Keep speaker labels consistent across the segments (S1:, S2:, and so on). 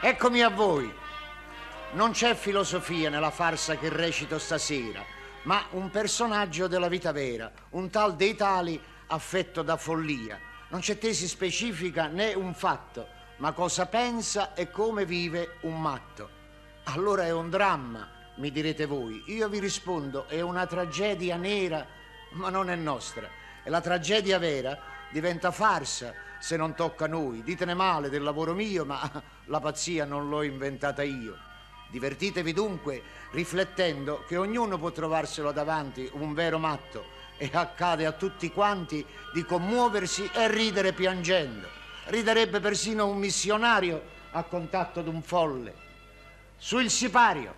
S1: Eccomi a voi. Non c'è filosofia nella farsa che recito stasera, ma un personaggio della vita vera, un tal dei tali affetto da follia. Non c'è tesi specifica né un fatto, ma cosa pensa e come vive un matto. Allora è un dramma, mi direte voi. Io vi rispondo, è una tragedia nera, ma non è nostra. E la tragedia vera diventa farsa se non tocca a noi. Ditene male del lavoro mio, ma la pazzia non l'ho inventata io. Divertitevi dunque riflettendo che ognuno può trovarselo davanti un vero matto e accade a tutti quanti di commuoversi e ridere piangendo. Riderebbe persino un missionario a contatto d'un folle. Sul sipario.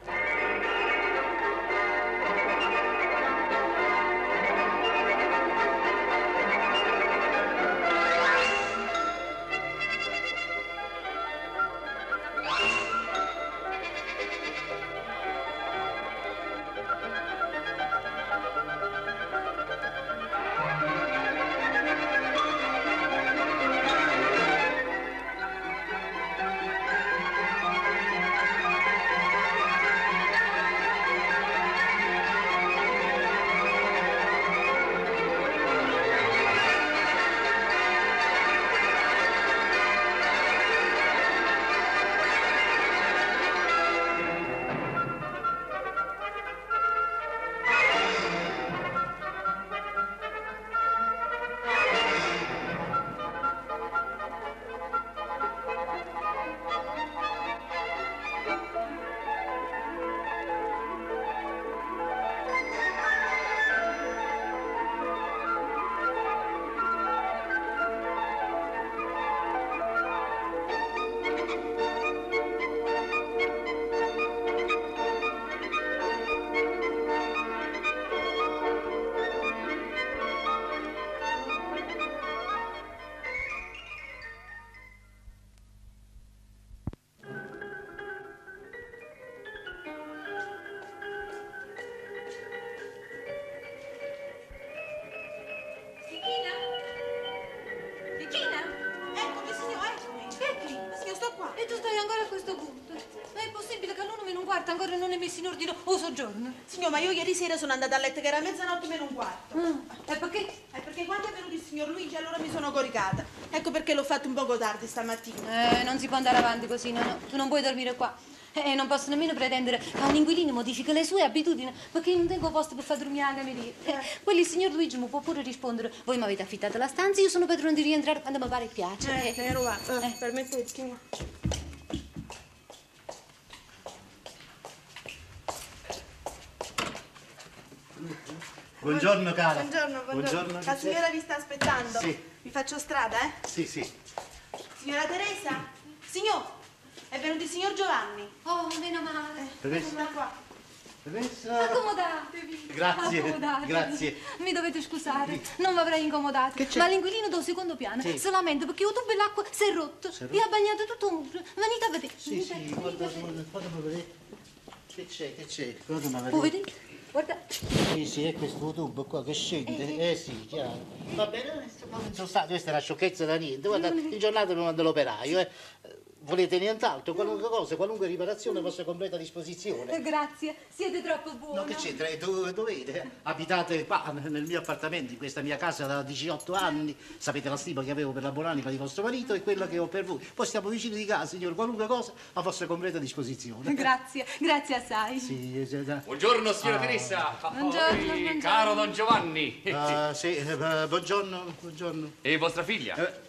S2: Fichina? Fichina? Eccomi, signore, eccomi. Eccomi. eh, Ma signora, sto qua.
S3: E tu stai ancora a questo punto? Ma è possibile che l'uno meno un quarto ancora non è messo in ordine o soggiorno?
S2: Signor, ma io ieri sera sono andata a letto che era mezzanotte meno un quarto.
S3: E perché?
S2: È perché quando è venuto il signor Luigi allora mi sono coricata. Ecco perché l'ho fatto un poco tardi stamattina.
S3: Eh, non si può andare avanti così, no, no. Tu non puoi dormire qua. E non posso nemmeno pretendere che un inquilino modifichi le sue abitudini perché io non tengo posto per far dormire la cameriera. Eh, Quelli il signor Luigi mi può pure rispondere voi mi avete affittato la stanza, io sono padrone di rientrare quando mi pare e piace.
S2: Eh,
S3: Eh,
S2: vero, va. Eh, permettetemi.
S4: Buongiorno cara.
S2: Buongiorno, buongiorno. La
S4: Giuseppe.
S2: signora vi sta aspettando.
S4: Sì.
S2: Vi faccio strada, eh?
S4: Sì, sì.
S2: Signora Teresa? Signor, è venuto il signor Giovanni. Eh,
S3: Oh, meno male.
S4: Teresa,
S2: Sta qua.
S4: Teresa.
S3: Accomodatevi.
S4: Grazie,
S3: Accomodatevi.
S4: grazie.
S3: Mi dovete scusare, non vi avrei incomodato. Ma l'inquilino del secondo piano
S4: Sì.
S3: si lamenta perché il tubo e l'acqua si è rotto.
S4: Si è
S3: Vi ha bagnato tutto un muro. Venite a vedere.
S4: Sì,
S3: venite,
S4: sì,
S3: venite
S4: guarda,
S3: a vedere.
S4: guarda, fatemi vedere. Che c'è, che c'è? Guarda, ma
S3: Oh,
S4: vedete?
S3: vedete? Guarda.
S4: Sì, sì, è questo tubo qua che scende. Eh sì, chiaro. Va bene, insomma, non sono stato, questa è una sciocchezza da niente. Guarda, in giornata lo manda l'operaio, eh. Volete nient'altro? Qualunque cosa, qualunque riparazione a vostra completa disposizione.
S3: eh, Grazie, siete troppo buoni.
S4: No, che c'entra? Eh, Dove dovete? Abitate qua nel mio appartamento, in questa mia casa da 18 anni. Sapete la stima che avevo per la buonanima di vostro marito e quella che ho per voi. Poi stiamo vicini di casa, signor, qualunque cosa a vostra completa disposizione.
S3: Grazie, grazie assai.
S4: Sì, eh, Ah. sì, da-
S5: Buongiorno signora Teresa.
S3: Buongiorno,
S5: Oi,
S3: buongiorno.
S5: Caro Don Giovanni.
S4: Ah, sì, eh, eh, buongiorno, buongiorno.
S5: E vostra figlia?
S4: Eh,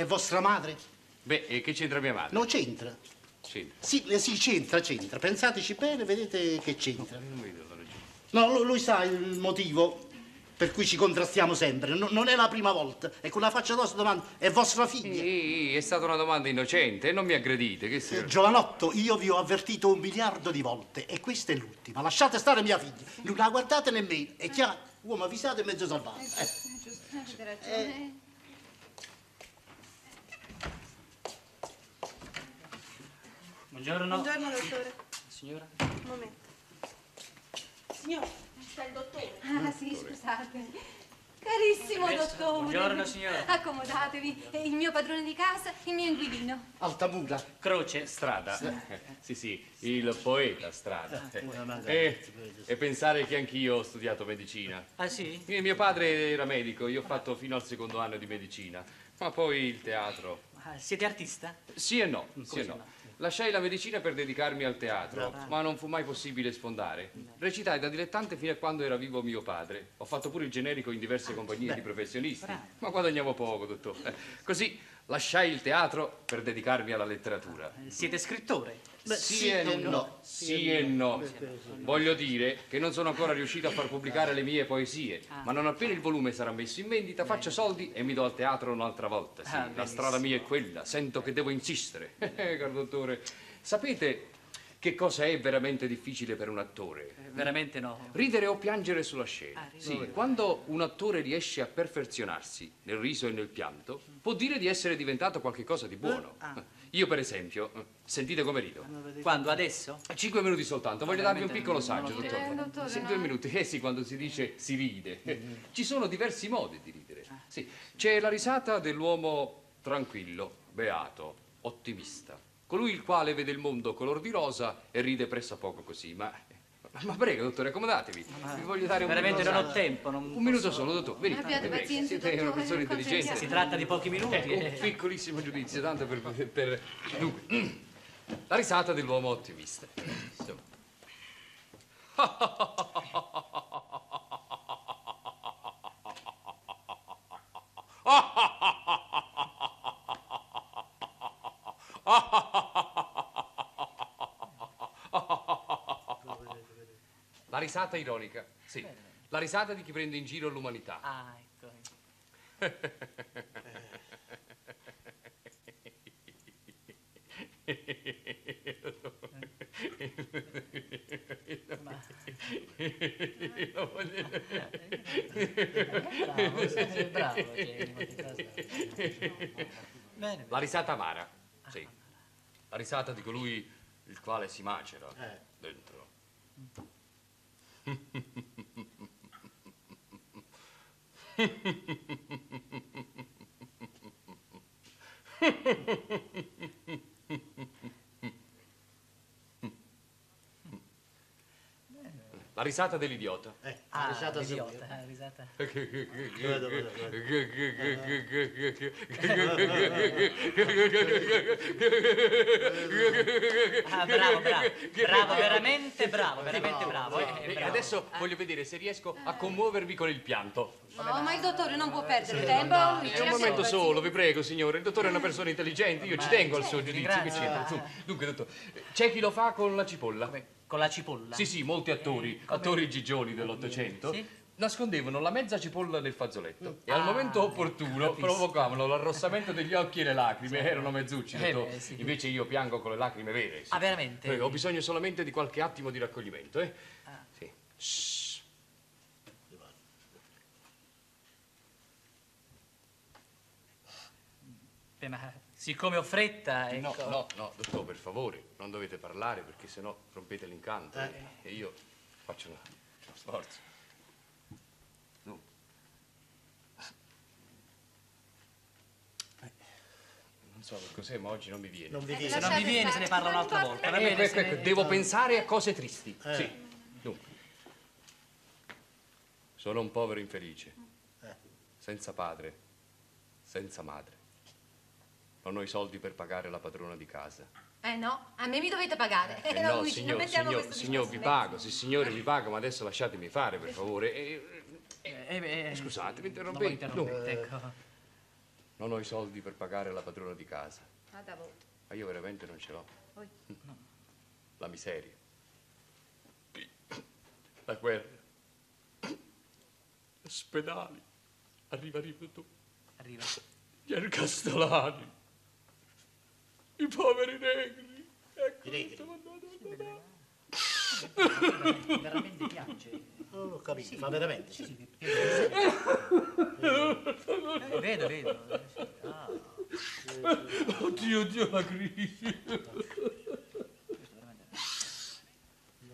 S4: è vostra madre?
S5: Beh, e che c'entra mia madre?
S4: No, c'entra.
S5: C'entra.
S4: Sì, eh, sì, c'entra, c'entra. Pensateci bene, vedete che c'entra.
S5: Non vedo la ragione.
S4: No, lu- lui, sa il motivo per cui ci contrastiamo sempre. No- non è la prima volta. E con la faccia tosta domanda, è vostra figlia?
S5: Ehi, è stata una domanda innocente, non mi aggredite, che
S4: Eh,
S5: signor...
S4: Giovanotto, io vi ho avvertito un miliardo di volte e questa è l'ultima. Lasciate stare mia figlia, non la guardate nemmeno. È chiaro, uomo avvisato e mezzo salvato. Eh,
S3: Giusto, avete ragione.
S6: Buongiorno.
S2: Buongiorno, dottore.
S6: Signora.
S2: Un momento. Signor, c'è il dottore.
S3: Ah, sì, scusate. Che
S7: Carissimo
S6: Maestro,
S7: dottore.
S6: buongiorno, signora.
S7: Accomodatevi, è il mio padrone di casa, il mio inquilino.
S4: Altamura.
S6: Croce.
S5: Strada. Sì, sì, il poeta Strada.
S4: una mancanza,
S5: E, e pensare che anch'io ho studiato medicina.
S6: Ah sì?
S5: Eh, Mio padre era medico, io ho fatto fino al secondo anno di medicina, ma poi il teatro.
S6: Ma Ah, siete artista?
S5: Sì e no, sì e no. Lasciai la medicina per dedicarmi al teatro,
S6: Ah.
S5: ma non fu mai possibile sfondare. Recitai da dilettante fino a quando era vivo mio padre. Ho fatto pure il generico in
S6: Ah,
S5: diverse compagnie di professionisti, ma guadagnavo poco, dottore. Eh, Così lasciai il teatro per dedicarmi alla letteratura.
S6: Siete scrittore?
S5: Sì e no, sì e no. Voglio dire che non sono ancora riuscito a far pubblicare le mie poesie,
S6: Ah.
S5: ma non appena il volume sarà messo in vendita faccio soldi e mi do al teatro un'altra volta. Sì,
S6: Ah,
S5: la
S6: benissimo.
S5: strada mia è quella, sento che devo insistere. Eh, caro dottore, sapete che cosa è veramente difficile per un attore?
S6: Eh, Veramente no.
S5: Ridere o piangere sulla scena.
S6: Ah, ridere.
S5: sì, quando un attore riesce a perfezionarsi nel riso e nel pianto, può dire di essere diventato qualcosa di buono.
S6: ah.
S5: Io, per esempio, eh, sentite come rido.
S6: Quando? Adesso?
S5: Cinque minuti soltanto, voglio darvi un
S6: veramente,
S5: piccolo
S6: non ho
S5: saggio,
S6: tempo.
S5: dottore.
S7: Eh, dottore,
S5: Sì,
S7: no.
S5: due minuti. Eh sì, quando si dice si ride. Ci sono diversi modi di ridere.
S6: Ah.
S5: Sì, c'è la risata dell'uomo tranquillo, beato, ottimista. Colui il quale vede il mondo color di rosa e ride presso poco così, ma... Ma prego, dottore, accomodatevi. Vi voglio dare un
S6: Veramente non
S5: minuto.
S6: ho tempo. non
S5: Un minuto solo, dottore. Venite.
S7: Abbiate
S5: venite.
S7: pazienza,
S5: Siete una
S7: dottore,
S5: persona intelligente.
S6: Si tratta di pochi minuti.
S5: Ecco, un
S6: eh.
S5: piccolissimo giudizio, tanto per... per- Dunque, la risata dell'uomo ottimista. Insomma. La risata ironica, sì. La risata di chi prende in giro l'umanità.
S6: Ah, ecco. Bravo, sei bravo. Bene, Ah,
S5: La risata amara, sì. La risata di colui il quale si macera
S4: Eh.
S5: dentro. La risata dell'idiota.
S4: Eh,
S6: Ah,
S4: risata subito.
S6: idiota, eh, risata.
S4: Guarda, guarda, guarda.
S6: Ah, bravo, bravo, bravo, veramente bravo, veramente bravo. eh,
S5: E
S6: bravo.
S5: adesso voglio vedere se riesco a commuovervi con il pianto.
S7: No, ma il dottore non può perdere tempo.
S5: È un momento solo, vi prego, signore. Il dottore è una persona intelligente, io ci
S6: certo,
S5: tengo al suo giudizio. che c'entra? Su, Dunque, dottore, c'è chi lo fa con la cipolla.
S6: Con la cipolla. Eh,
S5: Sì, sì, molti attori, attori gigioni dell'Ottocento,
S6: Sì. Ah,
S5: nascondevano la mezza cipolla nel fazzoletto e al momento opportuno
S6: capisco.
S5: provocavano l'arrossamento degli occhi e le lacrime. Erano mezzucci,
S6: Eh,
S5: dottore.
S6: beh, sì.
S5: Invece io piango con le lacrime vere. sì.
S6: Ah, veramente?
S5: Eh, ho bisogno solamente di qualche attimo di raccoglimento, eh? Sì. Shh.
S6: Beh, ma siccome ho fretta,
S4: Ah,
S5: No,
S6: ecco.
S5: no, no, dottore, per favore, non dovete parlare perché sennò rompete l'incanto
S4: Eh.
S5: e- e io faccio una- uno sforzo. Dunque. Eh, Non so che cos'è, ma oggi non mi viene.
S8: Eh,
S4: Non vi
S6: Se
S4: dice.
S6: non mi viene se ne parla un'altra volta, va
S5: Eh,
S6: bene?
S5: ecco,
S6: se
S5: ecco,
S6: ne-
S5: devo pensare a cose tristi.
S4: Eh.
S5: Sì. Dunque. Sono un povero infelice,
S4: Eh.
S5: senza padre, senza madre. Non ho i soldi per pagare la padrona di casa.
S7: Eh no, a me mi dovete pagare. Eh,
S5: Eh no,
S7: Luigi, non
S5: signor,
S7: mettiamo
S5: signor,
S7: questo
S5: signor, vi
S7: discorso in
S5: pago, sì, signore, vi pago, ma adesso lasciatemi fare, per favore. Eh,
S6: Eh, eh, beh,
S5: Scusate, mi
S6: non
S5: interrompete.
S6: voi interrompete, ecco.
S5: non ho i soldi per pagare la padrona di casa,
S7: mezzo. Ah, da voto.
S5: ma io veramente non ce l'ho. Mm.
S7: Oi.
S5: La miseria. La guerra. Ospedali. Arriva, arriva tu.
S6: Arriva.
S5: Gli ergastolani. I poveri negri. Ecco,
S4: negri.
S5: tutto, madonna, madonna.
S6: Veramente piace.
S4: Non ho capito, ma veramente. Sì, sì.
S5: Eh,
S8: Eh,
S6: vedo, vedo.
S5: Ah. Oddio, oddio, la crisi.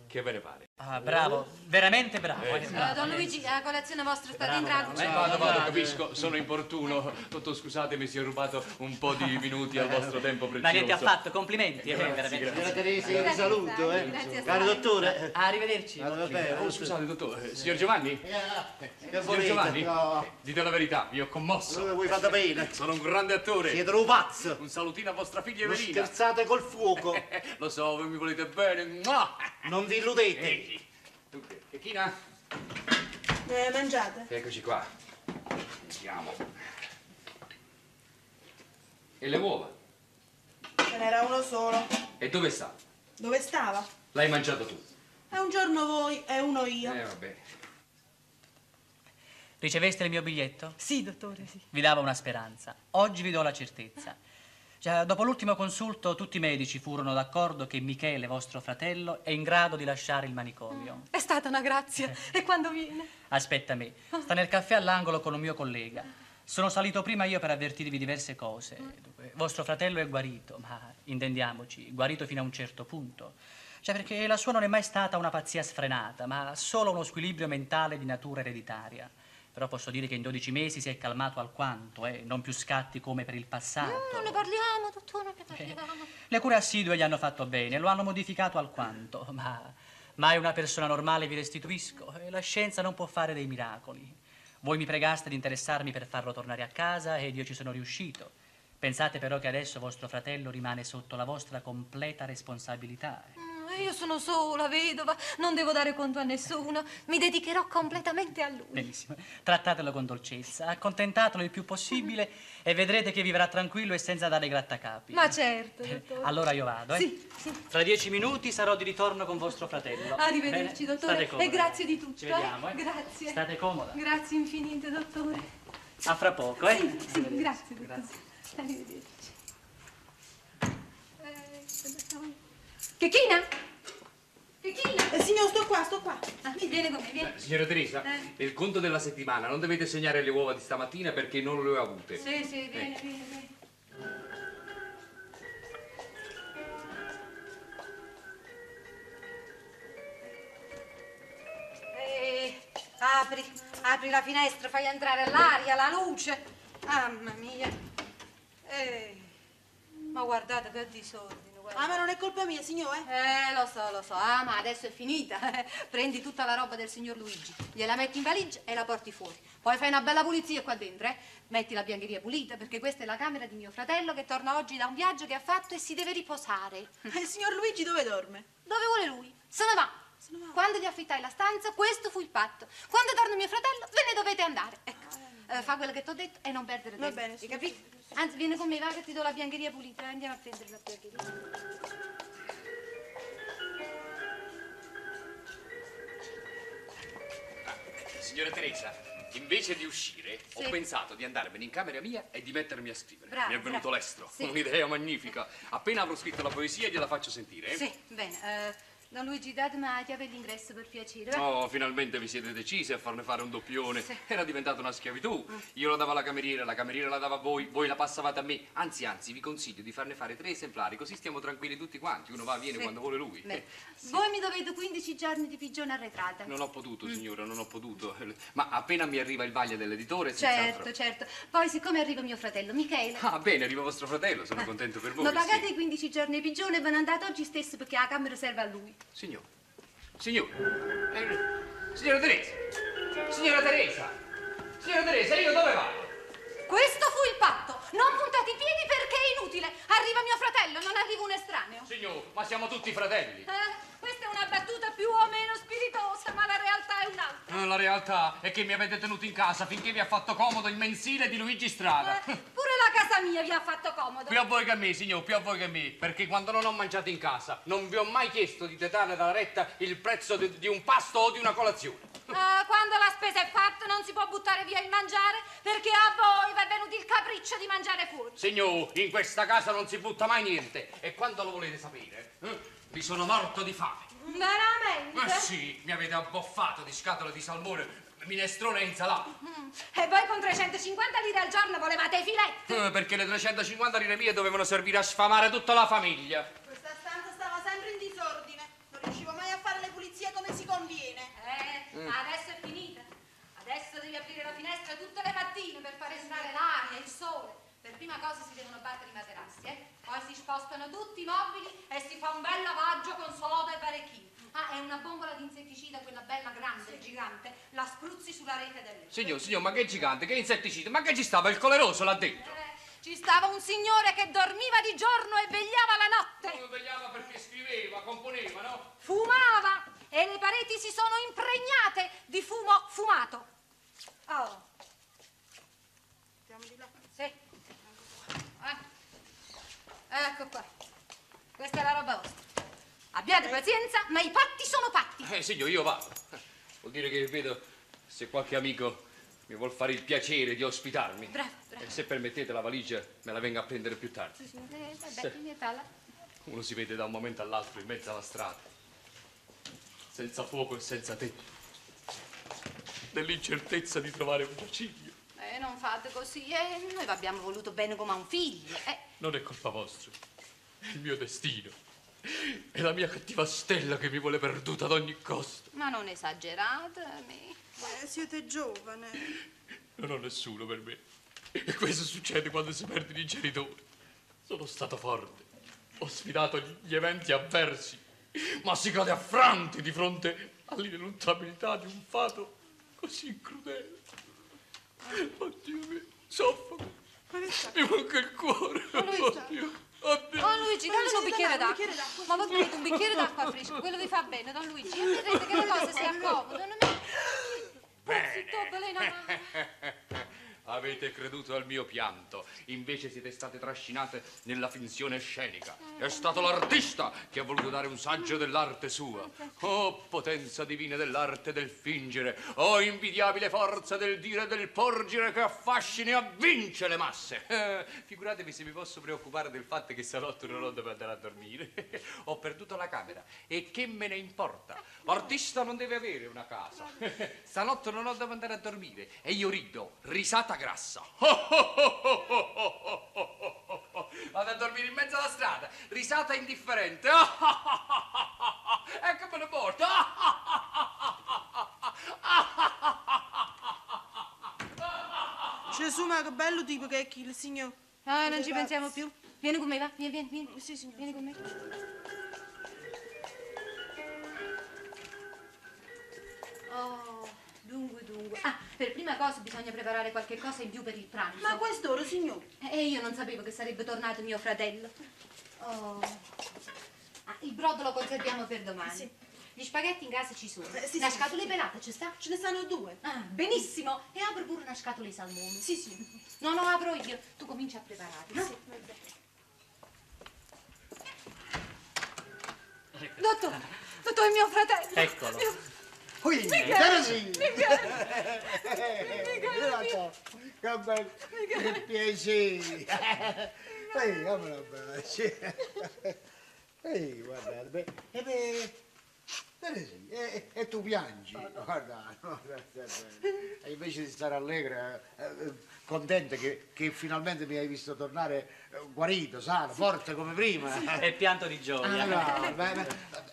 S5: Che ve ne pare? Eh,
S6: Ah, bravo, veramente bravo. eh.
S3: Eh, Don Luigi, a colazione vostra state in drago.
S5: Eh, vado, vado, capisco, sono importuno. Tutto scusatemi se ho rubato un po' di minuti al vostro tempo prezioso.
S6: Eh, Ma niente affatto, complimenti. eh,
S5: Grazie,
S6: veramente.
S5: grazie.
S4: Signora Teresa, io vi
S3: Grazie,
S4: saluto, eh.
S3: grazie,
S4: Caro
S3: sai.
S4: dottore.
S6: Arrivederci.
S4: Ah, vabbè,
S5: Oh, scusate, dottore. eh, Signor Giovanni?
S4: Che
S5: Signor Giovanni?
S4: volete? No.
S5: Dite la verità, vi ho commosso.
S4: Dove voi fate bene?
S5: Sono un grande attore.
S4: Siete un pazzo.
S5: Un salutino a vostra figlia
S4: Non
S5: Evelina.
S4: scherzate col fuoco.
S5: Eh, lo so, voi mi volete bene. Mua!
S4: Non vi illudete.
S5: Ehi, dunque, Chechina,
S2: Eh, mangiate?
S5: eccoci qua. Andiamo. E le uova?
S2: Ce n'era uno solo.
S5: E dove sta?
S2: Dove stava?
S5: L'hai mangiato tu.
S2: E un giorno voi e uno io.
S5: Eh, vabbè.
S6: Riceveste il mio biglietto?
S9: Sì, dottore, sì.
S6: Vi davo una speranza. Oggi vi do la certezza. Già, dopo l'ultimo consulto tutti i medici furono d'accordo che Michele, vostro fratello, è in grado di lasciare il manicomio.
S9: È stata una grazia. E quando viene?
S6: Aspetta me, sta nel caffè all'angolo con un mio collega. Sono salito prima io per avvertirvi diverse cose. Dunque, vostro fratello è guarito, ma intendiamoci, guarito fino a un certo punto. Cioè perché la sua non è mai stata una pazzia sfrenata, ma solo uno squilibrio mentale di natura ereditaria. Però posso dire che in 12 mesi si è calmato alquanto, eh, non più scatti come per il passato.
S3: Eh, Non ne parliamo, dottore, non ne parliamo.
S6: Le cure assidue gli hanno fatto bene, lo hanno modificato alquanto, ma mai una persona normale vi restituisco e la scienza non può fare dei miracoli. Voi mi pregaste di interessarmi per farlo tornare a casa ed io ci sono riuscito. Pensate però che adesso vostro fratello rimane sotto la vostra completa responsabilità.
S3: Mm, Io sono sola, vedova, non devo dare conto a nessuno. Mi dedicherò completamente a lui.
S6: Benissimo. Trattatelo con dolcezza, accontentatelo il più possibile e vedrete che vivrà tranquillo e senza dare grattacapi.
S3: Ma certo,
S6: Eh,
S3: dottore.
S6: Allora io vado, eh?
S3: Sì, sì.
S6: Tra dieci minuti sarò di ritorno con vostro fratello.
S3: Arrivederci,
S6: Bene?
S3: dottore,
S6: eh, State comoda.
S3: e grazie di tutto,
S6: Ci
S3: eh.
S6: vediamo, eh?
S3: Grazie.
S6: State comoda.
S3: Grazie infinite, dottore.
S6: A fra poco, eh?
S3: Sì, sì,
S6: Arrivederci.
S3: grazie, dottore. Arrivederci. Eh, Chechina? Chechina?
S2: Eh, signor, sto qua, sto qua.
S3: Ah, viene con me, vieni.
S5: Signora Teresa,
S3: Eh.
S5: il conto della settimana non dovete segnare le uova di stamattina perché non le ho avute.
S3: Sì, sì, vieni, vieni, vieni. Eh, apri, apri la finestra, fai entrare l'aria, la luce. Mamma mia. Eh, ma guardate che disordine, guarda.
S2: Ah, ma non è colpa mia, signore.
S3: Eh, lo so, lo so. Ah, ma adesso è finita. Prendi tutta la roba del signor Luigi, gliela metti in valigia e la porti fuori. Poi fai una bella pulizia qua dentro, eh. Metti la biancheria pulita, perché questa è la camera di mio fratello che torna oggi da un viaggio che ha fatto e si deve riposare.
S2: E il Eh, signor Luigi dove dorme?
S3: Dove vuole lui? Se ne va. Quando gli affittai la stanza, questo fu il patto. Quando torna mio fratello, ve ne dovete andare. Ecco. Eh, fa quello che ti ho detto e non perdere tempo.
S2: bene,
S3: Hai
S2: sì.
S3: capito? Anzi, vieni con me, va che ti do la biancheria pulita. eh. Andiamo a prendere la biancheria.
S5: Signora Teresa, invece di uscire, ho
S3: Sì.
S5: pensato di andarmene in camera mia e di mettermi a scrivere.
S3: Bravo,
S5: Mi è venuto
S3: bravo.
S5: l'estro,
S3: Sì.
S5: un'idea magnifica. Appena avrò scritto la poesia gliela faccio sentire. eh?
S3: Sì, bene. eh, don Luigi, datemi la chiave dell'ingresso per piacere. va?
S5: Oh, finalmente vi siete decisi a farne fare un doppione.
S3: Sì. Mm.
S5: Era diventata una schiavitù. Io la davo alla cameriera, la cameriera la dava a voi, voi la passavate a me. Anzi, anzi, vi consiglio di farne fare tre esemplari, così stiamo tranquilli tutti quanti. Uno va e viene
S3: Sì.
S5: quando vuole lui.
S3: Bene. Voi mi dovete 15 giorni di pigione arretrata.
S5: Non ho
S3: Mm.
S5: potuto, signora, non ho potuto. Ma appena mi arriva il vaglio dell'editore, senz'altro.
S3: certo, certo. Poi, siccome arriva mio fratello Michele,
S5: Ah, bene, arriva vostro fratello, sono contento per voi.
S3: lo pagate
S5: sì.
S3: i 15 giorni di pigione e ve ne andate oggi stesso perché la camera serve a lui.
S5: Signor. Signor. Eh, Signora Teresa. Signora Teresa. Signora Teresa, io dove vado?
S3: Questo fu il patto. Non puntate i piedi perché è inutile. Arriva mio fratello, non arriva un estraneo.
S5: Signor, ma siamo tutti fratelli.
S3: Eh, questa è una battuta più o meno spiritosa, ma la realtà è un'altra.
S5: Eh, La realtà è che mi avete tenuto in casa finché vi ha fatto comodo il mensile di Luigi Strada.
S3: Eh, pure la casa mia vi ha fatto comodo.
S5: Più a voi che a me, signor, più a voi che a me, perché quando non ho mangiato in casa non vi ho mai chiesto di dettare dalla retta il prezzo di, di un pasto o di una colazione.
S3: Ah, quando la spesa è fatta non si può buttare via il mangiare perché a voi vi è venuto il capriccio di mangiare fuori.
S5: Signor, in questa casa non si butta mai niente e quando lo volete sapere, eh, vi sono morto di fame.
S3: Veramente?
S5: Ma sì, mi avete abboffato di scatole di salmone, minestrone e insalata.
S3: Mm. E voi con 350 lire al giorno volevate i filetti?
S5: Eh, Perché le 350 lire mie dovevano servire a sfamare tutta la famiglia.
S2: Questa stanza stava sempre in disordine. Non riuscivo mai a fare le pulizie come si
S7: Eh.
S10: Adesso è finita. Adesso devi aprire la finestra tutte le mattine per far entrare l'aria, il sole. Per prima cosa si devono battere i materassi, eh? Poi si spostano tutti i mobili e si fa un bel lavaggio con soda e varecchino. Ah, è una bombola di insetticida, quella bella grande, gigante, la spruzzi sulla rete dell'elettrico.
S5: Signor, signor, ma che gigante, che insetticida, ma che ci stava il coleroso là dentro?
S10: Eh, Ci stava un signore che dormiva di giorno e vegliava la notte.
S5: Come vegliava perché scriveva, componeva, no?
S10: Fumava e le pareti si sono impregnate di fumo fumato. Oh. Sì. Eh. Ecco qua. Questa è la roba vostra. Abbiate pazienza, ma i patti sono patti.
S5: Eh, signor, io vado. Vuol dire che vedo se qualche amico mi vuol fare il piacere di ospitarmi.
S10: Bravo, bravo.
S5: E se permettete la valigia me la venga a prendere più tardi.
S10: Eh, vabbè,
S5: Sì.
S10: in età la-
S5: Uno si vede da un momento all'altro in mezzo alla strada, senza fuoco e senza tetto, nell'incertezza di trovare un bacino.
S10: Eh, non fate così, eh. Noi vi abbiamo voluto bene come a un figlio, eh.
S5: Non è colpa vostra, è il mio destino. È la mia cattiva stella che mi vuole perduta ad ogni costo.
S10: Ma non esagerate, amico.
S2: Eh, siete giovane.
S5: Non ho nessuno per me. E questo succede quando si perdono i genitori. Sono stato forte. Ho sfidato gli- gli eventi avversi. Ma si cade a franti di fronte all'ineluttabilità di un fato così crudele. Oddio mio, soffro. Mi manca il cuore. Oddio. Oddio.
S7: Don Luigi, datemi un bicchiere
S2: Eh, un
S7: d'acqua.
S2: bicchiere d'acqua,
S7: Ma voi prendete un bicchiere d'acqua fresca, quello vi fa bene, Don Luigi. E vedrete che le
S2: Eh,
S7: cose si accomodano. Bene.
S5: Avete creduto al mio pianto, invece siete state trascinate nella finzione scenica. È stato l'artista che ha voluto dare un saggio dell'arte sua. Oh, potenza divina dell'arte del fingere, oh, invidiabile forza del dire e del porgere che affascina e avvince le masse. Eh, figuratevi se mi posso preoccupare del fatto che salotto non ho dove andare a dormire. ho perduto la camera e che me ne importa? L'artista non deve avere una casa. Salotto non ho dove andare a dormire e io rido, risata grassa. Vado a dormire in mezzo alla strada, risata indifferente.
S3: Ah, ecco
S5: Eccomi la porta.
S2: Gesù, ma che bello tipo che è chi, il signor.
S7: Ah, non ci pensiamo più. Vieni con me, va, vieni, vieni, vieni.
S2: Sì, signor.
S7: Vieni con me. Oh, dunque, dunque. Ah, per prima cosa bisogna preparare qualche cosa in più per il pranzo.
S2: Ma a quest'ora, signor.
S7: E io non sapevo che sarebbe tornato mio fratello. Oh. Ah, il brodo lo conserviamo per domani. Gli spaghetti in casa ci sono.
S2: Eh, sì,
S7: una
S2: sì,
S7: scatola di pelata ci sta?
S2: Ce ne stanno due.
S7: Ah, benissimo. E apro pure una scatola di salmone.
S2: Sì, sì.
S7: No, no, apro io. Tu comincia a prepararti, no?
S3: Dottore, dottore, mio fratello.
S6: Eccolo.
S4: Quindi,
S3: Michele,
S4: così.
S3: Michele,
S1: Grazie, che bello, che piacere. Ehi, dammi un abbraccio. Ehi, guardate, beh, e beh, bene sì, e, eh, e tu piangi, guarda, no, guarda, guarda. E invece di stare allegra, eh, eh, contenta che, che finalmente mi hai visto tornare eh, guarito, sano, forte come prima.
S6: È pianto di gioia.
S1: Ah, no, beh, beh,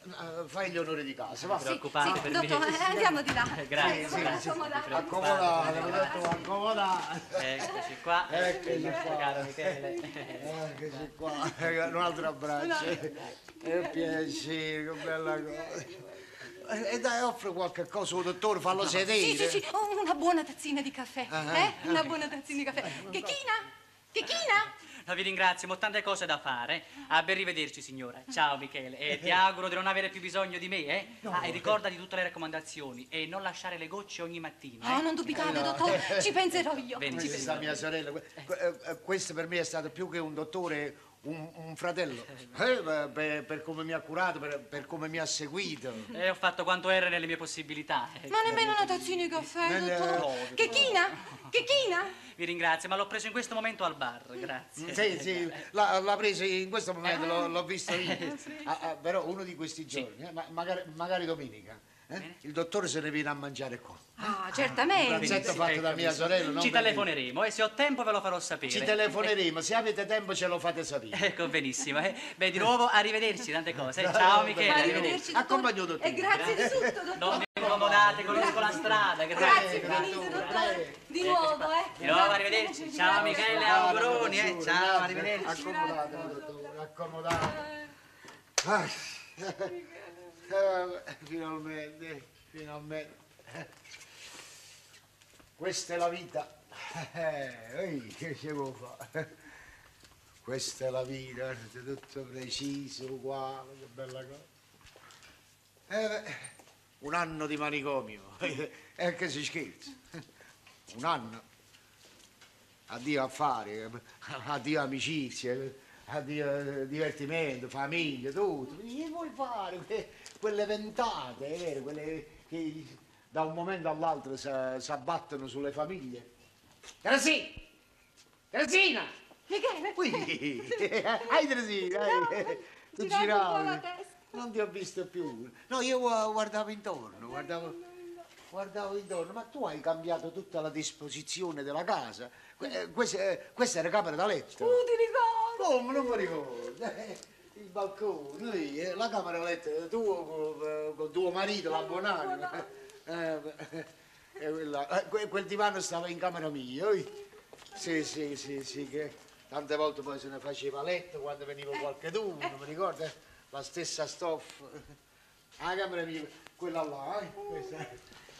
S1: eh, fai gli onori di casa, va.
S6: Preoccupante per me.
S3: dottore, eh, andiamo di là.
S6: Eh, Grazie.
S3: Sì,
S6: Non ti
S1: Accomodate, ho detto accomodate.
S3: Ah.
S6: preoccupare. Eccoci qua.
S1: Eccoci qua.
S6: Caro Michele.
S1: Eccoci qua, un altro abbraccio. Che piacere, che bella cosa. E dai, offre qualche cosa al dottore, fallo sedere.
S3: sì, sì, oh, una buona tazzina di caffè.
S1: Ah,
S3: Eh? Una buona tazzina di caffè. Che china? Che china?
S6: No, vi ringrazio, ma ho tante cose da fare. A ben rivederci, signora. Ciao, Michele. E ti auguro di non avere più bisogno di me, eh? Ah, e ricorda di tutte le raccomandazioni e non lasciare le gocce ogni
S1: Eh,
S6: mattina. eh.
S3: Oh, non dubitate, dottore, ci penserò io.
S6: Bene,
S1: Questa
S6: ci
S1: è stata mia sorella. que- que- eh, Questo per me è stato più che un dottore, un, un fratello. Eh, beh, per, per come mi ha curato, per, per come mi ha seguito.
S3: Eh,
S6: E Eh, ho fatto quanto era nelle mie possibilità. eh.
S3: Ma nemmeno una tazzina di caffè,
S1: Nel-
S3: dottore. Che china? Che china?
S6: Vi ringrazio, ma l'ho preso in questo momento al bar. Grazie. Eh,
S1: Sì, sì, l'ha, l'ha preso in questo momento, l'ho, l'ho visto io. Ah, ah, però uno di questi giorni, eh, ma- magari, magari domenica, eh, il dottore se ne viene a mangiare qua.
S3: Ah,
S1: Un
S3: certamente.
S1: pranzetto fatto da mia sorella. non
S6: Ci
S1: per me.
S6: telefoneremo e se ho tempo ve lo farò sapere.
S1: Ci
S4: Eh,
S1: telefoneremo, se avete tempo ce lo fate sapere.
S6: Ecco, benissimo. eh. Beh, di nuovo, arrivederci, tante cose. Ciao Michele, Ah,
S3: Arrivederci, dottore.
S1: Accompagno dottore.
S3: E grazie di tutto, dottore.
S6: No, devo accomodarmi. scusate, conosco la strada. Grazie.
S3: Grazie, Felice, dottore. Di nuovo, eh.
S6: Di nuovo, arrivederci. Ciao, Michele, auguroni, eh. Ciao, arrivederci.
S1: Accomodato, dottore, accomodato. Ah, eh, finalmente, finalmente. Questa è la vita. Eh, ehi, che si può fare? Questa è la vita, è tutto preciso, uguale, che bella cosa. Eh, beh,
S8: Un anno di manicomio.
S1: è Eh, che si scherza. Un anno. Addio affari, addio amicizie, addio eh, divertimento, famiglia, tutto. Che vuoi fare? Que- Quelle ventate, eh, quelle che da un momento all'altro si abbattono sulle famiglie. Teresina! Teresina!
S3: Michele,
S1: Qui! Hai Teresina! eh. Tu
S3: girando un po'
S1: giravi.
S3: la testa.
S1: Non ti ho visto più. No, io gua- guardavo intorno, guardavo, guardavo intorno, ma tu hai cambiato tutta la disposizione della casa. Que- eh, Questa, eh, questa era camera da letto.
S3: tu ti ricordi?
S1: Come non mi ricordo? Eh, Il balcone, lì, eh, la camera da letto era tua con, eh, con tuo marito, l'abbonato. Eh, eh, e quella- eh, que- quel divano stava in camera mia. oi. Sì, sì, sì, sì, che tante volte poi se ne faceva letto quando
S3: Eh.
S1: veniva qualcheduno, mi ricordo? eh, La stessa stoffa. Ah, La camera mia, quella là, eh,
S3: Uh,
S1: questa.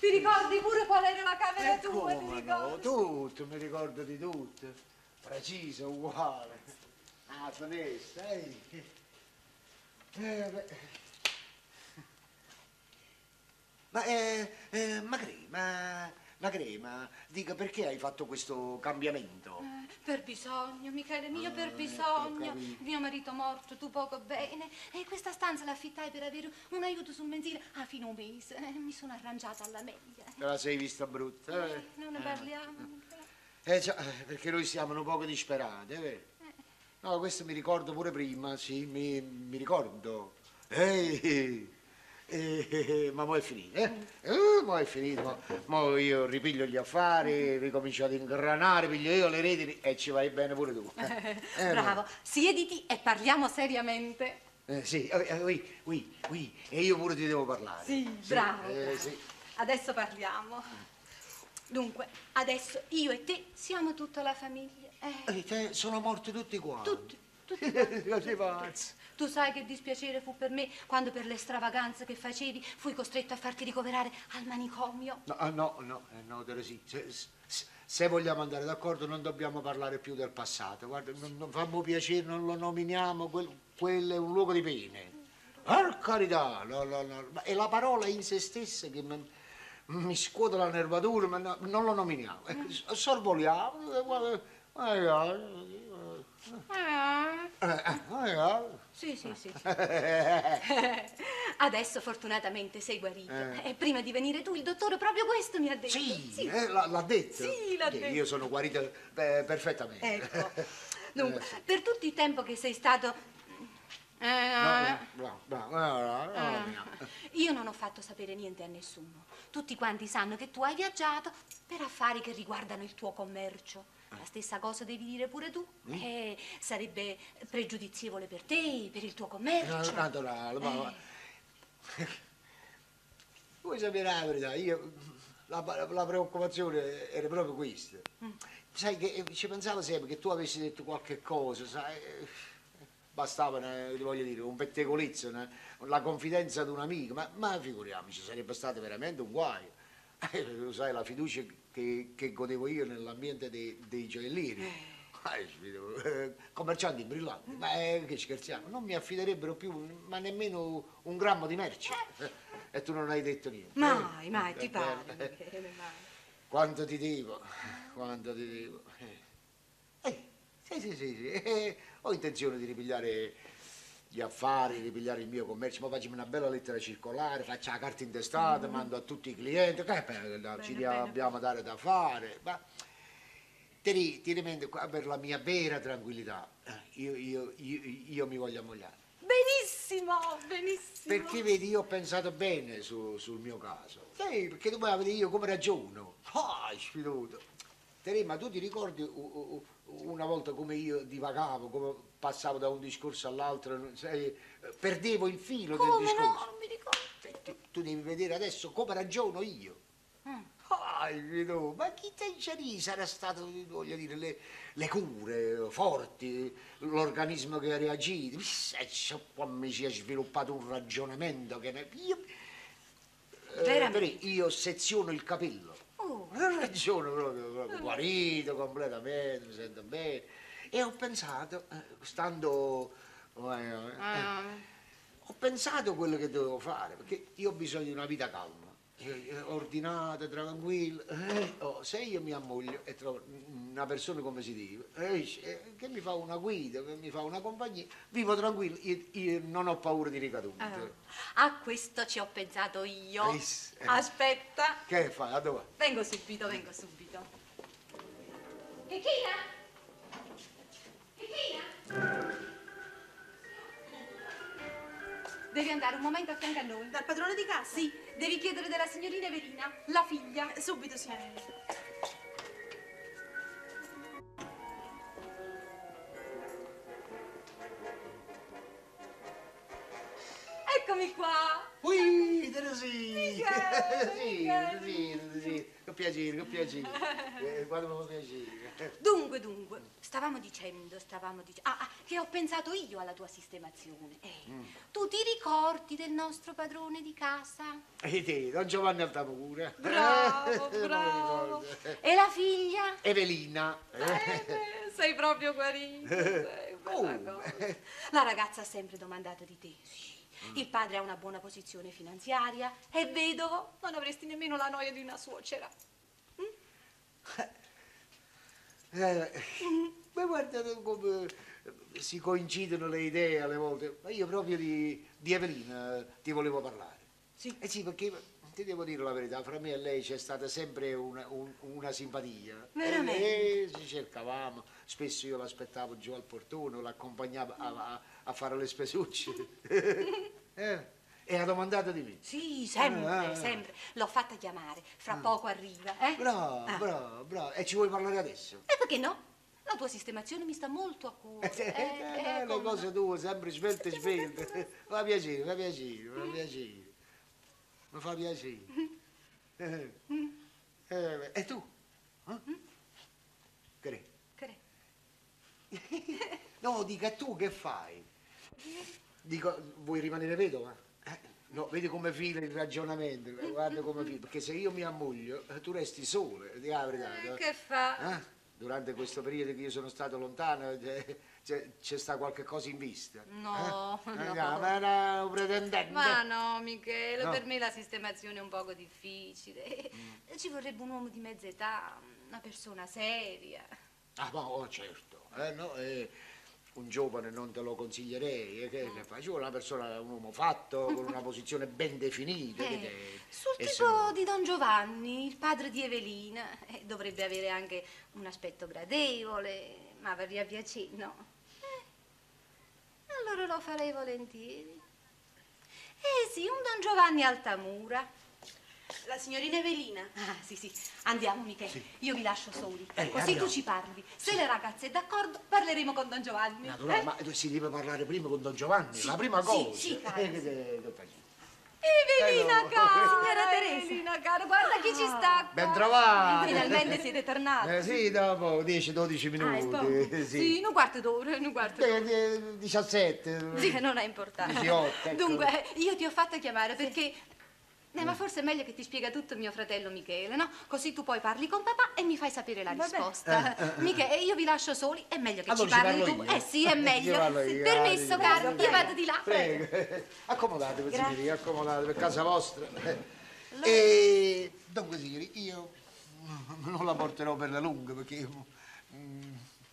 S3: Ti ricordi pure qual era la camera
S1: E
S3: tua? Ti
S1: come no,
S3: ricordi?
S1: tutto, mi ricordo di tutto. Preciso, uguale. Ah, finestra, ehi. Eh, beh. ma, eh, eh, ma crema, ma crema, dica perché hai fatto questo cambiamento?
S3: Eh, Per bisogno, Michele mio, per
S1: ecco,
S3: bisogno.
S1: capito.
S3: Mio marito morto, tu poco bene. E questa stanza l'affittai per avere un aiuto sul mensile a fine un mese. Eh, Mi sono arrangiata alla meglio.
S1: Te la sei vista brutta,
S3: Eh,
S1: eh?
S3: Non ne parliamo, Michele.
S1: Eh già, eh, perché noi siamo un poco disperati, è vero?
S3: Eh.
S1: No, questo mi ricordo pure prima, sì, mi, mi ricordo. Ehi, eh, eh, ma mo' è finito,
S3: Mm.
S1: eh? Eh, mo' è finito, mo, mo io ripiglio gli
S3: Mm-hmm.
S1: affari, ricomincio ad ingranare, piglio io le redini e ci vai bene pure tu. Eh,
S3: Bravo, siediti e parliamo seriamente.
S1: Eh, sì, eh, eh, oui, oui, oui, e io pure ti devo parlare.
S3: Sì, bravo.
S1: eh,
S3: bravo.
S1: sì.
S3: Adesso parliamo. Dunque, adesso io e te siamo tutta la famiglia. eh.
S1: Eh, te- sono morti tutti quanti.
S3: Tutti, tutti.
S1: Così pazzi.
S3: Tu sai che dispiacere fu per me quando per le stravaganze che facevi fui costretto a farti ricoverare al manicomio.
S1: No, ah, no, no, eh, no, Teresina, se, se- se vogliamo andare d'accordo non dobbiamo parlare più del passato. Guarda, non, non fammo piacere, non lo nominiamo, quel, quello è un luogo di pene. Per carità, no, no, no, ma è la parola in se stessa che mi, mi scuote la nervatura, ma no, non lo nominiamo. Ecco, s- Sorvoliamo, eh, guarda, magari, eh, eh, magari.
S3: Sì, sì, sì. sì. Adesso fortunatamente sei guarito.
S1: Eh.
S3: E prima di venire tu, il dottore proprio questo mi ha detto.
S1: Sì, eh, l'ha, l'ha detto.
S3: Sì, l'ha
S1: Che
S3: detto.
S1: Io sono guarito eh, perfettamente.
S3: Ecco. Dunque, per tutto il tempo che sei stato. Eh,
S1: No, no, no, no, no, no, no, no, no.
S3: Io non ho fatto sapere niente a nessuno. Tutti quanti sanno che tu hai viaggiato per affari che riguardano il tuo commercio.
S1: Ah.
S3: La stessa cosa devi dire pure tu.
S1: Mm.
S3: Eh, sarebbe pregiudizievole per te, per il tuo
S1: No,
S3: commercio.
S1: naturale, ma- ma... Vuoi sapere la verità? Io, la, la preoccupazione era proprio questa. Sai che eh, ci pensavo sempre che tu avessi detto qualche cosa, sai? eh, Bastava, eh, ti voglio dire, un pettegolezzo, una- la confidenza di un amico, ma, ma figuriamoci, sarebbe stato veramente un guaio. Eh, Lo sai, la fiducia che, che godevo io nell'ambiente dei, dei gioiellieri. Eh, fido- eh, commercianti brillanti, ma eh, che scherziamo, non mi affiderebbero più, ma nemmeno un grammo di merce. E tu non hai detto niente.
S3: Mai,
S1: Eh,
S3: mai, ti
S1: va bene.
S3: parlo. Michele, mai.
S1: Quanto ti devo, quanto ti devo. Eh, Eh, sì, sì, sì, sì, eh, ho intenzione di ripigliare gli affari, ripigliare il mio commercio, ma facciamo una bella lettera circolare, faccio la carta intestata, mando a tutti i clienti, che bella, ci abbiamo dare da fare. Ma tieni, tieni mente qua per la mia vera tranquillità, eh, io, io- io- io mi voglio ammogliare.
S3: Benissimo, benissimo.
S1: Perché vedi, io ho pensato bene su- sul mio caso. Sì, perché tu vai a vedere io come ragiono. Ah, sfiduto. Terry, ma tu ti ricordi u- u- u- una volta come io divagavo, come passavo da un discorso all'altro, sai, eh, perdevo il filo del
S3: Come
S1: discorso?
S3: no? Mi ricordo.
S1: Ti- Tu devi vedere adesso come ragiono io.
S3: Mm.
S1: Poi, no, ma chi Tanciani sarà stato, voglio dire, le, le cure forti, l'organismo che ha reagito? Chissà, qua mi si è sviluppato un ragionamento che ne... Io, eh,
S3: Veramente?
S1: io seziono il capello.
S3: Oh.
S1: Non ragiono proprio, proprio guarito completamente, mi sento bene. E ho pensato, eh, stando... eh, eh, ho pensato a quello che dovevo fare, perché io ho bisogno di una vita calma, eh, eh, ordinata, tranquilla. Eh, oh, se io mi ammoglio e trovo una persona come si dice, eh, eh, che mi fa una guida, che mi fa una compagnia, vivo tranquillo, io, io non ho paura di ricadute.
S3: Ah, A questo ci ho pensato io.
S1: Eh, sì.
S3: Aspetta,
S1: Che fai? A dove?
S3: vengo subito, vengo subito. Chechina? Chechina? Devi andare un momento a fianco a noi.
S2: Dal padrone di casa? Eh,
S3: Sì, devi chiedere della signorina Verina, la figlia.
S2: Subito, signore.
S3: Eccomi qua.
S1: Ui, Teresina!
S3: Michele,
S1: Teresina,
S3: Michele.
S1: Teresina, Teresina. Che piacere, che piacere. Eh, Guarda, che piacere.
S3: Dunque, dunque, stavamo dicendo, stavamo dicendo, ah, ah, che ho pensato io alla tua sistemazione. Eh, Tu ti ricordi del nostro padrone di casa?
S1: E te, Eh, Don Giovanni Altamura. Eh,
S3: Bravo,
S1: Non mi
S3: bravo.
S1: ricordo.
S3: E la figlia?
S1: Evelina.
S3: Eh, sei proprio guarito.
S1: Eh,
S3: sei bella
S1: oh.
S3: cosa. La ragazza ha sempre domandato di te. Sì.
S1: Mm.
S3: Il padre ha una buona posizione finanziaria, è vedovo, non avresti nemmeno la noia di una suocera.
S1: Eh, ma guarda come si coincidono le idee alle volte. Ma io proprio di, di Evelina eh, ti volevo parlare.
S3: Sì.
S1: Eh sì, perché ti devo dire la verità, fra me e lei c'è stata sempre una, un- una simpatia.
S3: Veramente?
S1: Eh, ci cercavamo, spesso io l'aspettavo giù al portone, l'accompagnavo a, a- a fare le spesucce. eh, e ha domandato di me.
S3: Sì,
S1: Ah,
S3: sempre,
S1: ah.
S3: sempre. L'ho fatta chiamare, fra poco arriva, eh?
S1: Bravo,
S3: Ah.
S1: bravo, bravo. E ci vuoi parlare adesso?
S3: E Eh, perché no? La tua sistemazione mi sta molto a cuore. ecco.
S1: Eh, eh, le
S3: come
S1: cose
S3: no?
S1: tue sempre svelte svelte fa piacere fa piacere fa piacere mi fa piacere Eh, eh, e tu Eh? Cre-
S3: Cre-
S1: no dica tu che fai dico vuoi rimanere vedova Eh, No, vedi come fila il ragionamento, eh, guarda come fila, perché se io mi ammoglio eh, tu resti sola, ti la verità.
S3: Eh, Che fa?
S1: Ah, durante questo periodo che io sono stato lontano eh, c'è, c'è- c'è sta qualche cosa in vista.
S3: No,
S1: Eh?
S3: no.
S1: Eh, ma era un pretendente.
S3: Ma no, Michele,
S1: No.
S3: per me la sistemazione è un poco difficile.
S1: Mm.
S3: Ci vorrebbe un uomo di mezza età, una persona seria.
S1: Ah, ma oh, certo. eh, no, eh, un giovane non te lo consiglierei, eh, che ne fai? Ci vuole una persona, un uomo fatto, con una posizione ben definita. che
S3: Eh,
S1: te-
S3: sul
S1: e
S3: tipo
S1: se no-
S3: di Don Giovanni, il padre di Evelina, eh, dovrebbe avere anche un aspetto gradevole, ma per via piacere, no? Eh, allora lo farei volentieri. Eh sì, un Don Giovanni Altamura.
S2: La signorina Evelina.
S3: Ah, sì, sì, andiamo Michele, io vi lascio soli,
S1: Eh,
S3: così
S1: andiamo.
S3: tu ci parli. Se la ragazza è d'accordo, parleremo con Don Giovanni.
S1: Naturale,
S3: eh?
S1: ma tu si deve parlare prima con Don Giovanni,
S3: Sì,
S1: la prima
S3: sì,
S1: cosa.
S3: sì, cara,
S1: Eh, che te- che fai?
S3: Evelina
S1: Eh, no.
S3: cara,
S11: Ah,
S1: Signora
S3: Teresa, Evelina cara, guarda chi ci sta.
S1: Ben trovato!
S3: Finalmente siete tornati.
S1: Eh, sì, dopo 10-12
S3: Ah, è poco.
S1: minuti.
S3: Sì. in un quarto d'ora, in un quarto d'ora.
S1: Eh, eh, 17.
S3: Sì, non è importante.
S1: 18, ecco. Mm.
S3: Dunque, io ti ho fatto chiamare perché... Eh, ma forse è meglio che ti spiega tutto mio fratello Michele, no? Così tu poi parli con papà e mi fai sapere la risposta. Michele, io vi lascio soli, è meglio che
S1: Eh, Allora
S3: ci
S1: ci
S3: parli
S1: parlo
S3: tu.
S1: io.
S3: Eh sì, è
S1: Ci
S3: meglio.
S1: parlo io,
S3: Permesso,
S1: grazie.
S3: caro, io vado di là.
S1: Prego, accomodatevi signori, accomodatevi, per casa vostra. E dunque signori, io non la porterò per la lunga perché mm,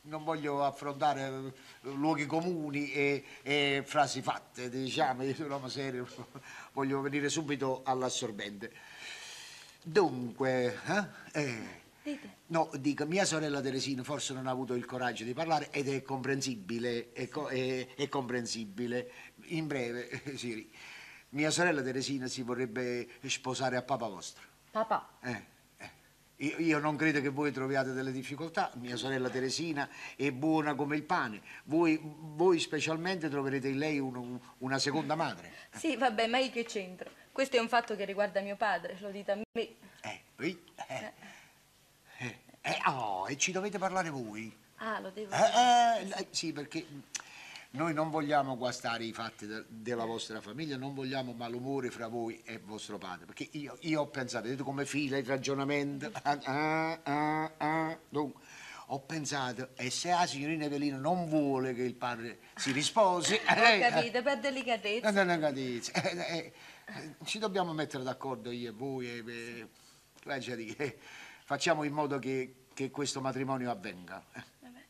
S1: non voglio affrontare eh, luoghi comuni e, e frasi fatte, diciamo, io sono un uomo serio, voglio venire subito all'assorbente. Dunque, eh? eh, No, dico, mia sorella Teresina forse non ha avuto il coraggio di parlare ed è comprensibile, è, co- è- è comprensibile. In breve, Siri, mia sorella Teresina si vorrebbe sposare a Papa vostro.
S7: Papà.
S1: Eh, eh. Io, io non credo che voi troviate delle difficoltà, mia sorella Teresina è buona come il pane, voi, voi specialmente troverete in lei uno- una seconda madre.
S11: Sì, vabbè, ma io che c'entro? Questo è un fatto che riguarda mio padre, lo dite a me.
S1: Eh, qui. Eh. Eh, eh, oh, e ci dovete parlare voi?
S11: Ah, lo devo dire.
S1: Eh, eh, eh, sì, perché noi non vogliamo guastare i fatti de- della vostra famiglia, non vogliamo malumore fra voi e vostro padre, perché io, io ho pensato, vedete come fila il ragionamento, Ah, ah, ah, ah. Dunque, ho pensato, e se la signorina Evelina non vuole che il padre si risposi,
S11: Ho
S1: eh,
S11: capito, per
S1: eh,
S11: delicatezza.
S1: no, no, no, dice, eh, eh, eh, ci dobbiamo mettere d'accordo io e voi, e, eh, lascia dire, eh, facciamo in modo che, che questo matrimonio avvenga.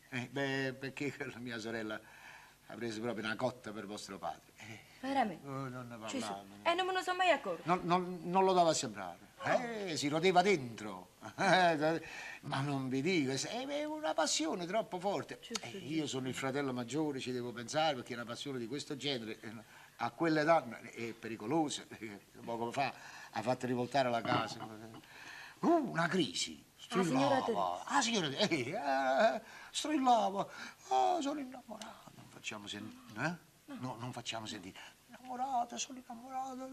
S1: Eh, beh, perché la mia sorella ha preso proprio una cotta per vostro padre. Eh,
S11: Veramente.
S1: oh, non ne
S11: Gesù.
S1: parlavo.
S11: Eh, non me ne sono mai accorto.
S1: Non, non- non lo dava a sembrare. Eh, si rodeva dentro. Ma non vi dico, è è una passione troppo forte. Eh, io sono il fratello maggiore, ci devo pensare, perché una passione di questo genere eh, a quell'età eh, è pericolosa. Eh, Poco fa ha fatto rivoltare la casa. Uh, una crisi.
S11: Ah, signora
S1: Strillava. Ah, signora, eh, eh, strillava. Oh, sono innamorato. Non facciamo sentire. No, non facciamo sentire. Innamorata, sono innamorata.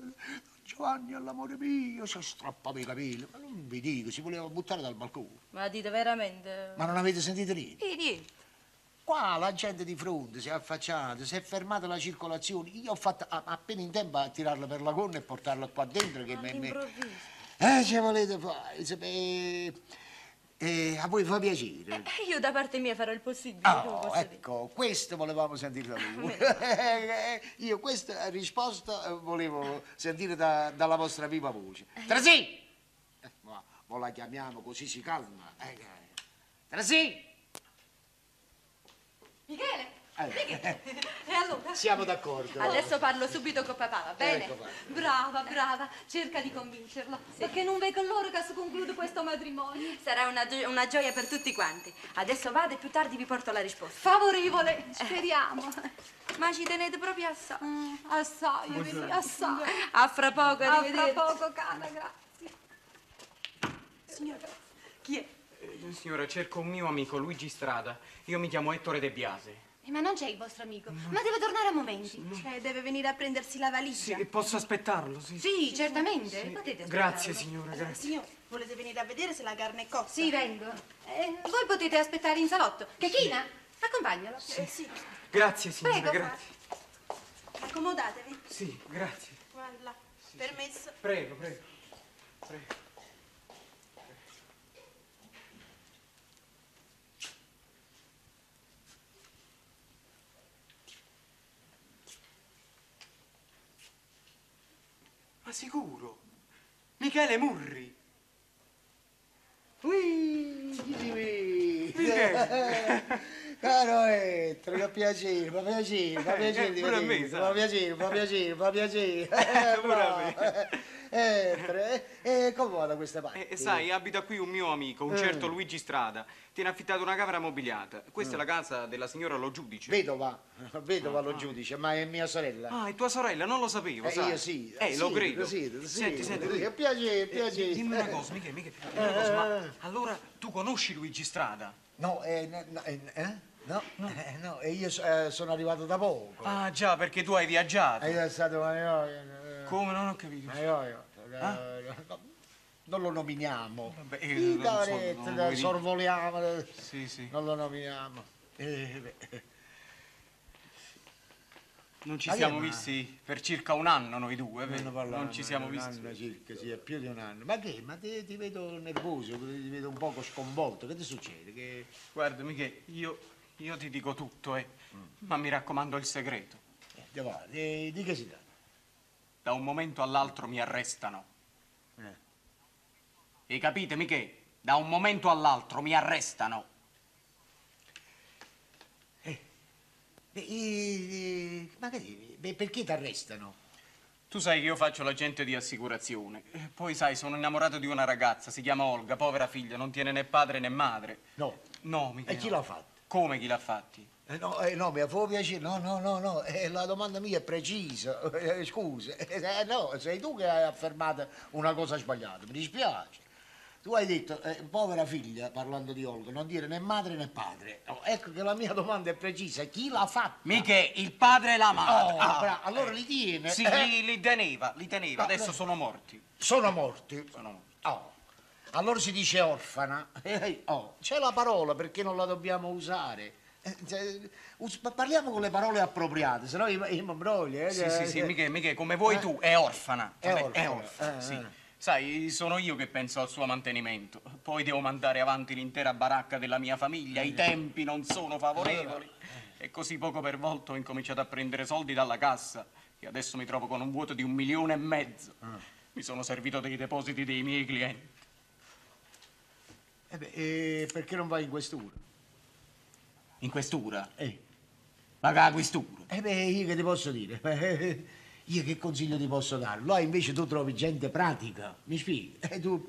S1: Giovanni è l'amore mio. Si strappava i capelli. Ma non vi dico, si voleva buttare dal balcone.
S11: Ma dite veramente...
S1: Ma non avete sentito Eh, niente?
S11: Sì, niente.
S1: Qua la gente di fronte si è affacciata, si è fermata la circolazione. Io ho fatto a- appena in tempo a tirarla per la gonna e portarla qua dentro.
S11: Ah,
S1: Che me, me-
S11: All'improvviso.
S1: Eh, ce volete fare? se- eh, eh, a voi fa piacere.
S11: Eh, io da parte mia farò il possibile,
S1: Ah,
S11: come posso dire.
S1: ecco, questo volevamo sentire da voi. Eh, Io questa risposta eh, volevo sentire da- dalla vostra viva voce. Trasì! Eh, ma mo la chiamiamo così si calma. Eh, eh. Trasì!
S11: Michele!
S1: Eh,
S11: E allora?
S1: siamo d'accordo.
S11: Adesso parlo subito con papà, va bene?
S1: Ecco qua.
S3: Brava, brava, cerca di convincerlo, perché non vedo loro che si conclude questo matrimonio.
S11: Sarà una, gio- una gioia per tutti quanti. Adesso vado e più tardi vi porto la risposta.
S3: Favorevole, speriamo.
S11: Ma ci tenete proprio assai.
S3: Assai, Evelina, assai.
S11: A fra poco,
S3: A
S11: arrivederci.
S3: Ah, fra poco, cara, grazie.
S11: Chi è?
S12: Eh, Signora, cerco un mio amico, Luigi Strada. Io mi chiamo Ettore De Biase.
S7: Eh, Ma non c'è il vostro amico, ma deve tornare a momenti.
S2: Cioè, deve venire a prendersi la valigia.
S12: Sì, posso aspettarlo, sì?
S7: Sì, certamente, potete
S12: Grazie, signora, grazie.
S2: Signor, volete venire a vedere se la carne è cotta?
S7: Sì, vengo. Eh, voi potete aspettare in salotto. Chechina, accompagnalo.
S2: Eh, sì.
S12: Grazie, signora,
S7: Prego.
S12: grazie.
S2: Accomodatevi.
S12: Sì, grazie.
S2: Voilà. Permesso.
S12: Prego, prego. Prego. Ma sicuro? Michele Murri.
S1: Caro Ettore, fa piacere, fa piacere,
S12: Eh,
S1: fa piacere, di
S12: pure a me,
S1: vederti,
S12: sa.
S1: fa piacere, fa piacere, fa piacere. Eh,
S12: Pure a
S1: bravo. Ettore, eh, eh, come va da questa parte?
S12: Eh, eh, sai, abita qui un mio amico, un certo Luigi Strada. Tiene affittato una camera mobiliata. Questa è la casa della signora Lo Giudice.
S1: Vedova, vedova lo giudice, ma è mia sorella.
S12: Ah, è tua sorella, non lo sapevo,
S1: Eh,
S12: sai.
S1: io sì.
S12: Eh, lo
S1: Sì,
S12: credo.
S1: sì, sì,
S12: senti, senti,
S1: sì,
S12: Luigi,
S1: piacere,
S12: eh,
S1: piacere.
S12: Dimmi una cosa, Michele, Michele, dimmi una cosa, ma allora tu conosci Luigi Strada?
S1: No, eh, no, no, eh, eh? no, eh, no, e io so- eh, sono arrivato da poco.
S12: Ah, già, perché tu hai viaggiato.
S1: Io è stato Maioia.
S12: Come? Non ho capito. Ah?
S1: Maioia. Non lo nominiamo.
S12: Vabbè, io
S1: I
S12: non so, non vuoi
S1: da
S12: dire.
S1: sorvoliamo, eh,
S12: Sì, sì.
S1: non lo nominiamo. Eh, beh.
S12: Non ci
S1: Ma che
S12: siamo
S1: ma-
S12: visti per circa un anno noi due, vero?
S1: ne parlavamo,
S12: Non ci siamo
S1: un
S12: visti.
S1: anno circa, sì, è più di un anno. Ma che? Ma ti, ti vedo nervoso, ti vedo un poco sconvolto. Che ti succede? Che...
S12: Guarda, Michele, io, io ti dico tutto, eh. Ma mi raccomando il segreto.
S1: Mm. eh, te va, eh, di che si tratta?
S12: Da un momento all'altro mi arrestano.
S1: Eh.
S12: E capite, Michele? Da un momento all'altro mi arrestano.
S1: Beh, eh, eh, ma che dici? Beh, perché ti arrestano?
S12: Tu sai che io faccio l'agente di assicurazione. Eh, Poi sai, sono innamorato di una ragazza, si chiama Olga, povera figlia, non tiene né padre né madre.
S1: No.
S12: No, Michele.
S1: E chi
S12: no.
S1: l'ha fatto?
S12: Come chi l'ha fatti?
S1: Eh, No, eh, no, mi fa piacere. No, no, no, no, eh, la domanda mia è precisa. Eh, scusa, eh, no, sei tu che hai affermato una cosa sbagliata, mi dispiace. Tu hai detto, eh, povera figlia, parlando di Olga, non dire né madre né padre. Oh, ecco che la mia domanda è precisa. Chi l'ha fatta?
S12: Miche, il padre e la madre.
S1: Oh,
S12: Ah.
S1: bra- allora li tiene.
S12: Sì,
S1: Eh, Ah,
S12: li, li teneva, li teneva.
S1: No,
S12: Adesso
S1: no.
S12: sono morti.
S1: Sono morti.
S12: Sono morti.
S1: Oh, Allora si dice orfana. Eh, oh, C'è la parola, perché non la dobbiamo usare? Eh, cioè, us- ma parliamo con le parole appropriate, sennò io, io mi imbroglio. eh,
S12: Sì, sì, sì,
S1: eh.
S12: Miche, Miche, come vuoi
S1: Eh.
S12: tu, è orfana.
S1: È
S12: Vabbè,
S1: orfana, eh,
S12: sì.
S1: eh.
S12: Sai, sono io che penso al suo mantenimento. Poi devo mandare avanti l'intera baracca della mia famiglia, i tempi non sono favorevoli. E così poco per volta ho incominciato a prendere soldi dalla cassa e adesso mi trovo con un vuoto di un milione e mezzo. Mi sono servito dei depositi dei miei clienti.
S1: Eh beh, eh, perché non vai in questura?
S12: In questura?
S1: Eh.
S12: Paga la questura.
S1: Eh beh, io che ti posso dire? Io che consiglio ti posso dare? Là invece tu trovi gente pratica, mi spieghi? E tu,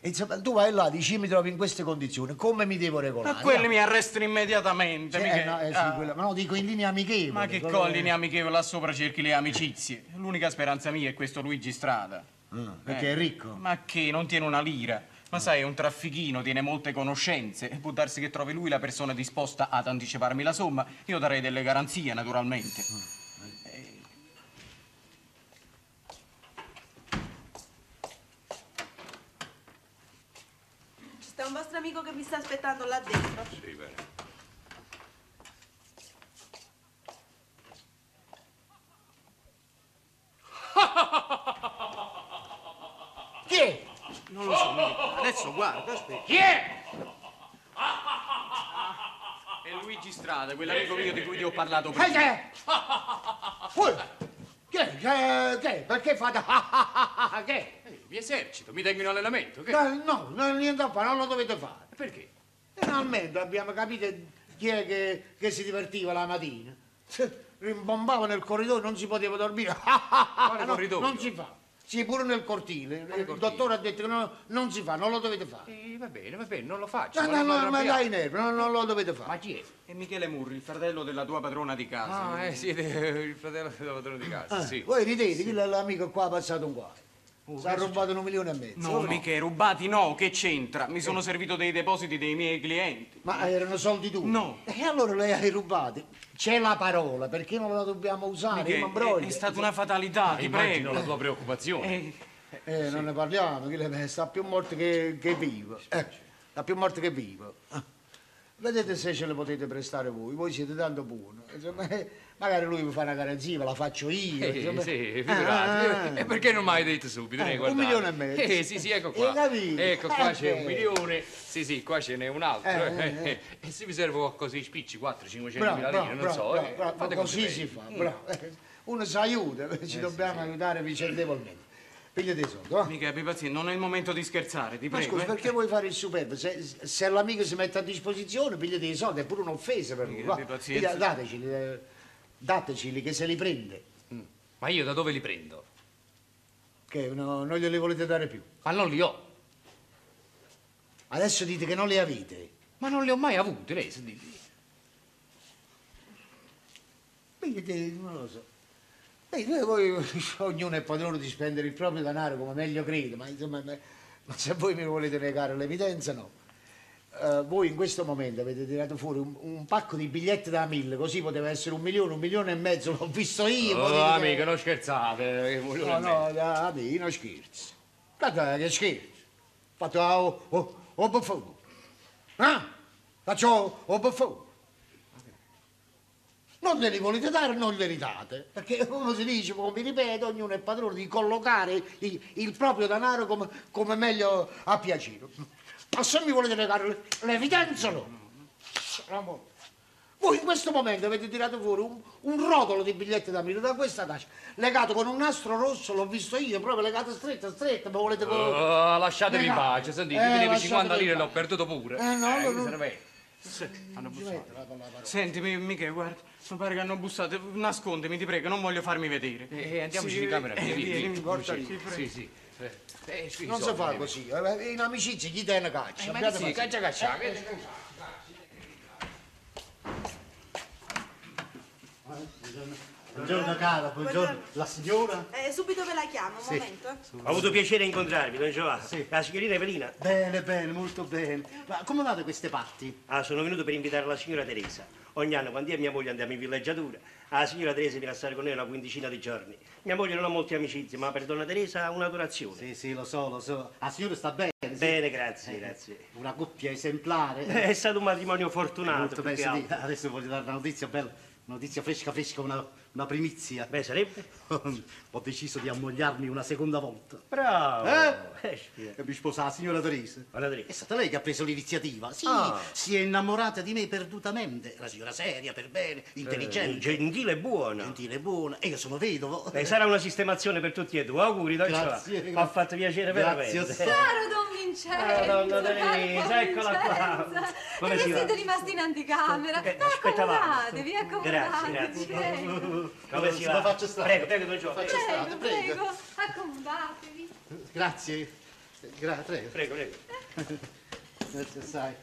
S1: e insomma, tu vai là, dici "Io mi trovo in queste condizioni, come mi devo regolare?
S12: Ma quelli
S1: No?
S12: mi arrestano immediatamente,
S1: Cioè,
S12: Miche.
S1: eh, no, eh, sì,
S12: Ah.
S1: quella- ma no, dico in linea amichevole.
S12: Ma che
S1: proprio-
S12: colli ne amichevole là sopra cerchi le amicizie. L'unica speranza mia è questo Luigi Strada.
S1: Mm, perché
S12: Eh,
S1: è ricco?
S12: Ma che, non tiene una lira. Ma sai, è un traffichino, tiene molte conoscenze. Può darsi che trovi lui la persona disposta ad anticiparmi la somma. Io darei delle garanzie, naturalmente. Eh,
S2: Ci sta un vostro amico che vi sta aspettando là dentro.
S5: Sì, bene.
S1: Chi è?
S12: non lo so, Miche. adesso guarda, aspetta.
S5: Chi è?
S12: È Luigi Strada, quell'amico mio di cui ti ho parlato
S1: Eh, chi
S12: prima.
S1: è? Ui, Chi è? Chi è? Chi è? Perché Ah, fate? Chi è?
S5: Eh, mi esercito, mi tengo in allenamento. Che...
S1: No, no, no, niente da fare, non lo dovete fare.
S5: Perché?
S1: Finalmente abbiamo capito chi è che, che si divertiva la mattina. Rimbombava nel corridoio, non si poteva dormire. No,
S5: corridoio?
S1: Non si fa. Sì, pure nel cortile. Il
S5: cortile?
S1: dottore ha detto che no, non si fa, non lo dovete fare.
S5: Eh, va bene, va bene, non lo faccio.
S1: No,
S5: non mi
S1: no, no, ma
S5: arrabbiare.
S1: dai nervi, no, non lo dovete
S5: Ma
S1: fare.
S5: chi è?
S12: E Michele Murri, il fratello della tua padrona di casa.
S5: Ah, eh, siete eh, il fratello del padrone di casa,
S1: Ah,
S5: sì. Oh,
S1: Voi ridete, che l'amico qua ha passato un guaio. si
S12: che
S1: ha
S12: è
S1: rubato un milione e mezzo.
S12: No,
S1: o
S12: Miche, rubati no, che c'entra? Mi sono servito dei depositi dei miei clienti.
S1: Ma erano soldi tu?
S12: No.
S1: E allora le hai rubate. C'è la parola, perché non la dobbiamo usare?
S12: Miche,
S1: Io mi
S12: è,
S1: imbroglio.
S12: è stata una fatalità, ti
S5: Immagino
S12: prego.
S5: la tua preoccupazione.
S12: Eh,
S1: Eh, non ne parliamo, che lei sta più morto che, che vivo. Eh, sta più morto che vivo. Ah. Vedete se ce le potete prestare voi, voi siete tanto buoni. Insomma, eh, magari lui mi fa una garanzia, ve la faccio io.
S5: Eh,
S1: insomma.
S5: sì,
S1: Ah, ah,
S5: figurati. Eh,
S1: ah.
S5: E perché non mi hai detto subito?
S1: Eh,
S5: Né,
S1: un
S5: guardate.
S1: milione e mezzo.
S5: Eh, sì, sì, ecco
S1: Hai
S5: qua.
S1: capito?
S5: Ecco, qua
S1: Eh,
S5: c'è un
S1: eh.
S5: milione. Sì, sì, qua ce n'è un altro.
S1: Eh,
S5: eh.
S1: eh, eh.
S5: E se mi serve qualcosa di spicci, 4 500
S1: Bravo,
S5: mila
S1: bravo,
S5: lire, non
S1: bravo,
S5: so.
S1: bravo,
S5: eh,
S1: bravo,
S5: fate Mm.
S1: così
S5: conti
S1: si
S5: miei.
S1: fa, bravo. Eh, Uno si aiuta,
S5: Eh,
S1: ci dobbiamo aiutare vicendevolmente. Pigliate i soldi, va?
S12: Miche, abbi pazienza, non è il momento di scherzare, ti
S1: Ma
S12: prego.
S1: scusa,
S12: eh.
S1: perché vuoi fare il superbo? Se, se l'amico si mette a disposizione, pigliate i soldi, è pure un'offesa per lui.
S12: Mica,
S1: va.
S12: abbi pazienza.
S1: Piglia- Dateceli, eh, dateceli che se li prende,
S5: Ma io da dove li prendo?
S1: che no- non glieli volete dare più.
S5: Ma non li ho.
S1: Adesso dite che non li avete.
S5: Ma non li ho mai avuti, lei si dice.
S1: Pigliate, non lo so. Beh, due voi, ognuno è padrone di spendere il proprio denaro come meglio crede, ma, insomma, ma- ma se voi mi volete negare l'evidenza, no. Eh, voi in questo momento avete tirato fuori un, un pacco di biglietti da mille, così poteva essere un milione, un milione e mezzo, l'ho visto io.
S5: Oh,
S1: potete-
S5: amico, non scherzate. eh, volevo
S1: No,
S5: dire.
S1: no, da- amico, non scherzi. Guarda che scherzo. Fatto a o, o, o buffo. Ah? Faccio o, o buffo. Non glieli volete dare, non glieli date. Perché come si dice, come vi ripeto, ognuno è padrone di collocare il, il proprio denaro come, come meglio a piacere. Ma se mi volete negare le- l'evidenza no. Ramon. Voi in questo momento avete tirato fuori un, un rotolo di biglietti da mille da questa tasca, legato con un nastro rosso, l'ho visto io, proprio legato stretto, stretto, ma volete... co-
S5: Oh, lasciatemi in
S1: Legato.
S5: pace, sentite,
S1: Eh,
S5: io vedevo
S1: lasciatemi
S5: 50
S1: in
S5: lire
S1: pace.
S5: l'ho perduto pure.
S1: Eh, no,
S5: mi
S1: no.
S5: serve. Sì, hanno
S1: Ci
S5: bussato.
S1: metto la- la parola.
S12: Senti, mi- Miche, guarda, mi pare che hanno bussato. Nascondimi, ti prego, non voglio farmi vedere.
S5: Eh, eh, andiamoci
S12: Sì,
S5: in camera,
S12: eh,
S5: via, via,
S12: vieni,
S5: via.
S12: porta
S5: Sì,
S12: lì.
S5: Sì, sì. Eh, eh, scusi,
S1: Non si
S5: soldi,
S1: fa
S5: eh.
S1: così, eh, in amicizia chi te ne caccia?
S5: Eh, ma
S1: abbiate
S5: sì,
S1: pazienza.
S5: caccia caccia. vedi?
S1: Eh,
S4: Buongiorno cara, buongiorno. La signora?
S2: Eh, subito ve la chiamo, un
S4: Sì.
S2: momento. eh.
S13: Ho avuto piacere a incontrarvi, don Giovanni. La signorina Evelina.
S4: Bene, bene, molto bene. Ma come andate queste parti?
S13: Ah, sono venuto per invitare la signora Teresa. Ogni anno, quando io e mia moglie andiamo in villeggiatura, la signora Teresa viene a stare con noi una quindicina di giorni. Mia moglie non ha molte amicizie, ma per donna Teresa ha un'adorazione.
S4: Sì, sì, lo so, lo so. La signora sta bene? Eh,
S13: Bene, grazie, grazie.
S4: Una coppia esemplare.
S13: È stato un matrimonio fortunato.
S4: Eh. Molto
S13: più
S4: bene,
S13: che
S4: sì,
S13: altro.
S4: adesso voglio dare una notizia bella, una notizia fresca fresca, una, una primizia. Beh,
S13: sarebbe?
S4: Ho deciso di ammogliarmi una seconda volta.
S13: Bravo!
S4: Eh? E mi sposa la signora Teresa. È stata lei che ha preso l'iniziativa. Sì,
S13: Ah.
S4: si è innamorata di me perdutamente. Una signora seria, per bene, intelligente.
S13: Eh, gentile e buona.
S4: Gentile e buona. E io sono vedovo.
S13: Beh, sarà una sistemazione per tutti e due. Auguri, don
S4: Grazie,
S13: Giovanni. Mi ha
S4: grazie.
S13: fatto piacere
S4: Grazie
S13: veramente.
S4: a te.
S3: Caro Don Vincenzo,
S13: Ah, donna
S3: caro
S13: Denise,
S3: Don
S13: eccola qua.
S3: Vincenzo.
S13: Come
S3: E che
S13: si va?
S3: siete rimasti in anticamera.
S13: aspettavamo.
S3: Accomodatevi,
S13: Grazie,
S3: accomodatevi.
S13: grazie.
S3: Prego,
S13: Come si
S4: Se
S13: va?
S4: la faccio stare.
S13: Prego, prego, don Giovanni.
S4: Faccio stare.
S3: prego,
S4: prego.
S3: prego, accomodatevi.
S4: Grazie. Grazie. Prego, prego. Grazie, sai.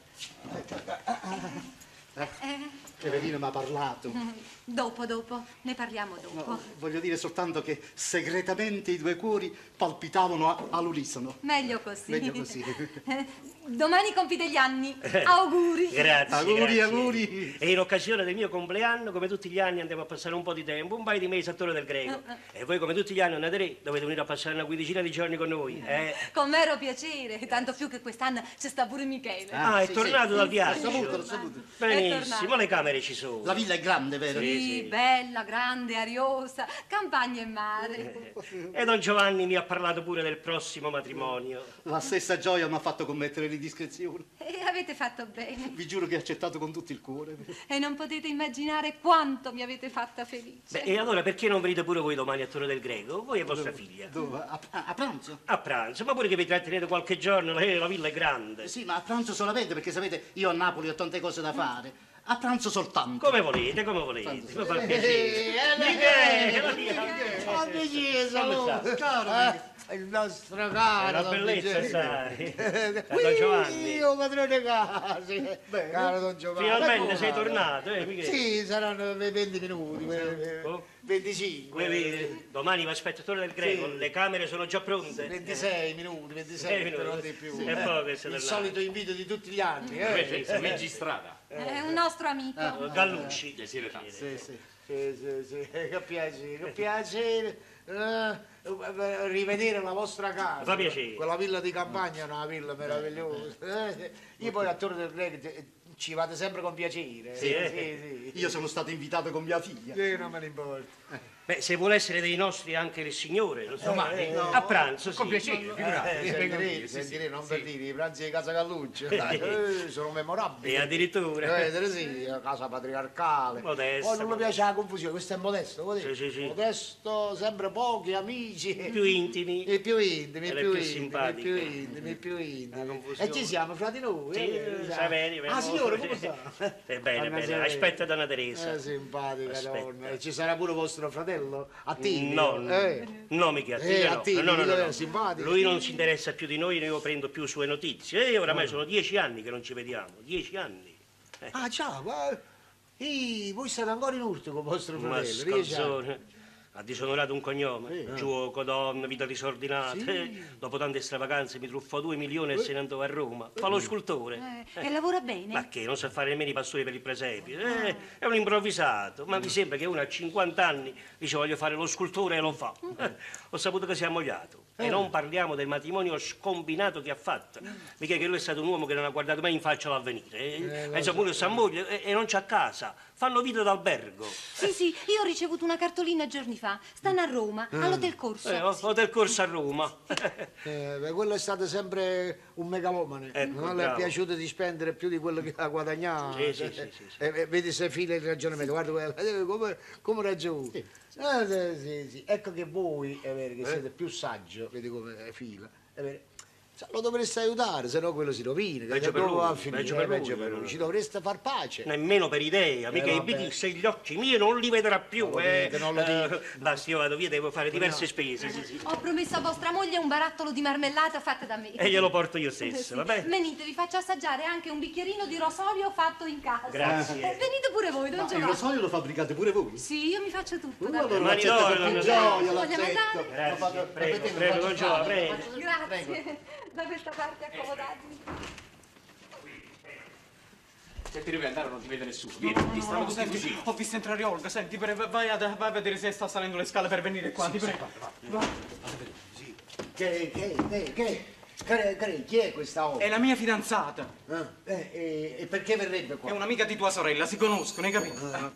S3: Eh,
S4: Evelina mi ha parlato.
S3: dopo, dopo, ne parliamo dopo.
S4: No, voglio dire soltanto che segretamente i due cuori palpitavano a- all'unisono.
S3: Meglio così.
S4: Meglio così.
S3: Eh, Domani compite gli anni. Auguri.
S13: Eh, Grazie.
S4: Auguri,
S13: auguri. E in occasione del mio compleanno, come tutti gli anni, andiamo a passare un po' di tempo, un paio di mesi a Torre del Greco. E voi, come tutti gli anni, andate lì, dovete venire a passare una quindicina di giorni con noi. Eh?
S3: Con mero piacere, tanto più che quest'anno c'è sta pure Michele.
S13: Ah, è tornato dal viaggio.
S4: L'ho saputo, l'ho saputo.
S13: Benissimo, le camere ci sono.
S4: La villa è grande, vero?
S3: Sì, bella, grande, ariosa, campagna e mare.
S13: E don Giovanni mi ha parlato pure del prossimo matrimonio.
S4: La stessa gioia mi ha fatto commettere l'indiscrezione.
S3: E avete fatto bene.
S4: Vi giuro che ho accettato con tutto il cuore.
S3: E non potete immaginare quanto mi avete fatta felice.
S13: Beh, e allora perché non venite pure voi domani a Torre del Greco? Voi e vostra figlia.
S4: Dove? A, a pranzo?
S13: A pranzo, ma pure che vi trattenete qualche giorno, eh, la villa è grande. Mm.
S4: Sì, ma a pranzo solamente perché sapete, io a Napoli ho tante cose da fare. A pranzo soltanto.
S13: Come volete, come volete. Mi fa
S1: Eh,
S5: eh,
S13: piacere.
S1: Ma che chiesa,
S13: Come
S1: allora?
S13: sta?
S1: Caro, eh, il nostro caro.
S13: È una
S1: Don
S13: bellezza,
S1: Vincenzo.
S13: sai.
S1: Eh,
S13: Don Giovanni.
S1: Io, padrone casi. Caro Don Giovanni.
S13: Finalmente
S1: Ma
S13: sei
S1: come?
S13: tornato, eh, Michele? Oh.
S1: Sì, saranno 20 minuti. eh, eh, 25.
S13: Come vedi, domani vi aspetto a Torre del Greco,
S1: Sì.
S13: le camere sono già pronte.
S1: 26 minuti, 26
S13: Eh,
S1: minuti, non di
S13: sì.
S1: più.
S13: E poi che se ne
S1: il
S13: va.
S1: solito invito di tutti gli anni. Eh.
S5: Invece, Luigi Strada.
S3: È un nostro amico.
S13: Ah, Gallucci.
S5: Eh, Piacere tanto.
S1: Sì, sì. Eh, Sì, sì, sì, che piacere, che piacere eh, eh, rivedere la vostra casa.
S13: Fa piacere.
S1: Quella villa di campagna è una villa meravigliosa. Eh, Io poi a Torre del Greco eh, ci vado sempre con piacere.
S13: Sì, eh.
S4: Io sono stato invitato con mia figlia.
S1: Sì, non me ne importa.
S13: Beh, se vuole essere dei nostri anche il signore, lo so,
S1: Domani?
S13: eh,
S1: No.
S13: a pranzo, sì.
S1: Con piacere,
S13: figurati.
S1: Eh, sentirete, sentirete, non per dire, i pranzi di Casa Galluccio
S13: Eh.
S1: eh, sono memorabili.
S13: E addirittura.
S1: Eh, sì, casa patriarcale.
S13: Modesta,
S1: Poi Oh, non mi piace la confusione, questo è modesto, vuol dire.
S13: Sì, sì, sì.
S1: Modesto, sempre pochi amici.
S13: Più intimi.
S1: E più intimi,
S13: E
S1: e
S13: le
S1: più, intimi,
S13: più
S1: e
S13: simpatiche.
S1: più intimi, e più intimi.
S13: confusione.
S1: E ci siamo fra di noi.
S13: Sì,
S1: eh,
S13: Saverio,
S1: Ah,
S13: vero.
S1: signore, come sta?
S13: Eh, bene,
S1: Anna
S13: bene,
S1: Saverio.
S13: aspetta donna Teresa.
S1: Eh, simpatica
S13: Aspetta.
S1: donna. E ci sarà pure vostro fratello? Attilio.
S13: No,
S1: eh.
S13: no, mica
S1: Eh,
S13: Attilio, no.
S1: Attilio,
S13: no, no, no,
S1: quello
S13: no.
S1: simpatico.
S13: Lui non si interessa più di noi, io prendo più sue notizie. E oramai sono dieci anni che non ci vediamo, dieci anni.
S1: Ah, ciao, ma... Ehi, voi state ancora in urto con vostro
S13: Ma
S1: fratello, riesci a-
S13: scanzone. Ha disonorato un cognome, Eh. gioco, donna, vita disordinata. Eh, Dopo tante stravaganze mi truffò due milioni e se ne andò a Roma. Fa lo scultore.
S3: Eh, E lavora bene.
S13: Ma che non sa fare nemmeno i pastori per il presepio? Eh, è un improvvisato. Ma mi sembra che uno a 50 anni dice voglio fare lo scultore e lo fa. Eh, ho saputo che si è ammogliato. E non parliamo del matrimonio scombinato che ha fatto. Mica che lui è stato un uomo che non ha guardato mai in faccia l'avvenire. Eh,
S1: lo
S13: insomma, uno si ammoglia e, e non c'ha casa. Fanno vita d'albergo.
S3: Sì, sì, io ho ricevuto una cartolina giorni fa. Stanno a Roma, all'hotel Corso.
S13: Eh, ho, ho del corso a Roma.
S1: Eh, beh, quello è stato sempre un megalomane.
S13: Ecco,
S1: non le è
S13: bravo.
S1: piaciuto di spendere più di quello che ha guadagnato.
S13: Sì, sì, sì, sì,
S1: Eh, eh, vedi se fila il ragionamento, guarda guarda, eh, come, come ragiona. Ah,
S13: Eh?
S1: sì, sì, sì. Ecco che voi, è vero, che siete più saggio, vedi come fila, è vero, Sa, Lo dovreste aiutare, se no quello si rovina.
S13: Peggio
S1: che
S13: per
S1: dove
S13: lui,
S1: va a finire?
S13: peggio per
S1: Eh,
S13: lui,
S1: peggio per
S13: eh.
S1: lui. Ci dovreste far pace.
S13: Nemmeno per idea, mica
S1: Eh,
S13: i
S1: vabbè.
S13: bigli, se gli occhi miei non li vedrà più,
S1: Non lo
S13: eh.
S1: dite, non lo dite.
S13: Eh, Basta, io vado via, devo fare diverse
S1: No.
S13: spese, sì, sì.
S7: Ho promesso a vostra moglie un barattolo di marmellata fatta da me.
S13: E glielo porto io stesso, va bene?
S7: Venite, vi faccio assaggiare anche un bicchierino di rosolio fatto in casa.
S13: Grazie.
S7: Eh, Venite pure voi, don Giovanni.
S4: lo fabbricate pure voi?
S7: Sì, io mi faccio tutto.
S3: Eh,
S7: dai.
S4: allora Mani l'accetto d'oro, con donna gioia, Giovanni.
S7: Vogliamo
S4: l'accetto. Eh,
S7: andare?
S13: Grazie, prego,
S4: Vedete,
S13: prego,
S4: faccio
S13: non ce la
S4: fare,
S13: prego.
S4: faccio-
S7: Grazie. Da questa parte accomodatevi.
S12: Se ti devi andare non ti vede nessuno. Vieni,
S13: No, no,
S12: ti
S13: no,
S12: stanno
S13: no,
S12: tutti
S13: senti,
S12: vicino. Ho visto entrare Olga, senti, vai, a, vedere se sta salendo le scale per venire qua. ti prego.
S1: Che, che, che, che, che- che- chi è questa
S12: È
S1: opera?
S12: la mia fidanzata.
S1: e perché verrebbe qua?
S12: È un'amica di tua sorella, si conoscono, hai capito? Ah.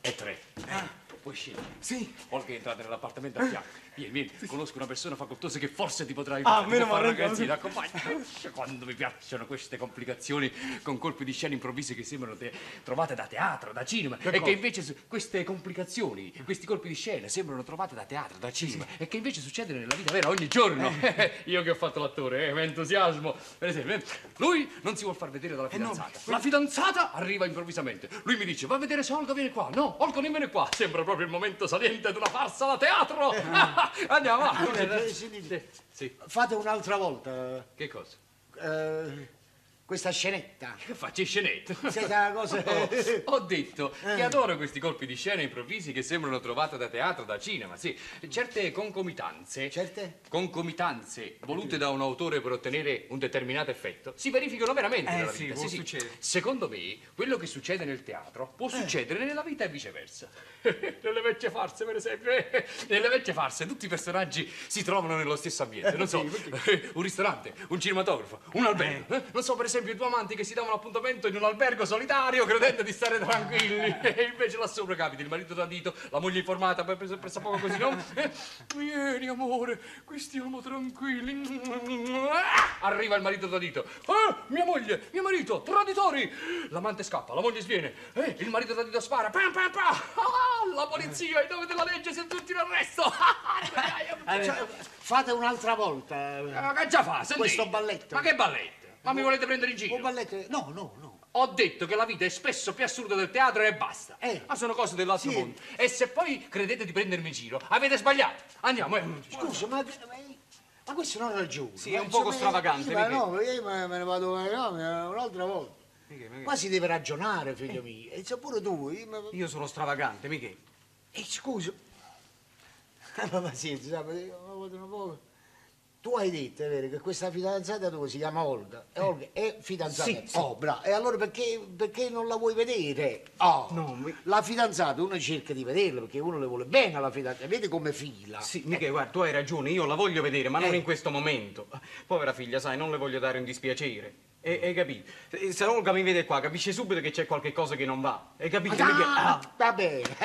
S5: E tre.
S12: Ah.
S5: Eh, Puoi scegliere. Sì. Olga è entrata nell'appartamento a fianco. Vieni, vieni, conosco una persona facoltosa che forse ti potrà aiutare.
S12: Ah, meno
S5: Può fare
S12: male,
S5: ragazzi,
S12: Olga.
S5: l'accompagno. Cioè, Quando mi piacciono queste complicazioni con colpi di scena improvvisi che sembrano te- trovate da teatro, da cinema.
S12: Che
S5: e
S12: cosa?
S5: che invece su- queste complicazioni, questi colpi di scena sembrano trovate da teatro, da cinema. E che invece succedono nella vita vera ogni giorno. Io che ho fatto l'attore, eh, mi entusiasmo. Per esempio, eh, lui non si vuol far vedere dalla
S12: Eh no,
S5: fidanzata.
S12: ma-
S5: La fidanzata arriva improvvisamente. Lui mi dice: Va a vedere se Olga viene qua. No, Olga non viene qua. Sembra proprio il momento saliente di una farsa da teatro. Andiamo
S1: Allora, eh,
S5: avanti.
S1: sì, dite,
S5: Sì.
S1: Fate un'altra volta
S5: Che cosa?
S1: eh, questa scenetta.
S5: Che faccio scenetto?
S1: Siete una cosa- Eh,
S5: Oh,
S12: eh,
S5: ho detto che adoro questi colpi di scena improvvisi che sembrano trovate da teatro, da cinema, sì. Certe concomitanze.
S1: Certe?
S5: Concomitanze volute da un autore per ottenere un determinato effetto si verificano veramente
S12: Eh,
S5: nella
S12: sì,
S5: vita.
S12: può succedere.
S5: Secondo me, quello che succede nel teatro può succedere nella vita e viceversa. nelle vecchie farse, per esempio. eh, nelle vecchie farse tutti i personaggi si trovano nello stesso ambiente. Non so, un ristorante, un cinematografo, un albergo. eh. Non so, per esempio, i due amanti che si davano appuntamento in un albergo solitario credendo di stare tranquilli. e invece là sopra capita il marito tradito, la moglie informata, per preso presso poco così, no? Eh, Vieni, amore, qui stiamo tranquilli. Arriva il marito tradito. Eh, mia moglie, mio marito, traditori! L'amante scappa, la moglie sviene. Eh, il marito tradito spara. Pam, pam, pam. Ah, la polizia, in nome della legge, siamo tutti in arresto. eh,
S1: Cioè, fate un'altra volta.
S5: Ma che già fa? Sentite.
S1: Questo balletto.
S5: Ma che balletto? Ma mi volete prendere in giro?
S1: Un balletto? No, no, no.
S5: Ho detto che la vita è spesso più assurda del teatro e basta.
S1: Eh.
S5: Ma sono cose dell'altro mondo. E se poi credete di prendermi in giro, avete sbagliato. Andiamo, eh.
S1: Scusa, ma, ma, ma questo non ha ragione.
S12: Sì,
S1: ma
S12: è un poco
S1: insomma,
S12: stravagante,
S1: io- Ma
S12: Michele.
S1: no, io me me ne vado no, me ne vado un'altra volta.
S12: Eh.
S1: Qua si deve ragionare, figlio mio. E se pure tu. Io, ma-
S12: Io sono stravagante, Michele.
S1: E scusa, ma pazienza, sai, ma io- ma guarda un po'. Tu hai detto, è vero, che questa fidanzata tua si chiama Olga. E Olga è fidanzata.
S12: Eh. Sì, sì.
S1: Oh, bravo. E allora perché, perché non la vuoi vedere? Oh,
S12: No, mi-
S1: la fidanzata uno cerca di vederla perché uno le vuole bene alla fidanzata. Vedi come fila.
S12: Sì, Michele, guarda, tu hai ragione, io la voglio vedere, ma non
S1: Eh.
S12: in questo momento. Povera figlia, sai, non le voglio dare un dispiacere. E, hai capito? Eh, Se- Se Olga mi vede qua, capisce subito che c'è qualche cosa che non va. Hai capito? Michele?
S1: Ah,
S12: Ah.
S1: va bene,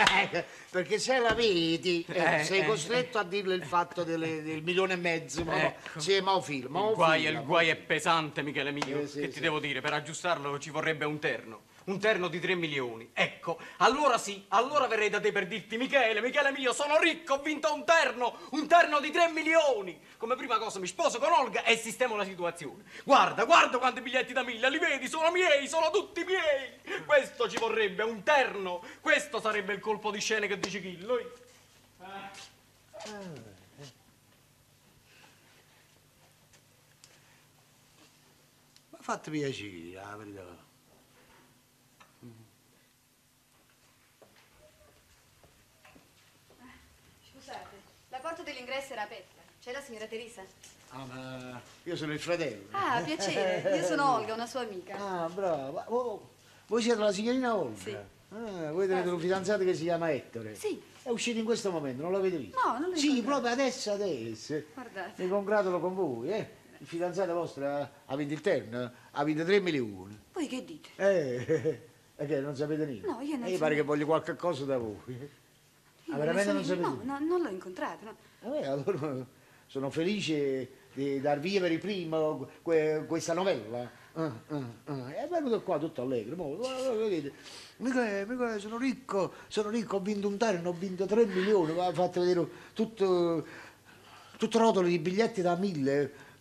S1: perché se la vedi eh,
S12: Eh,
S1: sei
S12: eh,
S1: costretto a dirle il fatto delle- del milione e mezzo. Ma no,
S12: Ecco.
S1: sì, ma ho film, ma ho
S12: Il guai,
S1: film.
S12: il guai è pesante, Michele mio.
S1: Eh, sì,
S12: che ti
S1: sì.
S12: devo dire? Per aggiustarlo ci vorrebbe un terno. Un terno di 3 milioni. Ecco, allora sì, allora verrei da te per dirti, Michele, Michele mio, sono ricco, ho vinto un terno, un terno di 3 milioni. Come prima cosa mi sposo con Olga e sistemo la situazione. Guarda, guarda quanti biglietti da mille, li vedi, sono miei, sono tutti miei. Questo ci vorrebbe, un terno. Questo sarebbe il colpo di scena che dice Chillo. eh.
S1: Ma fatti piacere, la verità.
S10: Scusate, la porta dell'ingresso era aperta. C'è la signora Teresa?
S1: Ah, ma io sono il fratello.
S10: Ah, piacere. Io sono Olga, una sua amica.
S1: Ah, brava. Oh, voi siete la signorina Olga?
S10: Sì. Eh.
S1: Ah, voi avete un fidanzato che si chiama Ettore?
S10: Sì.
S1: È uscito in questo momento, non l'avete visto?
S10: No, non l'ho
S1: Sì,
S10: incontrato.
S1: proprio adesso, adesso.
S10: Guardate.
S1: Mi congratulo con voi, eh. Il fidanzato vostro ha vinto il terno, ha vinto 3 milioni.
S10: Voi che dite?
S1: Eh, e che non sapete niente?
S10: No, io non
S1: Eh,
S10: so
S1: pare
S10: niente.
S1: che voglio qualche cosa da voi. Ah, veramente non
S11: so
S1: sapevo?
S11: No, no, non l'ho incontrato. no.
S1: Vabbè, Eh allora sono felice di dar via per il primo que- questa novella. Ah, ah, ah. È venuto qua tutto allegro. mo, guarda, vedete. Michele, Michele, sono ricco, sono ricco, ho vinto un tarno, ho vinto 3 milioni, mi ha fatto vedere tutto, tutto rotolo di biglietti da mille.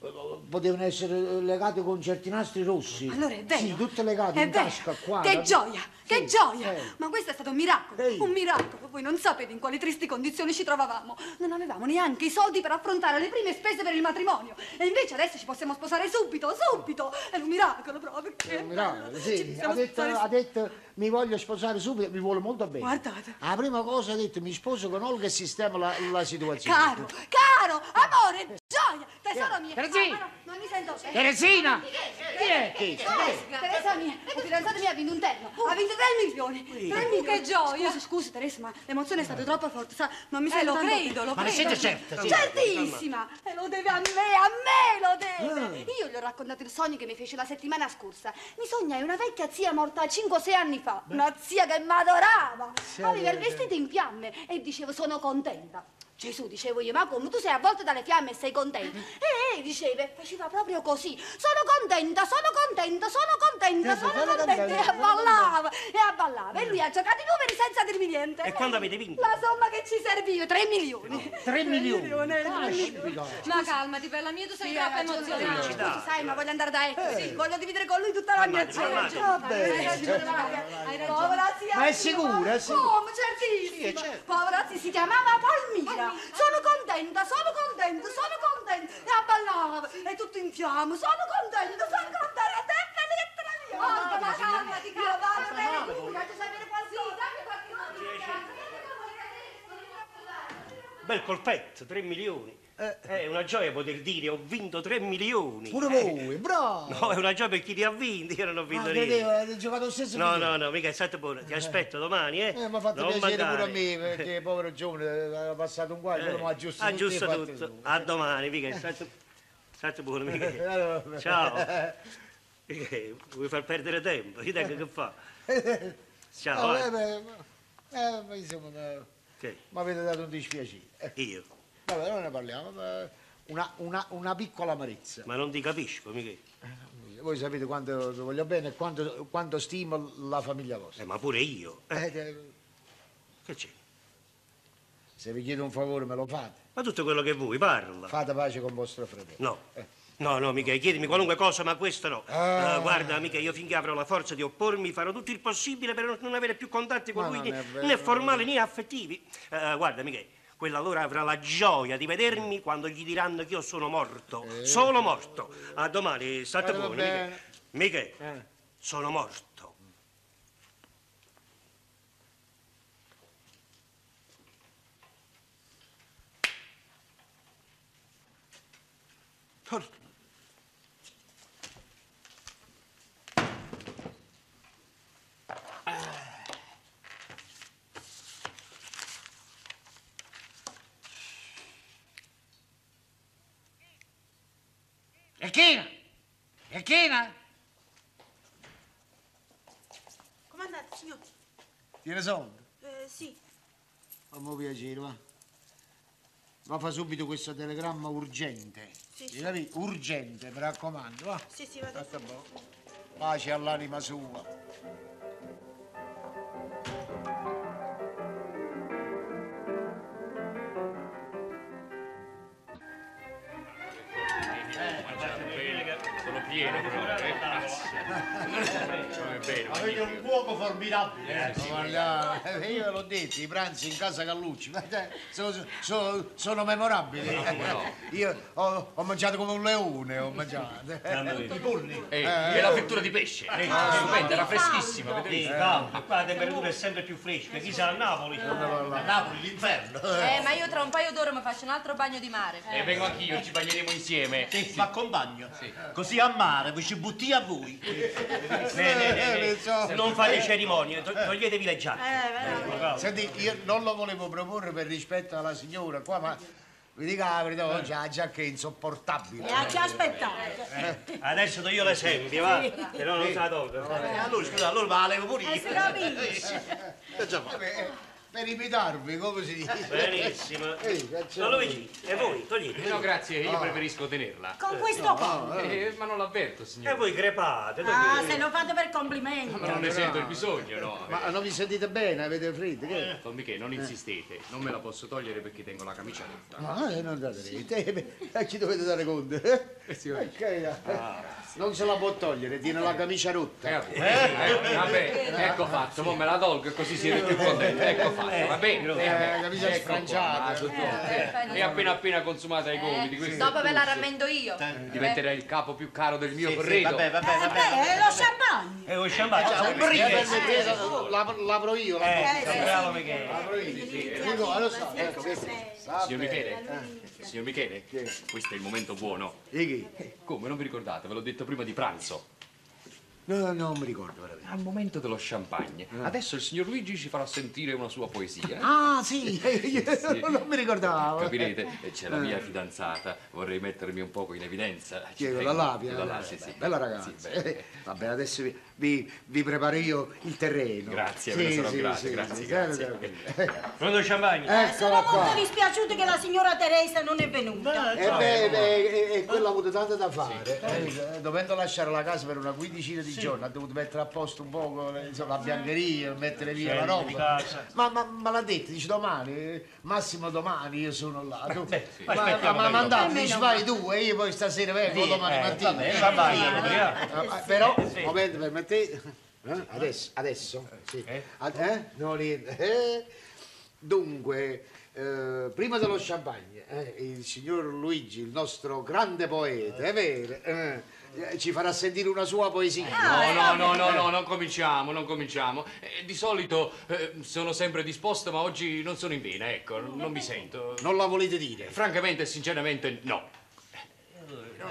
S1: Potevano essere legati con certi nastri rossi.
S11: Allora è vero.
S1: Sì, tutte legate
S11: È
S1: in
S11: vero.
S1: tasca qua.
S11: Che
S1: da-
S11: gioia, che
S1: Sì,
S11: gioia!
S1: eh.
S11: Ma questo è stato un miracolo,
S1: Ehi.
S11: un miracolo. Voi non sapete in quali tristi condizioni ci trovavamo. Non avevamo neanche i soldi per affrontare le prime spese per il matrimonio. E invece adesso ci possiamo sposare subito, subito! È un miracolo proprio. Che
S1: Un miracolo, sì.
S11: Ci possiamo
S1: ha, detto,
S11: sposare
S1: ha detto, mi voglio sposare subito, mi vuole molto bene.
S11: Guardate.
S1: La prima cosa ha detto mi sposo con Olga e sistemo la, la situazione.
S11: Caro, caro, amore, gioia, tesoro mio.
S1: Teresina!
S11: Ah, ma no, non mi sento.
S1: Teresina!
S11: Chi
S1: Chi è? Chi?
S11: Teresina, Oh. Teresa mia, la fidanzata mia ha vinto un terno, ha vinto 3 milioni, 3 milioni. Che gioia! Eh. Scusi, scusi Teresa, ma l'emozione è stata troppo forte, sa, non mi
S3: Eh,
S11: sento
S3: lo
S11: tanto-
S3: credo, lo
S1: Ma ne credo. siete certa, sì?
S11: Certissima! E lo deve a me, a me lo deve! Io gli ho raccontato il sogno che mi fece la settimana scorsa. Mi sognai una vecchia zia morta 5-6 anni fa, una zia che m'adorava.
S1: Sì,
S11: Aveva il
S1: eh,
S11: vestito in fiamme e dicevo sono contenta. Gesù, dicevo io, ma come tu sei avvolto dalle fiamme e sei contenta? E lei diceva, faceva proprio così, sono contenta, sono contenta, sono contenta,
S1: Sì,
S11: sono
S1: sono
S11: contenta,
S1: contenta,
S11: e
S1: sono
S11: abballava, e abballava, e lui ha giocato i numeri senza dirmi niente.
S13: E quando avete vinto?
S11: La somma che ci servì io, 3 milioni.
S1: 3 milioni.
S11: tre
S1: Caspita.
S3: Ma calmati, bella mia, tu sei
S11: Sì,
S3: troppo
S11: hai ragione,
S3: emozionata.
S11: Scusi, sai, ma voglio andare da Ecco, sì, voglio dividere con lui tutta la mia
S13: Ammazza,
S11: gioia.
S13: ammazza.
S11: Hai ragione, hai ragione,
S1: Vabbè.
S11: Maria, hai ragione. Povera zia.
S1: Ma è
S11: zia,
S1: sicura,
S11: povera-
S1: è sicura?
S11: Come, certissima. Povera zia, si chiamava Palmira. Sono contenta, sono contenta, sono contenta. E abballava, è tutto in fiamme. Sono contenta, sono contenta. E te lettera mia.
S3: Olga, ma
S11: calmati,
S3: calmati,
S11: calma. Vado
S3: calmati.
S11: bene, voglio sapere qualcosa.
S13: Bel colpetto, 3 milioni. È una gioia poter dire ho vinto 3 milioni.
S1: Eh.
S13: Eh.
S1: Pure voi, bravo.
S13: No, è una gioia per chi li ha vinti, io non ho vinto
S1: Ah, vedevo,
S13: niente.
S1: avete giocato lo stesso
S13: No,
S1: video.
S13: no, no, mica è stato buono. Ti aspetto domani, eh.
S1: Eh, mi ha fatto
S13: Non Eh.
S1: piacere pure a
S13: mancare.
S1: me, perché povero giovane aveva passato un guaio, però mi ha giusto tutto.
S13: aggiusta
S1: e ha fatto
S13: Eh. tutto. Ah, A domani, mica è stato, stato buono, mica. Ciao. Mica, Vuoi far perdere tempo? Io tengo che fa. Ciao.
S1: No, eh,
S13: vai.
S1: beh, ma- eh, ma insomma, eh,
S13: Che?
S1: mi avete dato un dispiacere. Eh,
S13: Io.
S1: Vabbè, non ne parliamo. ma Una, una- una piccola amarezza.
S13: Ma non ti capisco, mica.
S1: Voi sapete quanto vi voglio bene e quanto, quanto stimo la famiglia vostra.
S13: Eh, ma pure io. Eh,
S1: Eh, eh,
S13: che c'è?
S1: se vi chiedo un favore me lo fate.
S13: Ma tutto quello che vuoi, parla.
S1: Fate pace con vostro fratello.
S13: No. No, no, mica, chiedimi qualunque cosa, ma questo no.
S1: Ah.
S13: Eh, guarda, mica, io finché avrò la forza di oppormi farò tutto il possibile per non- non avere più contatti con
S1: Ma
S13: lui,
S1: non
S13: né,
S1: è vero.
S13: né formali né affettivi. Eh, guarda, mica, quella allora avrà la gioia di vedermi quando gli diranno che io sono morto. Sono morto. A domani, state
S1: Eh, va
S13: buono, mica.
S1: bene.
S13: Miche,
S1: Eh.
S13: sono morto. Torna.
S14: Echina! Echina!
S2: Comandante, signor.
S1: Tiene soldi.
S2: Eh, sì.
S1: Fammi piacere, va. Va fa subito questo telegramma urgente.
S2: Sì,
S1: Ti
S2: sì.
S1: capì? Urgente, mi raccomando, va.
S2: Sì, sì, vado.
S1: Aspetta un po'. Pace all'anima sua.
S5: Sono pieno, però. eh. Cazzo. Eh, bene,
S1: Avete
S5: magnifico.
S1: un cuoco formidabile.
S5: Eh, sì,
S1: eh, io ve l'ho detto, i pranzi in casa Callucci ma, eh, sono, sono- sono memorabili.
S5: No, come no.
S1: Io ho, ho mangiato come un leone, ho mangiato.
S5: mia.
S1: I polli.
S5: Eh,
S1: Eh, Eh.
S5: e la frittura di pesce.
S13: Eh,
S5: Ah, stupenda, era
S13: caldo.
S5: freschissima,
S13: Sì,
S5: vedete?
S13: caldo. Qua la temperatura è sempre più fresca, chissà a Napoli. A Napoli l'inferno.
S14: Eh,
S3: ma io tra un paio d'ore mi faccio un altro bagno di mare.
S5: E Eh, vengo anch'io, ci bagneremo insieme.
S14: Sì, ma compagno, così a mare vi ci butti a voi.
S13: Ne, ne, ne, ne.
S1: Eh, lo so.
S13: Non fate cerimonie, to- toglietevi Ecco, le giacche.
S1: Eh, Senti, io non lo volevo proporre per rispetto alla signora qua, ma vi dico la verità, oggi la giacca è insopportabile.
S2: ci aspettate.
S13: Adesso do io l'esempio, va? Se no non se la tolgo.
S1: Eh,
S8: Eh,
S14: allora, scusa, allora vale pure
S2: Eh, si capisce.
S1: Vabbè,
S4: Per imitarvi, come si dice?
S8: Benissimo. Don Luigi, e voi? Togliete.
S5: Eh No, grazie, io
S8: Ah.
S5: preferisco tenerla.
S15: Con questo
S8: qua.
S5: Eh, ma non l'avverto, signore.
S8: E voi
S5: Eh.
S8: crepate.
S15: Ah, se lo fate per complimenti.
S5: Ma non ne sento il bisogno, no.
S1: Ma non vi sentite bene? Avete freddo? Che?
S5: Don Michele, non insistete, non me la posso togliere perché tengo la camicia rotta.
S4: Ah, eh, non date rete, eh, beh, eh, ci dovete dare conto. eh? Eh, carità.
S1: Non se la può togliere, tiene la camicia rotta.
S5: Ah. Eh, eh, vabbè, ecco fatto, mo me la tolgo e così siete più contenti. Ecco fatto, va bene.
S1: Eh,
S5: vabbè,
S1: camicia
S5: ecco
S1: sfrangiata.
S5: qua, ah, tutto.
S1: Eh,
S5: Eh, è appena appena consumata ai gomiti.
S15: Eh,
S5: questo è
S15: dopo ve la
S5: tutto.
S15: rammendo io.
S5: Diventerà il capo più caro del mio
S16: Sì, sì,
S5: corredo.
S16: vabbè, vabbè,
S15: Eh, beh, lo champagne.
S16: E lo champagne,
S1: Ah,
S16: un
S1: eh, eh,
S16: brindisi.
S1: eh, Ah, la- L'apro io la
S16: Eh,
S1: bocca.
S16: sì, bravo Michele.
S1: L'apro io.
S4: Dico, lo so,
S1: Eh, Ecco,
S4: eh,
S1: questo-
S5: Signor Michele, signor Michele, questo è il momento buono. Eh, Come, non vi ricordate? Ve l'ho detto prima di pranzo.
S1: No, no, non mi ricordo veramente.
S5: Al momento dello champagne. Adesso il signor Luigi ci farà sentire una sua poesia.
S1: Ah, sì, non mi ricordavo.
S5: Capirete? E C'è la
S1: Eh.
S5: mia fidanzata, vorrei mettermi un poco in evidenza.
S1: Chi è
S5: Ci
S1: quella
S5: tengo.
S1: là? Piano?
S5: Quella là,
S1: Eh,
S5: sì,
S1: beh,
S5: sì.
S1: Bella ragazza.
S5: Sì, bella.
S1: Eh, Vabbè, adesso vi, vi- vi preparo io il terreno.
S5: Grazie, ve ne sarò grato, grazie, grazie.
S8: Pronto il champagne?
S1: Eccola
S15: Sono
S1: qua.
S15: molto dispiaciuta che la signora Teresa non è venuta.
S5: Eh
S4: E Eh, beh, beh, e- e quella ha avuto tanto da fare.
S1: Cioè, Eh, eh, dovendo lasciare la casa per una quindicina di giorni, ha dovuto mettere a posto un poco le- insomma,
S4: Eh.
S1: la biancheria, mettere via la
S4: Scendi di
S1: roba.
S4: casa.
S1: Ma, ma, ma l'ha detto, dice domani, eh, massimo domani io sono là. Tu,
S4: sì.
S1: ma ma,
S4: Aspettiamo
S1: ma
S4: dai,
S1: mandato,
S4: dopo.
S1: dici vai tu e io poi stasera vengo
S4: Sì,
S1: domani
S4: eh,
S1: mattina.
S4: va bene, va bene, via.
S1: Eh, ma- Però,
S4: Eh, sì.
S1: momento, permettete. Eh, Adesso, adesso. Sì. Ad- eh? No, niente. Eh, Dunque, eh, prima dello champagne, eh, il signor Luigi, il nostro grande poeta, è vero, eh, eh, ci farà sentire una sua poesia.
S5: No, eh. no, no, no, no, non cominciamo, non cominciamo. Eh, di solito eh, sono sempre disposto, ma oggi non sono in vena, ecco, non mi sento.
S1: Non la volete dire?
S5: Francamente e sinceramente no.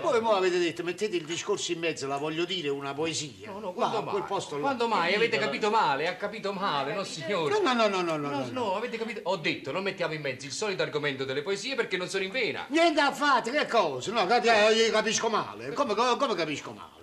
S1: Voi mo avete detto, mettete il discorso in mezzo, la voglio dire una poesia. No, no,
S5: quando
S1: là, a quel
S5: mai?
S1: posto là.
S5: Quando mai? Avete capito male, ha Eh, capito male, no signore?
S1: No, no, no, no, no, no, no.
S5: avete capito? Ho detto, non mettiamo in mezzo il solito argomento delle poesie perché non sono in vena.
S1: Niente affatto, che cosa? No, cap- eh, io capisco male. Come, come- come capisco male?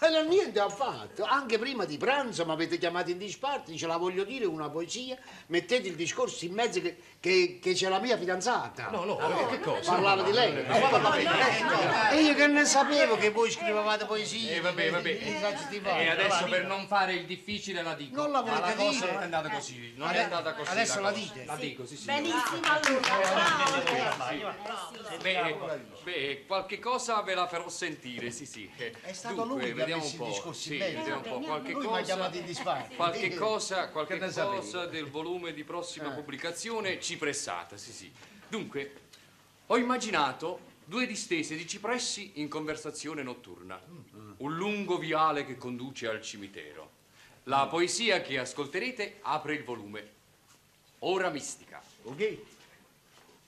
S1: Eh, no, niente affatto. Anche prima di pranzo mi avete chiamato in disparte, dice la voglio dire una poesia, mettete il discorso in mezzo che, che- che c'è la mia fidanzata.
S5: No, no, eh, che cosa?
S1: Parlava di lei.
S5: Eh, vabbè, vabbè.
S1: Eh, E io che ne sapevo che voi scrivevate poesie.
S5: Eh, vabbè, vabbè. E adesso per non fare il difficile la dico.
S1: Non la
S5: Ma la
S1: volete
S5: cosa
S1: dire.
S5: non è andata così. Non è
S1: Adesso-
S5: andata così.
S1: adesso la
S5: cosa.
S1: dite.
S5: La dico, Eh. sì, sì.
S15: Benissimo allora.
S5: Eh, Beh, beh, qualche cosa ve la farò sentire, sì, sì. È
S1: stato lui che ha
S5: vediamo
S1: messo
S5: un
S1: i
S5: po'.
S1: discorsi
S5: sì,
S1: in mezzo.
S5: vediamo un po'.
S1: Lui
S5: Qualche
S1: mi ha
S5: cosa,
S1: chiamato in disparte.
S5: Qualche cosa, qualche
S1: Che ne sapevi?
S5: cosa del volume di prossima
S1: Eh.
S5: pubblicazione cipressata, sì, sì. Dunque, ho immaginato due distese di cipressi in conversazione notturna. Un lungo viale che conduce al cimitero.
S1: Mm.
S5: La poesia che ascolterete apre il volume. Ora mistica.
S1: Ok.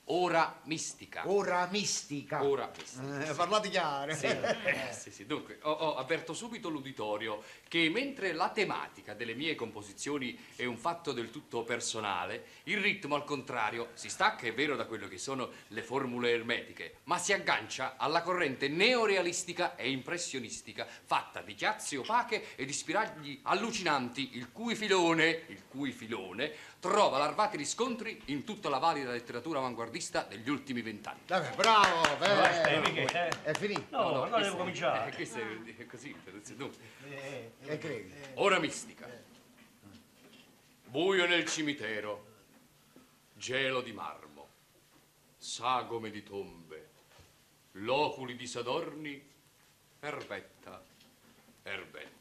S5: Ora mistica.
S1: Ora mistica.
S5: Ora mistica.
S1: Eh, parlate chiaro.
S5: Sì, eh, sì, sì. Dunque, ho, ho avverto subito l'uditorio che mentre la tematica delle mie composizioni è un fatto del tutto personale, il ritmo al contrario si stacca, è vero, da quello che sono le formule ermetiche, ma si aggancia alla corrente neorealistica e impressionistica, fatta di chiazze opache e di spiragli allucinanti, il cui filone, il cui filone, trova larvati riscontri in tutta la valida letteratura avanguardista degli ultimi vent'anni.
S1: Vabbè, bravo, bello.
S5: aspetta,
S1: È finito.
S5: questo- eh, questo è, è così, Terenzio, dunque.
S1: E Eh, credi?
S5: Ora mistica. Buio nel cimitero. Gelo di marmo. Sagome di tombe. Loculi di sadorni. Erbetta. Erbette.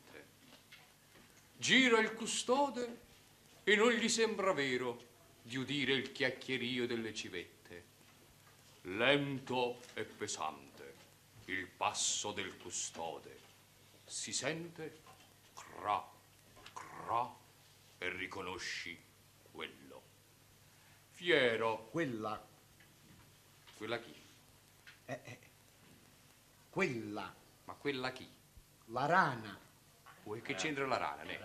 S5: Gira il custode e non gli sembra vero di udire il chiacchierio delle civette. Lento e pesante il passo del custode. Si sente cra, cra e riconosci quello. Fiero.
S1: Quella. Eh,
S5: Quella chi?
S1: Quella,
S5: Ma quella chi?
S1: la rana.
S5: Uè, che c'entra la rana, ne?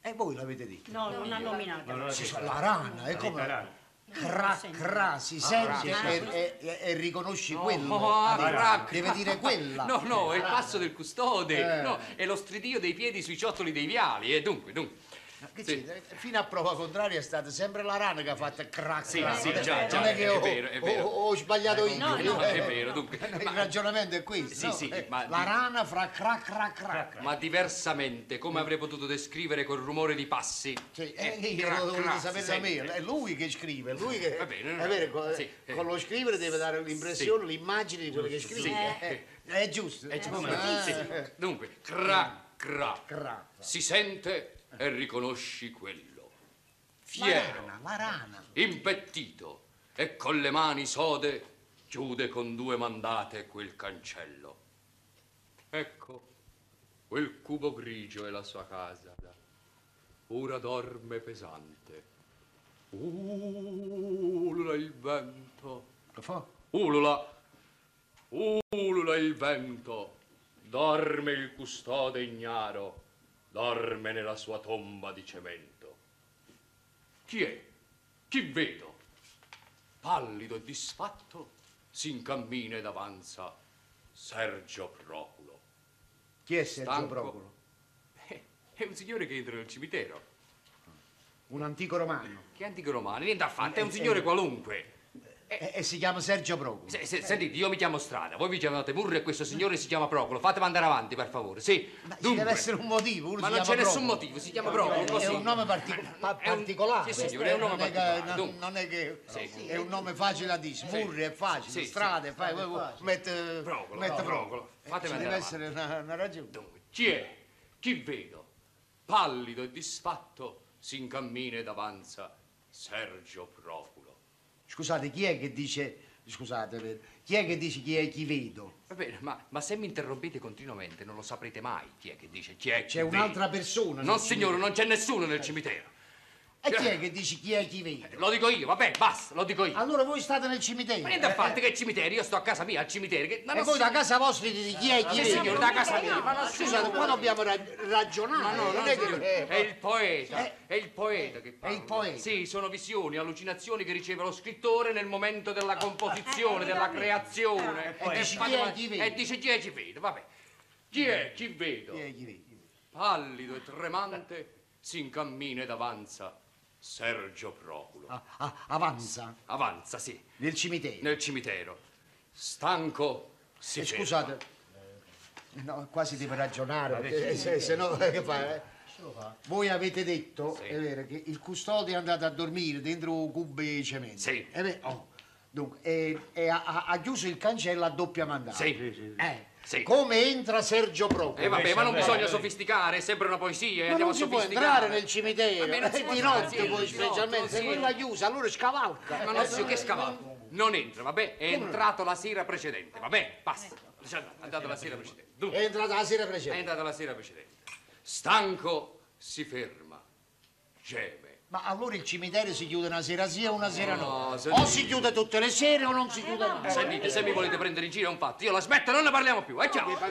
S1: E voi l'avete detto.
S15: No, non l'ha
S5: No, no,
S15: nominata.
S1: Sì, cioè,
S5: sì.
S1: la rana, è
S5: La
S1: come...
S5: rana.
S1: Cra, cra, si sente
S5: Ah,
S1: e,
S5: sì.
S1: e- e- e riconosci
S5: No,
S1: quello.
S5: ah,
S1: Deve-
S5: cra-
S1: Deve dire quella.
S5: No, no, è il passo del custode,
S1: Eh.
S5: no, è lo stridio dei piedi sui ciottoli dei viali, e eh, dunque, dunque.
S1: Che c'è? Eh, Fino a prova contraria è stata sempre la rana che ha fatto crack.
S5: Sì,
S1: crack.
S5: sì, già, già,
S1: non è che
S5: è
S1: ho,
S5: vero, è vero.
S1: ho- ho sbagliato io.
S5: No, no,
S1: eh.
S5: è vero, dunque.
S1: Il ragionamento è questo.
S5: Sì,
S1: no?
S5: sì,
S1: Eh,
S5: ma
S1: La
S5: di-
S1: rana fra crack, crack, crack.
S5: Ma diversamente, come avrei potuto descrivere col rumore di passi? Sì,
S1: Eh, io lo dovevo sapere da me, è lui che scrive, è lui che
S5: Va bene,
S1: è vero, co-
S5: sì, eh.
S1: con lo scrivere deve dare l'impressione,
S5: Sì.
S1: l'immagine di quello che scrive.
S5: Sì.
S1: Eh, È giusto.
S5: È giusto.
S1: Ah.
S5: Sì. Dunque, cra, cra, Si sente e riconosci quello. Fiero,
S1: La rana.
S5: impettito e con le mani sode chiude con due mandate quel cancello. Ecco, quel cubo grigio è la sua casa. Ora dorme pesante. Ulula il vento.
S1: Che fa?
S5: Ulula. Ulula il vento. Dorme il custode ignaro. Dorme nella sua tomba di cemento. Chi è? Chi vedo? Pallido e disfatto si incammina ed avanza Sergio Proculo.
S1: Chi è Sergio
S5: Stanco.
S1: Procolo?
S5: Eh, È un signore che entra nel cimitero.
S1: Un antico romano.
S5: Che antico romano, niente affatto, è un
S1: Eh,
S5: signore
S1: eh.
S5: qualunque.
S1: E, e Eh, si chiama Sergio Procolo.
S5: Se- se- sentite, io mi chiamo Strada, voi vi chiamate Murro e questo signore si chiama Procolo. Fatemi andare avanti, per favore. Sì.
S1: Ci
S5: Dunque,
S1: deve essere un motivo, uno
S5: ma
S1: si
S5: non c'è
S1: chiama
S5: nessun
S1: Procolo.
S5: motivo, si chiama Procolo.
S1: È
S5: così.
S1: un nome parti- pa- particolare.
S5: sì, signore, è un nome
S1: Non che-
S5: particolare,
S1: non-
S5: dunque.
S1: Non è che
S5: Sì.
S1: è un nome facile a dire, smurri è
S5: Sì,
S1: facile,
S5: sì.
S1: strade, fai,
S5: Strade è
S1: vuoi-
S5: facile.
S1: mette
S5: Procolo,
S1: mette
S5: Procolo.
S1: Procolo. Eh,
S5: Fatemi
S1: Ci deve
S5: andare
S1: essere una una ragione.
S5: Chi è? Chi vedo? Pallido e disfatto si incammina ed avanza Sergio Proculo.
S1: Scusate, chi è che dice. Scusate, per- chi è che dice chi è chi vedo?
S5: Va bene, ma, ma se mi interrompete continuamente non lo saprete mai chi è che dice chi è chi
S1: C'è
S5: vede.
S1: un'altra persona.
S5: Non
S1: nel
S5: signore,
S1: cimitero.
S5: non c'è nessuno nel cimitero.
S1: E chi è che dice chi è chi vedo?
S5: Lo dico io, vabbè, basta, lo dico io.
S1: Allora voi state nel cimitero.
S5: Ma niente
S1: eh,
S5: affatto
S1: eh.
S5: che cimitero, io sto a casa mia, al cimitero. Che, ma
S1: E
S5: non
S1: voi
S5: si-
S1: da casa vostra dite chi è chi
S5: Sì,
S1: vedo?
S5: signore, da casa mia, ma non
S1: Scusate, qua dobbiamo ra- ragionare.
S5: Ma no,
S1: non
S5: no,
S1: è che-
S5: signore, è il poeta,
S1: Eh.
S5: è il poeta che parla.
S1: È il poeta.
S5: Sì, sono visioni, allucinazioni che riceve lo scrittore nel momento della composizione, della creazione.
S1: Eh, dici chi è, chi vede?
S5: E dice chi è chi vedo, vabbè. Chi è chi vedo? Pallido e tremante si incammina ed avanza Sergio Proculo.
S1: Ah, ah, avanza
S5: Avanza, sì,
S1: nel cimitero.
S5: nel cimitero. Stanco si
S1: Eh,
S5: ferma.
S1: scusate, Eh, no, qua si deve ragionare, perché,
S5: sì.
S1: eh, se, se no eh, che fa? eh? Voi avete detto, è vero, che il custode è andato a dormire dentro un cubo di cemento.
S5: Sì.
S1: È vero, oh. Dunque, e, e ha- ha, ha chiuso il cancello a doppia mandata.
S5: Sì. Sì, sì, sì.
S1: Eh,
S5: Sì.
S1: Come entra Sergio Procolo?
S5: E Eh, vabbè, ma non bisogna sofisticare, è sempre una poesia, e
S1: Ma
S5: andiamo
S1: non
S5: a
S1: si può
S5: sofisticare.
S1: entrare nel cimitero,
S5: Vabbè, non si
S1: eh,
S5: può
S1: di
S5: entrare, sì,
S1: notte poi
S5: di notte,
S1: specialmente, se
S5: sì.
S1: quella chiusa allora scavalca.
S5: Ma non
S1: Eh,
S5: so che scavato. Non entra, vabbè, è entrato la sera precedente, vabbè, basta. Lasciate, È andato la sera precedente. Dunque,
S1: È entrata la sera precedente.
S5: È entrata la sera precedente. Stanco si ferma, geme.
S1: Ma allora il cimitero si chiude una sera sì e una sera no.
S5: No,
S1: o
S5: sentite.
S1: si chiude tutte le sere o non si chiude mai.
S5: Sentite, se mi volete prendere in giro è un fatto. Io la smetto, non ne parliamo più, è chiaro.
S1: Eh,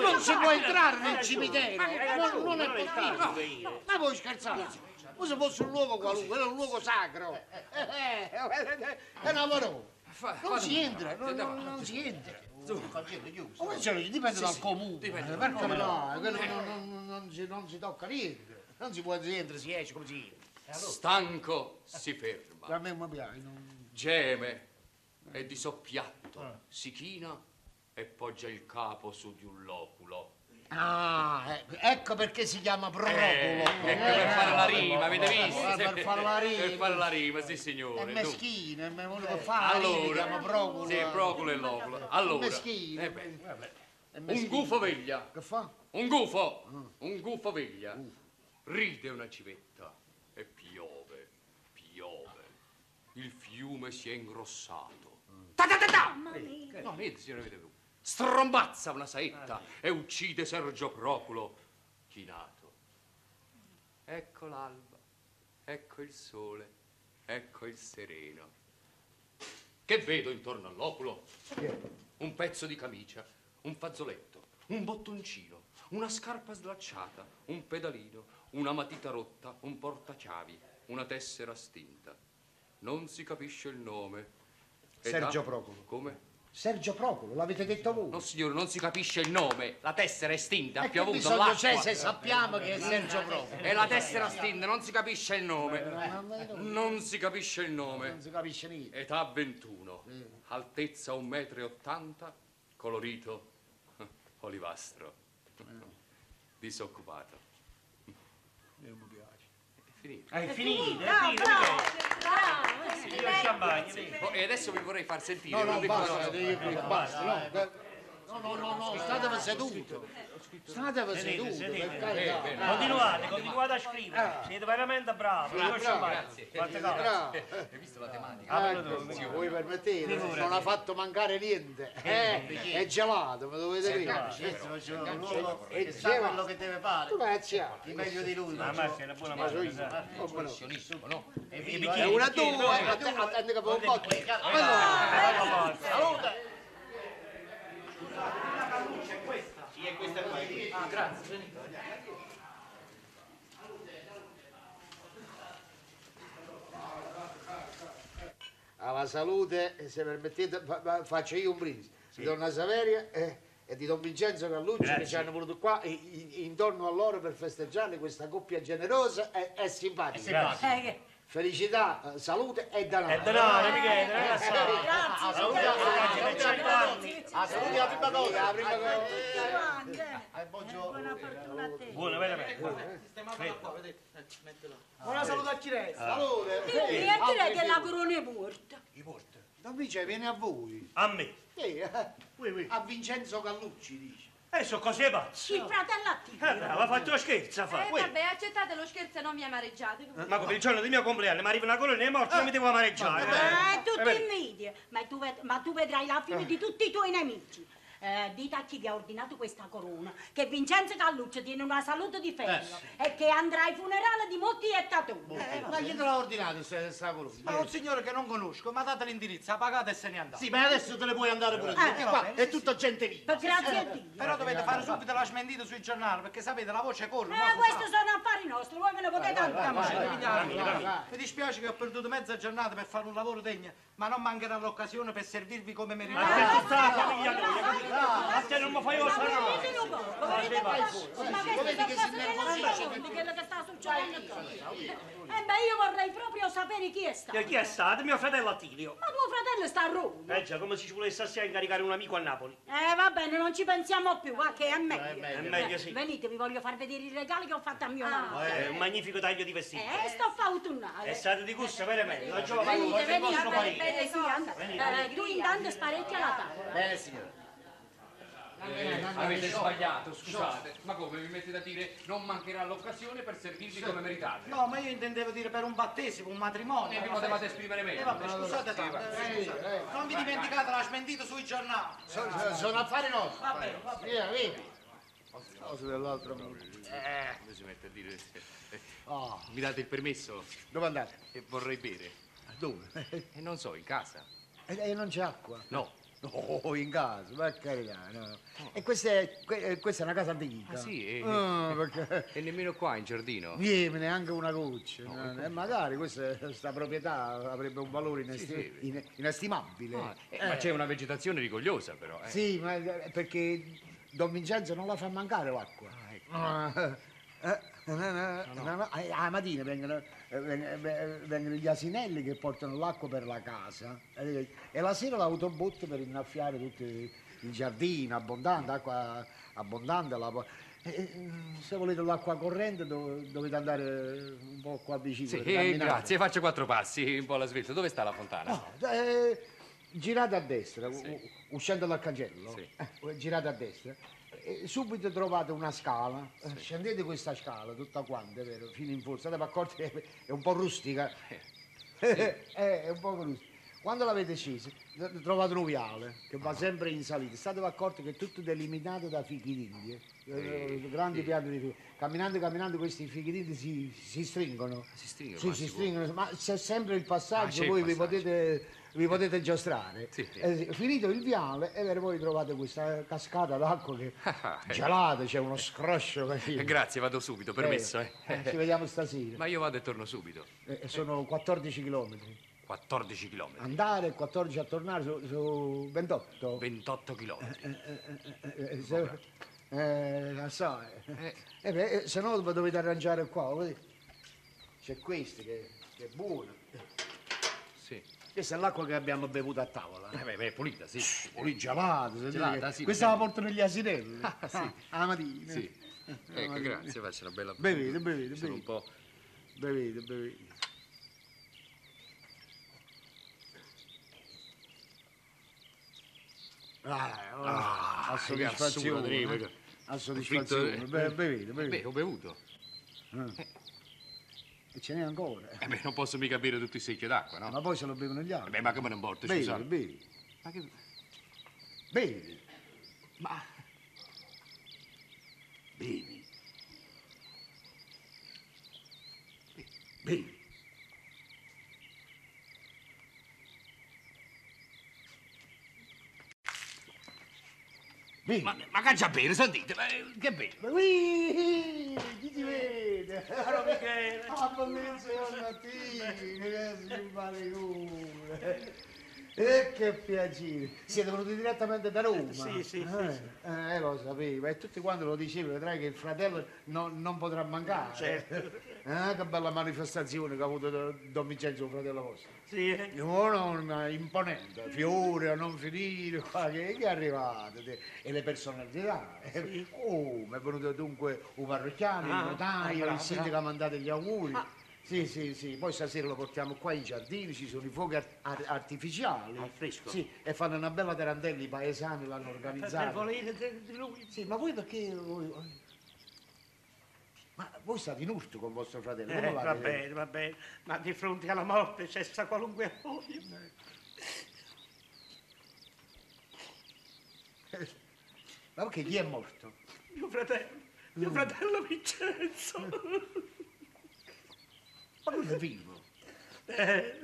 S1: Non si può entrare nel Eh, cimitero, non, non è possibile. Ma voi scherzate? Questo fosse un luogo qualunque, era un luogo sacro. Eh, eh, eh, È una parola. Non si entra, non, non- non si entra. Ma questo dipende dal comune.
S5: dipende
S1: eh,
S5: dal
S1: Per carità, quello non, non- non si, non si tocca niente. Non si può si entra, si esce come si entra.
S5: Stanco si ferma,
S1: A me mi piace. non-
S5: geme e di soppiatto si china e poggia il capo su di un loculo.
S1: Ah, ecco- ecco perché si chiama procolo.
S5: Eh, ecco per fare la rima, avete visto?
S1: Eh, Per fare la rima.
S5: Per fare la rima, sì
S1: È
S5: signore. dunque.
S1: meschino, è me- uno che fa la rima, si chiama procolo.
S5: Sì, procolo e loculo. Allora.
S1: Meschino.
S5: eh beh,
S1: È
S5: un
S1: meschino.
S5: gufo veglia.
S1: Che fa? Ah.
S5: Un gufo. Un gufo veglia. Ride una civetta e piove, piove. Il fiume si è ingrossato.
S1: Ah.
S5: Ta ta ta ta!
S1: Eh,
S5: No, niente, signore, avete più. Strombazza una saetta
S1: Eh.
S5: e uccide Sergio Proculo chinato. Ecco l'alba, ecco il sole, ecco il sereno. Che vedo intorno all'oculo? Un pezzo di camicia, un fazzoletto, un bottoncino, una scarpa slacciata, un pedalino, una matita rotta, un portachiavi, una tessera stinta. Non si capisce il nome.
S1: Sergio
S5: Procolo. Come?
S1: Sergio Procolo, l'avete detto voi.
S5: No, signore, non si capisce il nome. La tessera è estinta, ha piovuto
S1: bisogno
S5: l'acqua.
S1: c'è se
S4: Diciamo
S1: sappiamo
S8: che è Sergio Procolo?
S5: E la tessera stinta, non si capisce il nome. Non si capisce il nome. Non si
S1: capisce niente.
S5: Età 21, altezza 1,80 m, colorito eh, olivastro, disoccupato.
S1: Eh, Non mi piace. Ah,
S5: È finito.
S1: È finito,
S15: è finito.
S5: Signor Sciambagni. Oh, e adesso vi vorrei far sentire
S1: No, no,
S5: una piccola
S1: basta,
S5: cosa.
S1: io credo, basta, no,
S8: No, no, no, no,
S1: Statevi seduto. Statevi
S13: Sedete,
S1: seduto,
S13: sedete.
S1: per carità.
S13: Eh, bene. Continuate, continuate a scrivere.
S1: Ah.
S13: Siete veramente bravi.
S1: Bravo,
S13: Io ci
S1: bravo.
S13: vado. Quante cose.
S1: Bravo.
S5: Hai visto la tematica?
S1: Ah,
S13: Apri la
S1: ecco,
S13: tua,
S1: se
S13: signore.
S1: voi permettete,
S13: Figurati.
S1: non ha fatto mancare niente. Eh, è gelato, me dovete
S14: Sì,
S1: dire.
S14: sì, però.
S1: È
S14: L'uomo
S1: È
S14: che sa
S1: gelato.
S14: quello che deve fare.
S1: Tu l'hai azziato.
S14: Chi meglio di lui,
S1: Ma
S14: non so.
S1: Marzia è una buona Marzia,
S14: io.
S1: sai.
S14: Ah,
S1: Oh, buono.
S14: Buonissimo, no? E
S1: È
S14: viva, eh.
S1: una
S14: Chi-
S1: tua,
S14: chi-
S1: attende che fa un
S14: Salute.
S1: cotto. eh.
S14: La cannuccia è questa. Sì, è questa qua. Ah, grazie.
S1: Alla salute, eh, se permettete, fa- fa- faccio io un brindisi. Di Donna Saveria eh, e di Don Vincenzo Carlucci che
S13: Grazie.
S1: ci hanno voluto qua eh, in- intorno a loro per festeggiare questa coppia generosa e, e simpatica.
S15: simpatica. Eh, che-
S1: Felicità, eh, salute e denaro.
S13: E denaro, Michele, eh,
S1: Eh,
S13: grazie.
S1: eh,
S15: Grazie,
S1: salute
S15: signora.
S1: alla-
S15: Grazie,
S1: salute
S15: grazie,
S1: alla-
S15: grazie.
S1: Ah, saluti la prima cosa, la prima cosa.
S15: Buona fortuna a te.
S13: Buona, veramente.
S15: Buona
S1: saluto
S15: a Chiresi.
S1: Salute.
S15: Io
S1: Eh,
S15: mi direi
S1: altri
S15: che la
S1: figuri.
S15: corona è morta.
S1: Don Vincenzo viene a voi.
S13: A me.
S1: Sì, eh, a Vincenzo Gallucci dice.
S13: E sono cose pazze.
S15: Il fratello a te.
S13: Eh, bravo, ha fatto scherzo, ha
S10: Eh,
S13: fatto.
S10: vabbè, accettate lo scherzo e non mi amareggiate.
S13: Ma come il giorno del mio compleanno mi arriva una colonia di morti, non mi devo amareggiare.
S15: Eh,
S13: Eh,
S15: tutti
S13: bene.
S15: in media. Ma tu, ved- ma tu vedrai la fine di tutti i tuoi nemici. Eh, dite a chi vi ha ordinato questa corona che Vincenzo Calluccio tiene una salute di
S13: Eh,
S15: ferro e che andrà ai funerali di molti Eh, ettatori.
S14: Eh, Ma chi te l'ha ordinato questa colonna? Ma un signore che non conosco, ma date l'indirizzo, ha pagato e se ne è andato. Sì, ma adesso te ne puoi andare pure tu.
S15: Eh,
S14: Eh,
S15: va
S14: qua
S15: bene,
S14: è tutta gente viva.
S15: Grazie a
S14: Eh,
S15: Dio.
S14: Però dovete fare subito la smentita sui giornali, perché sapete, la voce corre.
S15: Ma questi Eh, sono affari nostri, voi ve ne potete andare.
S14: tanto. Mi dispiace che ho perduto mezza giornata per fare un lavoro degno, ma non mancherà l'occasione per servirvi come
S13: Ma
S14: meritate.
S13: che sta la famiglia tua? Ma te non mi fai osare.
S15: Ditelo voi,
S13: Ma
S15: volete
S13: vai,
S15: parlare- Ma queste sono cose
S13: vai. Sì, vedi che si
S15: della
S13: nervosisce
S15: mia vita,
S13: tutto.
S15: quello che sta succedendo qui. Eh beh, io vorrei proprio sapere chi è stato.
S13: E chi è stato? Mio fratello Attilio.
S15: Ma tuo fratello sta a Roma.
S13: Eh già, come se ci volesse assia incaricare un amico a Napoli.
S15: Eh, va bene, non ci pensiamo più, va
S4: Eh,
S15: che è meglio. Eh,
S13: meglio. È meglio, sì.
S15: Venite, vi voglio far vedere i regali che ho fatto a mio marito.
S13: Eh, un magnifico taglio di vestito.
S15: Eh, sto fauturnale.
S4: Eh,
S13: È stato di gusto veramente. La giovane
S15: Venite,
S13: è il vostro
S15: venite,
S13: marito.
S15: venite, sì, andate. Eh, tu intanto sparecchia la tavola.
S14: Bene, signore.
S5: Eh, avete sbagliato, scusate. Ma come vi mettete a dire non mancherà l'occasione per servirvi come meritate?
S14: No, ma io intendevo dire per un battesimo, un matrimonio.
S5: E vi
S14: una festa.
S5: potevate esprimere meglio.
S14: Eh, vabbè, scusate tanto, eh, scusate. Non vi dimenticate la smentita sui giornali.
S1: Sono, sono- sono affari nostri.
S14: Va bene, va bene.
S1: Via, vedi. Cose dell'altro mondo. Eh.
S5: Come si mette a dire? eh,
S1: Ah.
S5: Mi date il permesso?
S1: Dove andate? Ah,
S5: Eh, vorrei bere.
S1: Dove?
S5: E non so, in casa.
S1: E, e non c'è acqua?
S5: No.
S1: No, Oh, in casa, per carità. no. E questa è, que- eh, questa è una casa antica.
S5: Ah sì, e,
S1: Ah, perché...
S5: e nemmeno qua in giardino.
S1: Viene neanche una goccia. no, E magari questa, questa proprietà avrebbe un valore inesti-
S5: Sì, sì.
S1: in- inestimabile.
S5: Ah, eh,
S1: Eh.
S5: Ma c'è una vegetazione rigogliosa però. Eh.
S1: Sì, ma eh, perché Don Vincenzo non la fa mancare l'acqua.
S5: ecco.
S1: Ah, eh, eh, eh, no, no, eh, Alla mattina vengono, eh, veng- eh, vengono gli asinelli che portano l'acqua per la casa eh, e la sera l'autobotte per innaffiare tutto il giardino, abbondante, acqua abbondante. la po- eh, eh, se volete l'acqua corrente do- dovete andare un po' qua vicino.
S5: Sì,
S1: per
S5: eh,
S1: camminare.
S5: grazie, faccio quattro passi, un po' alla svelta. Dove sta la fontana?
S1: Eh, girate a destra, u- uscendo dal cancello, eh, girate a destra, e subito trovate una scala, eh, scendete questa scala tutta quanta, è vero, fino in forza, ma accorti che è un po' rustica, Eh, è un po' rustica. Quando l'avete scesa, tro- trovate un viale che
S5: Ah.
S1: va sempre in salita. Statevi accorti che è tutto delimitato da fichi d'India, eh,
S5: Sì,
S1: grandi
S5: sì.
S1: piante di fichi. Camminando, camminando, questi fichi d'India si, si stringono.
S5: Si stringono,
S1: Sì,
S5: ma
S1: si
S5: si può-
S1: stringono, ma c'è sempre il
S5: Ah,
S1: passaggio,
S5: c'è il
S1: voi vi
S5: passaggio.
S1: potete, vi potete giostrare.
S5: Sì, sì.
S1: Eh, finito il viale, e voi trovate questa cascata d'acqua che
S5: Ah,
S1: gelata, c'è uno scroscio così.
S5: eh. Grazie, vado subito, permesso. eh.
S1: Eh, Ci vediamo stasera.
S5: Ma io vado e torno subito.
S1: Eh, sono 14 chilometri.
S5: 14 chilometri.
S1: Andare 14 a tornare su, su 28.
S5: 28 chilometri.
S1: Eh, se, eh, lo so. Eh, eh, beh, eh, se no lo dovete arrangiare qua, vedi? C'è questo che, che è buono.
S5: Sì.
S14: Questa è l'acqua che abbiamo bevuto a tavola.
S5: Eh beh, beh, è pulita, sì.
S1: Poi gelata, se
S5: Gelata,
S1: deve-
S5: sì,
S1: Questa la
S5: perché-
S1: portano gli asinelli. Ah,
S5: sì.
S1: Alla mattina.
S5: Sì.
S1: Alla
S5: Ecco,
S1: mattina.
S5: grazie, faccia una bella
S1: Bevete, bevete,
S5: Sono un
S1: bevete.
S5: po'.
S1: Bevete, bevete. Ah, oh,
S5: Ah,
S1: la
S5: che eh. assurdo,
S1: soddisfazione.
S5: dico.
S1: eh. La soddisfazione.
S5: Fritto-
S1: Be- Bevete, bevete.
S5: Beh, ho bevuto.
S1: Eh. E ce n'è ancora.
S5: Eh beh, non posso mica bere tutti i secchi d'acqua, no?
S1: Eh, Ma poi se lo bevono gli altri.
S5: Beh, ma come non porto,
S1: Bevi,
S5: scusa.
S1: bevi.
S5: Ma che...
S1: Bevi.
S5: Ma...
S1: Bevi. Bevi.
S5: Ma, ma caccia a bere, sentite, ma, eh, che bene.
S1: Ui, chi ti vede?
S13: Caro Michele.
S1: Ah, pomeriggio al mattino, adesso ci vale uno. E che piacere. Siete venuti direttamente da Roma?
S13: Sì, sì, sì,
S1: Eh,
S13: sì.
S1: eh, lo sapevo, e tutti quanti lo dicevano, vedrai che il fratello non- non potrà mancare.
S13: Certo.
S1: Eh, che bella manifestazione che ha avuto Don Vincenzo, fratello vostro.
S13: Sì, eh.
S1: Uno imponente, fiore a non finire, qua che, che è arrivato. te. E le personalità. eh. Oh, mi è venuto dunque un parrocchiano,
S13: Ah,
S1: il notaio,
S13: bravo,
S1: il sindaco
S13: bravo.
S1: ha mandato gli auguri. Sì, sì, sì, poi stasera lo portiamo qua in giardino, ci sono i fuochi ar- ar- artificiali.
S13: Al Ah, fresco.
S1: Sì, e fanno una bella tarantella, i paesani l'hanno
S13: Per, per
S1: organizzata.
S13: volere de- di lui.
S1: Sì, ma voi perché... voi- Ma voi state in urto con vostro fratello, come
S13: Eh,
S1: va?
S13: va bene, va bene, ma di fronte alla morte c'è sta qualunque voglia.
S1: Ma perché chi è morto?
S13: Mio fratello, mio fratello Vincenzo.
S1: Ma lui è vivo.
S13: Eh,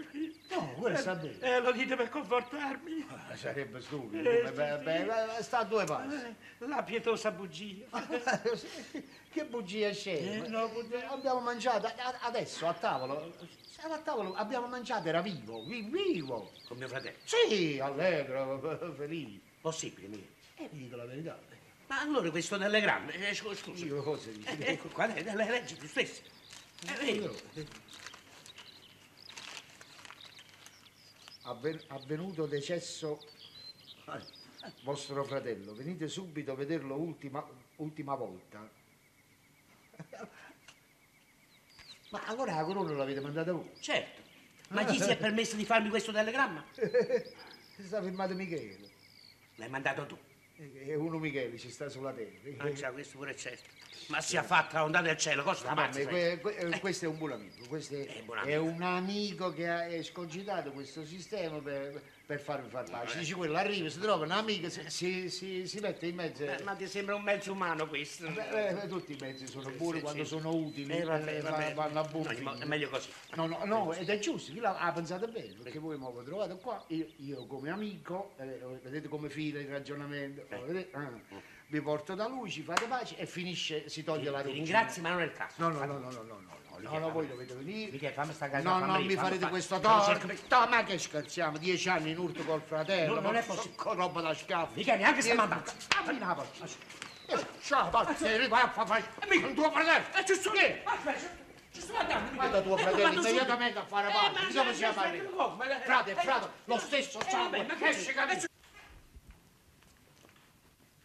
S1: No, quello sta bene.
S13: eh, lo dite per confortarmi.
S1: Ma Ah, Sarebbe stupido.
S13: Eh,
S1: beh, beh,
S13: sì,
S1: beh,
S13: sì.
S1: beh, sta a due passi.
S13: Eh, La pietosa bugia.
S1: che bugia c'è?
S13: Eh,
S1: Abbiamo mangiato a- a- adesso a tavolo. Siamo a tavolo, abbiamo mangiato, era vivo, vi- vivo.
S13: Con mio fratello.
S1: Sì, allegro, felice.
S13: Possibile, mio.
S1: E vi dico la verità.
S13: Ma allora questo telegramma, eh, scu- scusa.
S1: Io cosa dico?
S13: Eh, ecco qua, le, le leggi tu stesso. Eh, vedi?
S1: Avven- avvenuto decesso eh, vostro fratello, venite subito a vederlo ultima, ultima volta. Ma allora la corona l'avete mandata voi?
S13: Certo. Ma chi si è permesso di farmi questo telegramma?
S1: Si sta firmato Michele.
S13: L'hai mandato tu.
S1: E uno Michele ci sta sulla terra.
S13: Ah, già, questo pure è certo. Ma si è fatta ondata del cielo, cosa la
S1: Mamma,
S13: mazza? sai?
S1: Ah, que- que- eh, questo è un buon amico, questo è,
S13: È un buon
S1: è
S13: amico.
S1: un amico che ha escogitato questo sistema per, per farvi far pace. Dice quello arriva, si trova un amico, si, si- si- si mette in mezzo.
S13: Eh, ma ti sembra un mezzo umano questo?
S1: Beh, beh, tutti i mezzi sono buoni
S13: sì,
S1: quando
S13: sì.
S1: sono utili,
S13: Eh, vabbè,
S1: eh, va-
S13: vabbè.
S1: vanno a buon
S13: No,
S1: fine.
S13: è meglio così.
S1: No, no, no, ed è giusto, chi l'ha ha pensato bene, perché voi mi avete trovato qua, io, io come amico, eh, vedete come fila il ragionamento,
S13: Eh.
S1: vedete? Ah, vi porto da lui, ci fate pace e finisce, si toglie la
S13: Ti
S1: ruggine.
S13: ringrazio, ma non è il caso.
S1: No, no, no, no, no, no, no, no, no, no, voi dovete venire.
S13: Michele, fammi sta casa.
S1: No,
S13: fammi
S1: non
S13: venire,
S1: mi
S13: fammi
S1: farete
S13: fare-
S1: questo
S13: fammi
S1: torto.
S13: cercare-
S1: No, ma che scherziamo, dieci anni in urto col fratello.
S13: No, non è
S1: ma-
S13: possibile.
S1: Con roba da scafo.
S13: Michele, neanche se
S1: Niente.
S13: mandato.
S1: Ah, vieni a porta. Eh, Ciao, porta, sei arrivato, fa fai. E mica un tuo fratello.
S13: Eh, ci sono.
S1: Che?
S13: Aspetta, ci sto andando.
S1: Guarda tuo
S13: Eh,
S1: fratello,
S13: guarda,
S1: immediatamente a fare
S13: Eh,
S1: parte.
S13: ma-
S1: Diciamo
S13: ma-
S1: sia
S13: ma-
S1: padre.
S13: ma- ma-
S1: Frate,
S13: eh,
S1: frate, lo stesso
S13: eh,
S1: sangue.
S13: vabbè, ma che-
S1: Esce capito?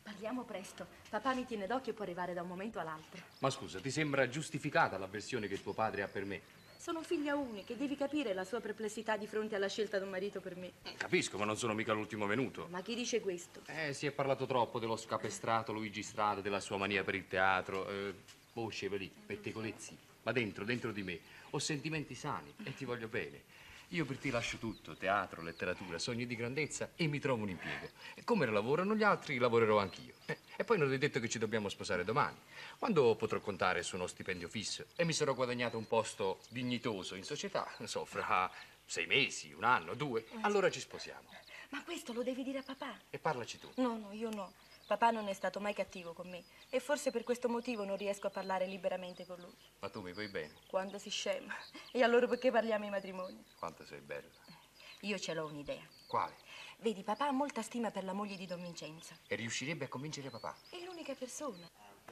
S17: Parliamo presto. Papà mi tiene d'occhio e può arrivare da un momento all'altro.
S5: Ma scusa, ti sembra giustificata l'avversione che tuo padre ha per me?
S17: Sono figlia unica e devi capire la sua perplessità di fronte alla scelta di un marito per me.
S5: Capisco, ma non sono mica l'ultimo venuto.
S17: Ma chi dice questo?
S5: Eh, si è parlato troppo dello scapestrato Luigi Strada, della sua mania per il teatro, eh, voce lì, pettegolezzi. Ma dentro, dentro di me, ho sentimenti sani e ti voglio bene. Io per te lascio tutto, teatro, letteratura, sogni di grandezza e mi trovo un impiego. E come lavorano gli altri, lavorerò anch'io. Eh, e poi non è detto che ci dobbiamo sposare domani. Quando potrò contare su uno stipendio fisso e mi sarò guadagnato un posto dignitoso in società, non so, fra sei mesi, un anno, due, allora ci sposiamo.
S17: Ma questo lo devi dire a papà.
S5: E parlaci tu.
S17: No, no, io no. Papà non è stato mai cattivo con me e forse per questo motivo non riesco a parlare liberamente con lui.
S5: Ma tu mi vuoi bene,
S17: Quando si scema. E allora perché parliamo di matrimonio?
S5: quanto sei bella.
S17: Io ce l'ho un'idea.
S18: Quale?
S17: Vedi, papà ha molta stima per la moglie di Don Vincenzo.
S18: E riuscirebbe a convincere papà.
S17: È l'unica persona.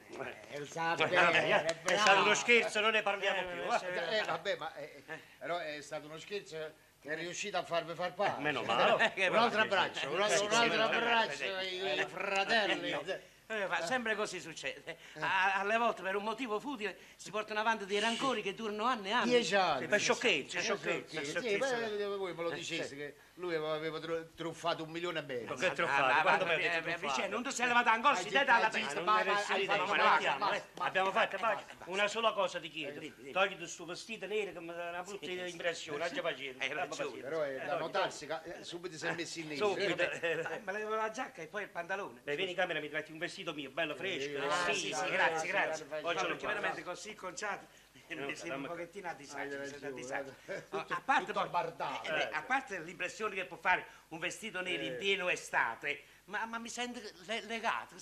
S13: Eh,
S1: Esatto,
S13: vabbè,
S1: eh,
S13: è stato uno
S1: bravo.
S13: scherzo, non ne parliamo più. va.
S1: Eh, eh, vabbè, ma eh, eh, però è stato uno scherzo che è riuscito a farvi far parte.
S13: Eh, meno male.
S1: un altro abbraccio, un, altro- un altro
S19: Eh,
S1: abbraccio,
S19: eh,
S1: i-
S19: eh,
S1: i fratelli.
S19: eh, eh, ma sempre così succede. A- alle volte per un motivo futile si portano avanti dei rancori che durano anni e anni.
S1: Dieci anni.
S19: Sì, Per sciocchezze,
S1: Eh,
S19: sciocchezze.
S1: sciocchezze. Sì,
S19: sciocchezze.
S1: poi voi me lo
S19: Eh,
S1: diceste
S19: sì.
S1: che lui aveva tru- truffato un milione e mezzo.
S19: Ma che truffato? Quando mi
S1: eh,
S19: avete truffato?
S1: Ah, sì, ah, sì, ma-
S13: Ah, non mi
S1: ma-
S13: resti
S1: hai
S13: di
S1: fatto
S13: te,
S1: una
S13: ma
S1: cosa,
S13: andiamo,
S1: ma-
S13: eh. Abbiamo fatto pace. una sola cosa ti
S19: Eh,
S13: chiedo. Togli questo vestito nero che mi dà una brutta impressione. Hai già pazienza.
S1: Eh,
S13: abbi pazienza.
S1: Però è da
S13: Eh,
S1: notarsi che eh, subito si è messo in nero.
S13: Subito.
S19: Ma levo la giacca e poi il pantalone.
S13: Beh, vieni in camera mi tratti un vestito mio, bello fresco.
S19: Ah, sì, sì, grazie, grazie.
S13: Oggi Eh,
S19: Oggi
S13: lo
S19: perché veramente così conciato mi sembra un pochettino a disagio, mi sento a disagio. Oh, a parte poi- eh, beh, a parte l'impressione che può fare un vestito nero in
S13: ecco. Eh.
S19: pieno estate, ma, ma mi sento le- legato.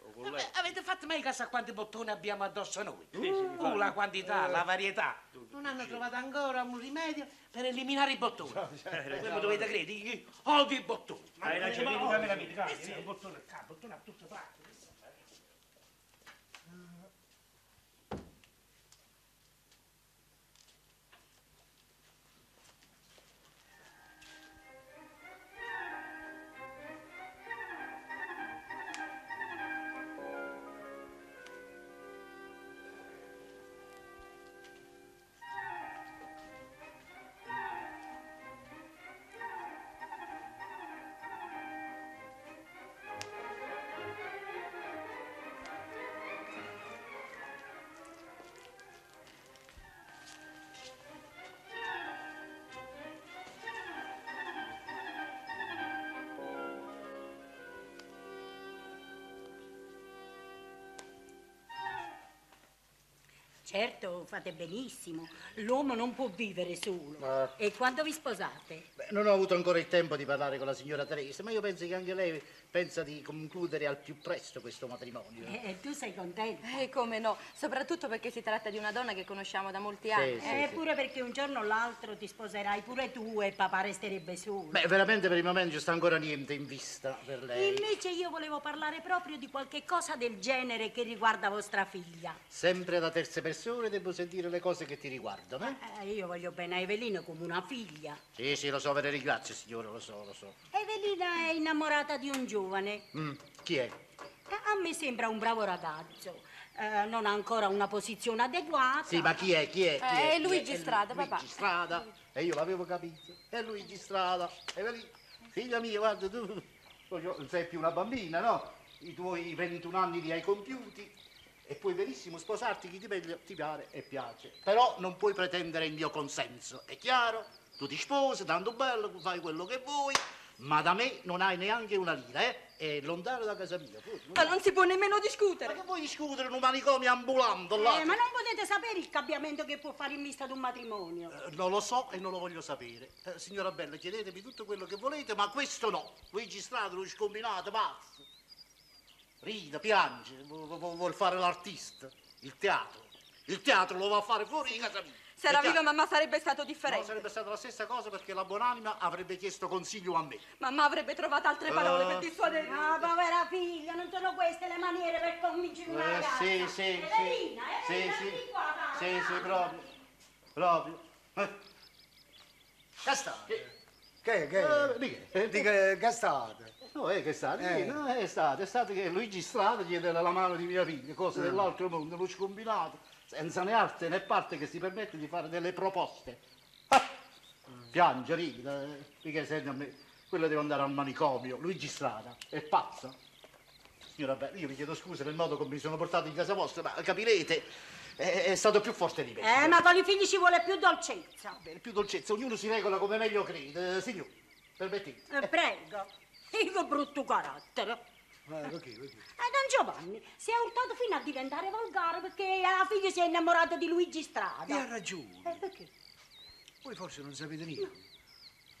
S13: Oh, con
S19: Vabbè, avete fatto mai caso a quanti bottoni abbiamo addosso noi?
S13: Sì, sì, mi
S19: Oh,
S13: pare.
S19: la quantità,
S13: Eh.
S19: la varietà. Non hanno trovato ancora un rimedio per eliminare i bottoni.
S13: ragione.
S19: Voi mi dovete credere, io odio i bottoni.
S13: Hai ragione, vieni in
S19: odio.
S13: camera, vieni,
S19: Eh sì.
S13: grazie. Bottone, ah, bottone a tutte parti.
S15: Certo, fate benissimo. L'uomo non può vivere solo.
S4: Ma-
S15: E quando vi sposate?
S4: Beh, Eh, Non ho avuto ancora il tempo di parlare con la signora Teresa, ma io penso che anche lei pensa di concludere al più presto questo matrimonio.
S19: Eh.
S15: E tu sei contenta?
S17: E Eh, come no, soprattutto perché si tratta di una donna che conosciamo da molti anni.
S4: sì, sì.
S15: Eppure Eh, perché un giorno o l'altro ti sposerai pure tu e papà resterebbe solo.
S4: Beh, veramente per il momento non c'è ancora niente in vista per lei.
S15: Invece io volevo parlare proprio di qualche cosa del genere che riguarda vostra figlia.
S4: Sempre da terze persone devo sentire le cose che ti riguardano, eh?
S15: Eh, io voglio bene a Evelina come una figlia.
S4: Sì, sì, lo so, ve ne ringrazio, signora, lo so, lo so.
S15: Evelina è innamorata di un giovane.
S4: Mm, chi è?
S15: Eh, A me sembra un bravo ragazzo. Eh, non ha ancora una posizione adeguata.
S4: Sì, ma chi è? Chi
S15: Eh,
S17: Eh,
S4: è? Chi è? Chi è?
S15: papà.
S4: È Luigi Strada. E io l'avevo capito. È Luigi Strada. E vedi, figlia mia, guarda tu, voglio- non sei più una bambina, no? I tuoi 21 anni li hai compiuti e puoi benissimo sposarti chi ti, meglio- ti pare e piace. Però non puoi pretendere il mio consenso, è chiaro? Tu ti sposi, tanto bello, fai quello che vuoi, ma da me non hai neanche una lira, eh? È lontano da casa mia.
S17: Ma non si può nemmeno discutere.
S4: Ma che vuoi discutere in un manicomio ambulante là?
S15: Eh, ma non potete sapere il cambiamento che può fare in vista ad un matrimonio.
S4: Non lo so e non lo voglio sapere. Eh, signora Bella, chiedetemi tutto quello che volete, ma questo no. Luigi Strato, lo scombinato, pazzo. Ride, piange, vu- vu- vu- vuol fare l'artista, il teatro. Il teatro lo va a fare fuori di casa mia.
S17: Se era
S4: Il
S17: viva
S4: teatro-
S17: mamma sarebbe stato
S4: No,
S17: differente.
S4: sarebbe stata la stessa cosa perché la buonanima avrebbe chiesto consiglio a me.
S17: Mamma avrebbe trovato altre
S4: Eh.
S17: parole per dissuadere.
S15: Ah, povera figlia, non sono queste le maniere per convincere una ragazza.
S4: Eh, sì, sì,
S15: Evelina,
S4: sì.
S15: Evelina,
S4: Sì,
S15: vieni
S4: sì.
S15: qua, va,
S4: Sì,
S15: va.
S4: sì, proprio. Proprio. Castate. Che, che? Eh, di che?
S1: Di che- che state?
S4: No, è che è stato,
S1: Eh.
S4: sì, no, è stato, è stato che Luigi Strada chiede la mano di mia figlia, cose
S1: Mm.
S4: dell'altro mondo, lo scombinato, senza né arte né parte che si permette di fare delle proposte. Ah! Piange, ride, mica segno a me, quello deve andare al manicomio, Luigi Strada, è pazzo. Signora Bella, io vi chiedo scusa nel modo come mi sono portato in casa vostra, ma capirete, è, è stato più forte di me.
S15: Eh, ma con i figli ci vuole più dolcezza.
S4: Bene, più dolcezza, ognuno si regola come meglio crede, Eh, signor, permettete.
S15: Eh, prego, io brutto carattere. Eh, Don Giovanni si è urtato fino a diventare volgare perché la figlia si è innamorata di Luigi Strada.
S1: E ha ragione.
S15: Eh, perché?
S1: Voi forse non sapete niente.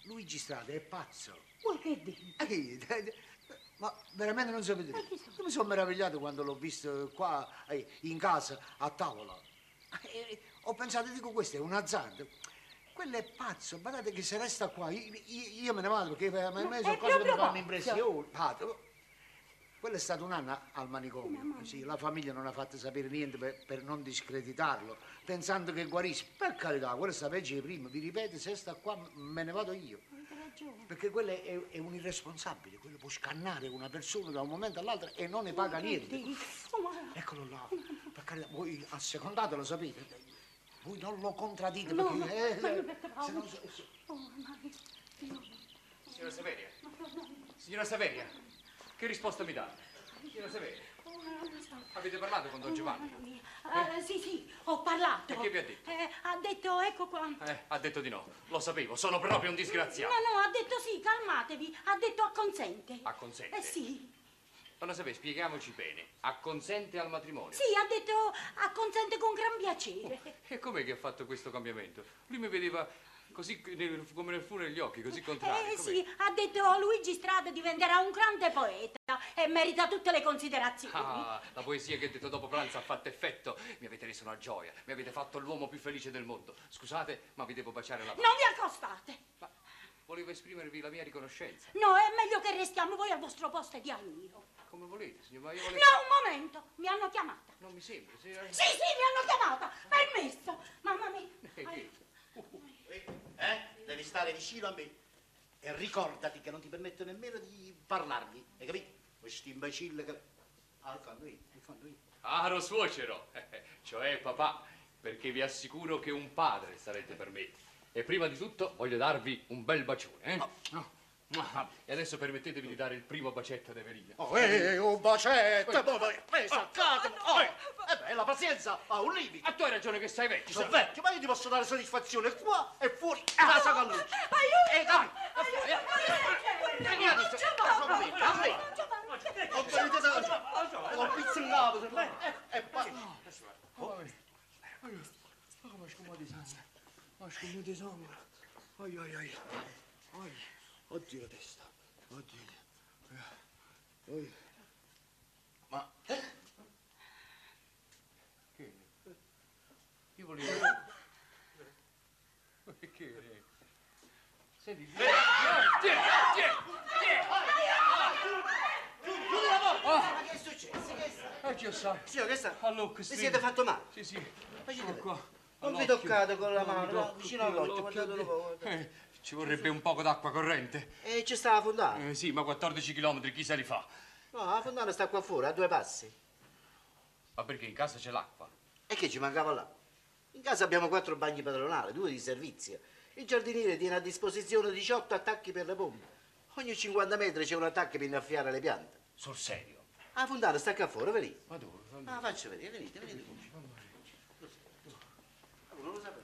S1: Luigi Strada è pazzo.
S15: Voi che dite?
S1: Ma che dite? Eh, Ma veramente non sapete niente. Io mi sono meravigliato quando l'ho visto qua eh, in casa a tavola. Eh, eh, Ho pensato, dico, questo è un azzardo. Que- quello è pazzo, guardate che se resta qua, io, io- io me ne vado perché a me,
S8: Ma
S1: sono
S8: è
S1: cose che mi
S8: proprio
S1: fanno
S8: pazzo.
S1: impressione. Ah, tu- quello è stato un anno al manicomio, sì, la famiglia non ha fatto sapere niente per, per non discreditarlo, pensando che guarisse. Per carità, quello sta peggio di prima, vi ripeto, se sta qua m- me ne vado io.
S8: Avete ragione.
S1: Perché quello è, è un irresponsabile, quello può scannare una persona da un momento all'altro e non ne paga niente. Eccolo là, per carità, voi assecondatelo, sapete? Voi non lo contraddite
S8: No,
S1: perché...
S8: no,
S1: eh,
S8: ma io
S1: eh,
S8: per
S1: se non
S8: paura.
S1: so- so-
S8: Oh, mamma mia.
S5: Signora Saveria, signora Saveria, che risposta mi dà? Signora Saveria,
S15: Oh, non lo so.
S5: avete parlato con Don Giovanni?
S15: Mamma mia. Ah, sì, sì, ho parlato.
S5: E che vi ha detto?
S15: Eh, ha detto, ecco qua.
S5: Eh, ha detto di no, lo sapevo, sono proprio un disgraziato.
S15: No, no, ha detto sì, calmatevi. Ha detto acconsente.
S5: Acconsente.
S15: Eh sì,
S5: Donna Saveria, spieghiamoci bene. Acconsente al matrimonio.
S15: sì, ha detto acconsente con gran piacere.
S5: E com'è che ha fatto questo cambiamento? Lui mi vedeva così nel- come nel fumo negli occhi, così contrario.
S15: Eh
S5: com'è?
S15: sì, ha detto Luigi Strada diventerà un grande poeta e merita tutte le considerazioni.
S5: Ah, la poesia che ha detto dopo pranzo ha fatto effetto. Mi avete reso una gioia, mi avete fatto l'uomo più felice del mondo. Scusate, ma vi devo baciare la mano.
S15: Non vi accostate.
S5: Volevo esprimervi la mia riconoscenza.
S15: No, è meglio che restiamo voi al vostro posto ed io al mio.
S5: Come volete, signor, ma io
S15: No,
S5: volevo...
S15: un momento, mi hanno chiamata.
S5: Non mi sembra, eh. signora...
S15: Sì, sì, mi hanno chiamata. Permesso. Mamma mia. Ai-
S7: Eh? Devi stare vicino a me. E ricordati che non ti permetto nemmeno di parlarmi, hai capito? Questi imbecille che... Ah, ecco, lui, ecco, lui.
S5: Caro Ah, suocero, cioè papà, perché vi assicuro che un padre sarete per me. E prima di tutto voglio darvi un bel bacione, eh? Ah, E adesso permettetemi di dare il primo bacetto ad Evelina.
S7: Oh, eh, un bacetto, boh, boh, presa, catena, oh, eh, eh, beh, la pazienza ha un limite.
S5: Ah, tu hai ragione che sei vecchio.
S7: Sono vecchio, ma io ti posso dare soddisfazione qua e fuori a casa con lui.
S8: ah,
S7: Eh, dai,
S8: Aiuto,
S7: Veniate,
S8: Giovanni,
S7: Giovanni, Giovanni.
S8: eh,
S7: ho
S8: Giovanni,
S7: venuto
S8: Giovanni. eh,
S7: da... Ho pizzicato, se lei... Eh, eh, pa-
S1: Ma come scumo di sangue? Ma scumo di sangue? Ai, ai, ai. Ai. Oddio la testa. Oddio. Eh. Oi.
S7: Ma...
S5: Che? Io volevo... Che? Senti... eh. Tieni, tieni,
S7: Chiudi la porta!
S5: Oh.
S7: Ma che è successo? Che è stato?
S5: Eh, che sa?
S7: Signor, che sta?
S5: Allora,
S7: Vi siete fatto male?
S5: Sì, sì.
S7: Facete
S5: qua.
S7: Non vi
S5: all'occhio.
S7: toccate con la
S5: Non mi
S7: mano, no,
S5: tocco
S7: vicino
S5: più
S7: all'occhio,
S5: all'occhio,
S7: guardatelo voi.
S5: Eh, ci vorrebbe un poco d'acqua corrente.
S7: E c'è sta la fontana?
S5: Eh, sì, ma 14 km chi se li fa?
S7: No, la fontana sta qua fuori, a due passi.
S5: Ma perché in casa c'è l'acqua?
S7: E che ci mancava là? In casa abbiamo quattro bagni padronali, due di servizio. Il giardiniere tiene a disposizione 18 attacchi per le pompe. Ogni 50 metri c'è un attacco per innaffiare le piante.
S5: Sul serio?
S7: La fontana sta qua fuori, venite.
S5: Ma dove?
S7: Ah, faccio vedere, venite, venite. Non lo sapevo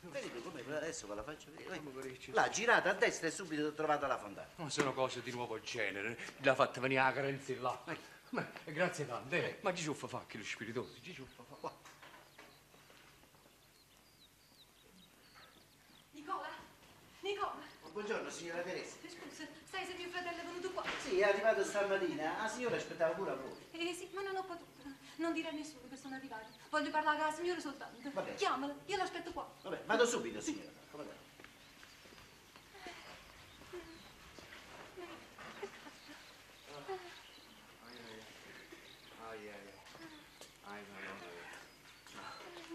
S7: Vedete com'è, adesso ve la faccio vedere. Là, girata a destra e subito trovata la fontana.
S5: Ma sono cose di nuovo genere. L'ha fatta venire la carenza in là. Eh, Ma, grazie tante. eh. Ma Giciuffa fa anche lo spiritoso. Giciuffa fa.
S20: Nicola? Nicola?
S7: Buongiorno, signora Teresa.
S20: Scusa, sai se mio fratello è venuto qua?
S7: Sì,
S15: eh.
S7: è arrivato stamattina. La signora aspettava pure a voi.
S20: Eh sì, ma non ho potuto. Non dire a nessuno che sono arrivata. Voglio parlare con la signora soltanto.
S7: Vabbè.
S20: Chiamala, io l'aspetto qua.
S7: Vabbè, vado subito, signora. Come va?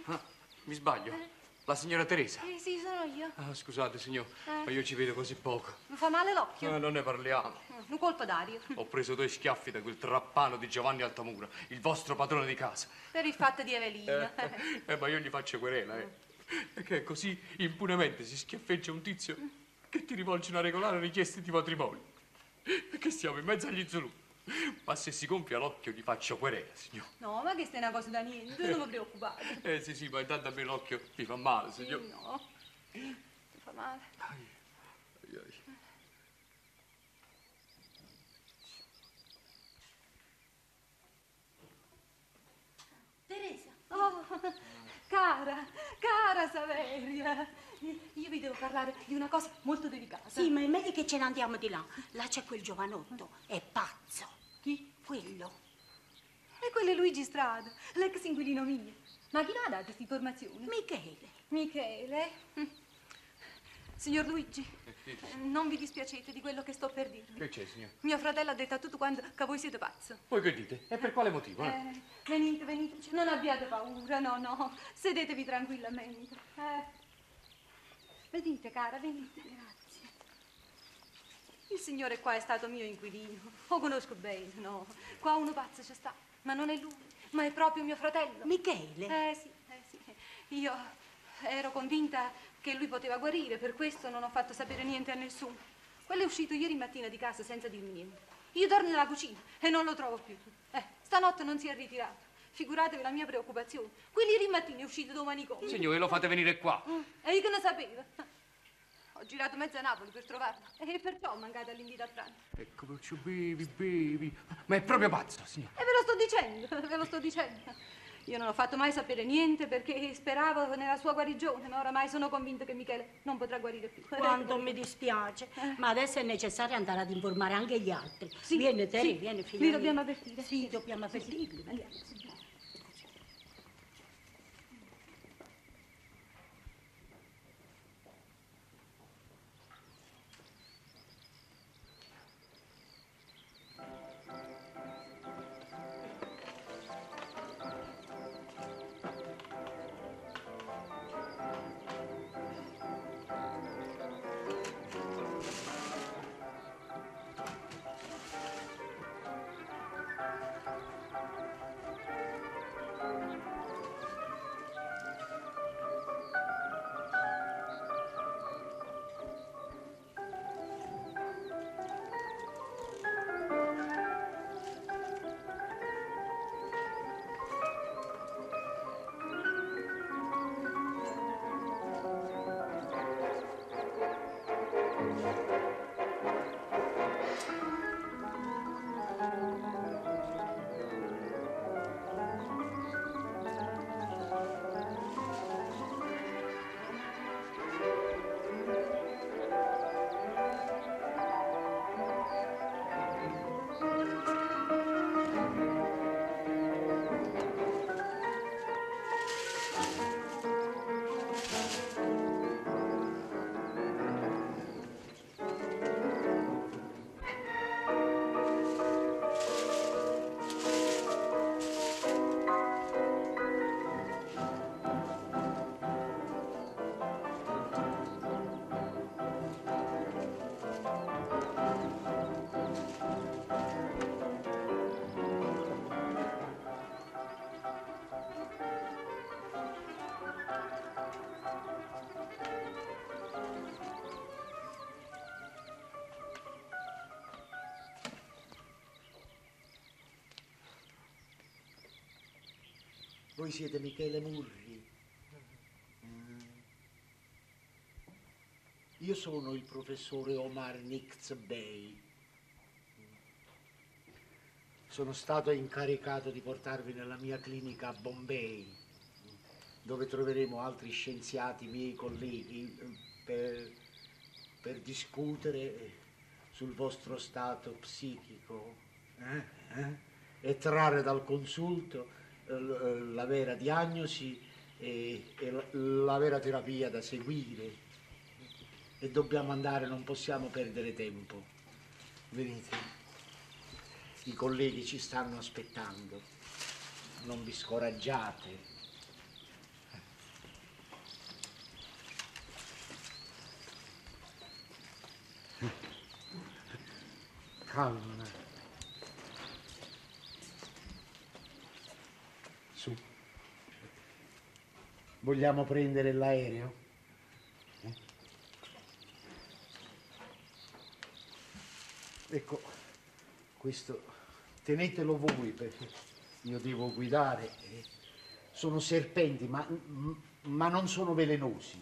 S5: Ah, mi sbaglio. La signora Teresa.
S3: Eh sì, sono io.
S5: Ah, scusate, signor,
S3: Eh.
S5: ma io ci vedo così poco.
S3: Mi fa male l'occhio. Mm,
S5: Eh, non ne parliamo.
S3: Un colpo d'aria.
S5: Ho preso due schiaffi da quel trappano di Giovanni Altamura, il vostro padrone di casa.
S3: Per il fatto di Evelina.
S5: Eh, eh, ma io gli faccio querela, eh. Perché così impunemente si schiaffeggia un tizio che ti rivolge una regolare richiesta di matrimonio. Perché stiamo in mezzo agli zulù. Ma se si gonfia l'occhio gli faccio querela, signor.
S3: No, ma che stai una cosa da niente, non mi preoccupare.
S5: Eh sì, sì, ma intanto a me l'occhio mi fa male, signor.
S3: No. Ti fa male.
S5: Ai, ai.
S3: Teresa. Oh, cara, cara Saveria. Io vi devo parlare di una cosa molto delicata.
S15: Sì, ma è meglio che ce ne andiamo di là. Là c'è quel giovanotto, è pazzo. Chi? Quello.
S3: E quello è Luigi Strada, l'ex inquilino mio.
S7: Ma chi l'ha data questa informazione?
S3: Michele. Mm.
S7: Michele?
S3: Signor Luigi, eh, non vi dispiacete di quello che sto per dirvi.
S5: Che c'è, signor?
S3: Mio fratello ha detto tutto quando che voi siete pazzo.
S5: Voi che dite? E per quale motivo? eh?
S3: Eh, venite, venite, non abbiate paura, no, no, sedetevi tranquillamente. Eh, Venite, cara, venite. Grazie. Il signore qua è stato mio inquilino, lo conosco bene, no. Qua uno pazzo ci sta, ma non è lui, ma è proprio mio fratello.
S15: Michele?
S3: Eh sì, eh sì. Io ero convinta che lui poteva guarire, per questo non ho fatto sapere niente a nessuno. Quello è uscito ieri mattina di casa senza dirmi niente. Io torno nella cucina e non lo trovo più. Eh, stanotte non si è ritirato. Figuratevi la mia preoccupazione. Quello ieri mattina è uscito domani come.
S5: Signore, lo fate venire qua.
S3: Mm, E io che ne sapevo? Ho girato mezza Napoli per trovarlo e perciò ho mancato all'invito a pranzo.
S5: Ecco, perciò bevi, bevi. Ma è proprio pazzo, signore.
S3: E ve lo sto dicendo, ve lo sto dicendo. Io non ho fatto mai sapere niente perché speravo nella sua guarigione, ma oramai sono convinta che Michele non potrà guarire più.
S15: Quanto mi dispiace, ma adesso è necessario andare ad informare anche gli altri. vieni te,
S3: sì.
S15: vieni figlia.
S3: Li dobbiamo
S15: mia. Sì, dobbiamo avvertirli.
S3: Andiamo.
S1: Voi siete Michele Murri. Mm. Io sono il professore Omar Nix Bey. Sono stato incaricato di portarvi nella mia clinica a Bombay, dove troveremo altri scienziati miei colleghi eh, per, per discutere sul vostro stato psichico eh, eh, e trarre dal consulto eh, l- eh, la vera diagnosi e, e la, la vera terapia da seguire. E dobbiamo andare, non possiamo perdere tempo. Venite, i colleghi ci stanno aspettando, non vi scoraggiate. Calma. Su. Vogliamo prendere l'aereo? Eh? Ecco, questo tenetelo voi perché io devo guidare. eh. Sono serpenti, ma, m- ma non sono velenosi.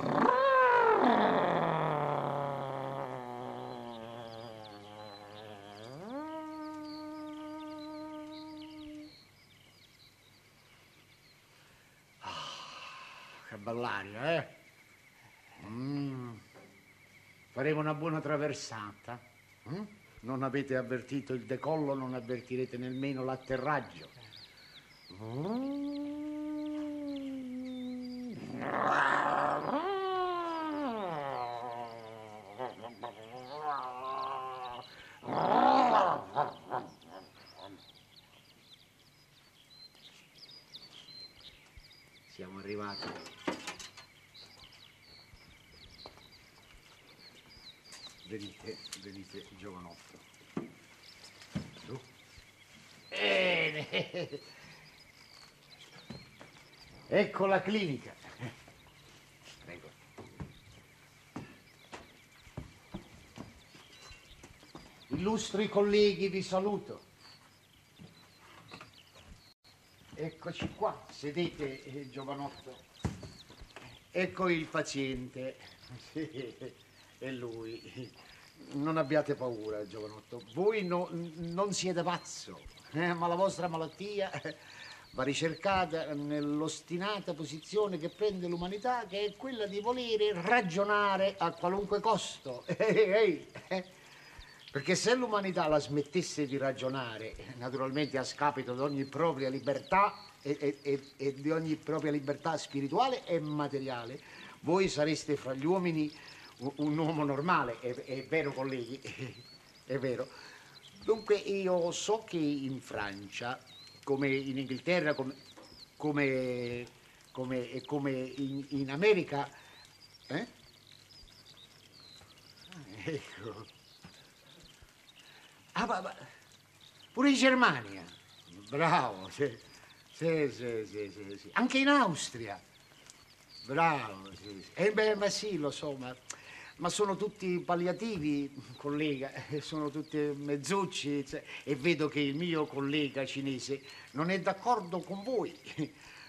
S18: Wow.
S1: bell'aria, eh? Mm. Faremo una buona traversata. mm? Non avete avvertito il decollo, non avvertirete nemmeno l'atterraggio. Siamo arrivati. Venite, venite, giovanotto. Su. Bene. Ecco la clinica. Prego. Illustri colleghi, vi saluto. Eccoci qua, sedete eh, giovanotto. Ecco il paziente. Sì, è lui. Non abbiate paura, giovanotto. Voi no- non siete pazzo, eh, ma la vostra malattia eh, va ricercata nell'ostinata posizione che prende l'umanità, che è quella di volere ragionare a qualunque costo. Ehi, ehi, eh. Perché se l'umanità la smettesse di ragionare, naturalmente a scapito di ogni propria libertà e, e- e- e di ogni propria libertà spirituale e materiale, voi sareste fra gli uomini u- un uomo normale, è, è vero colleghi, è vero. Dunque io so che in Francia, come in Inghilterra, com- come, come- e come in, in America... eh? Ah, ecco. Ah, ma, ma- pure in Germania. Bravo, sì. Sì, sì, sì, sì, sì. Anche in Austria. Bravo, sì, sì. Eh, beh, ma sì, lo so, ma, ma sono tutti palliativi, collega, eh, sono tutti mezzucci cioè, e vedo che il mio collega cinese non è d'accordo con voi.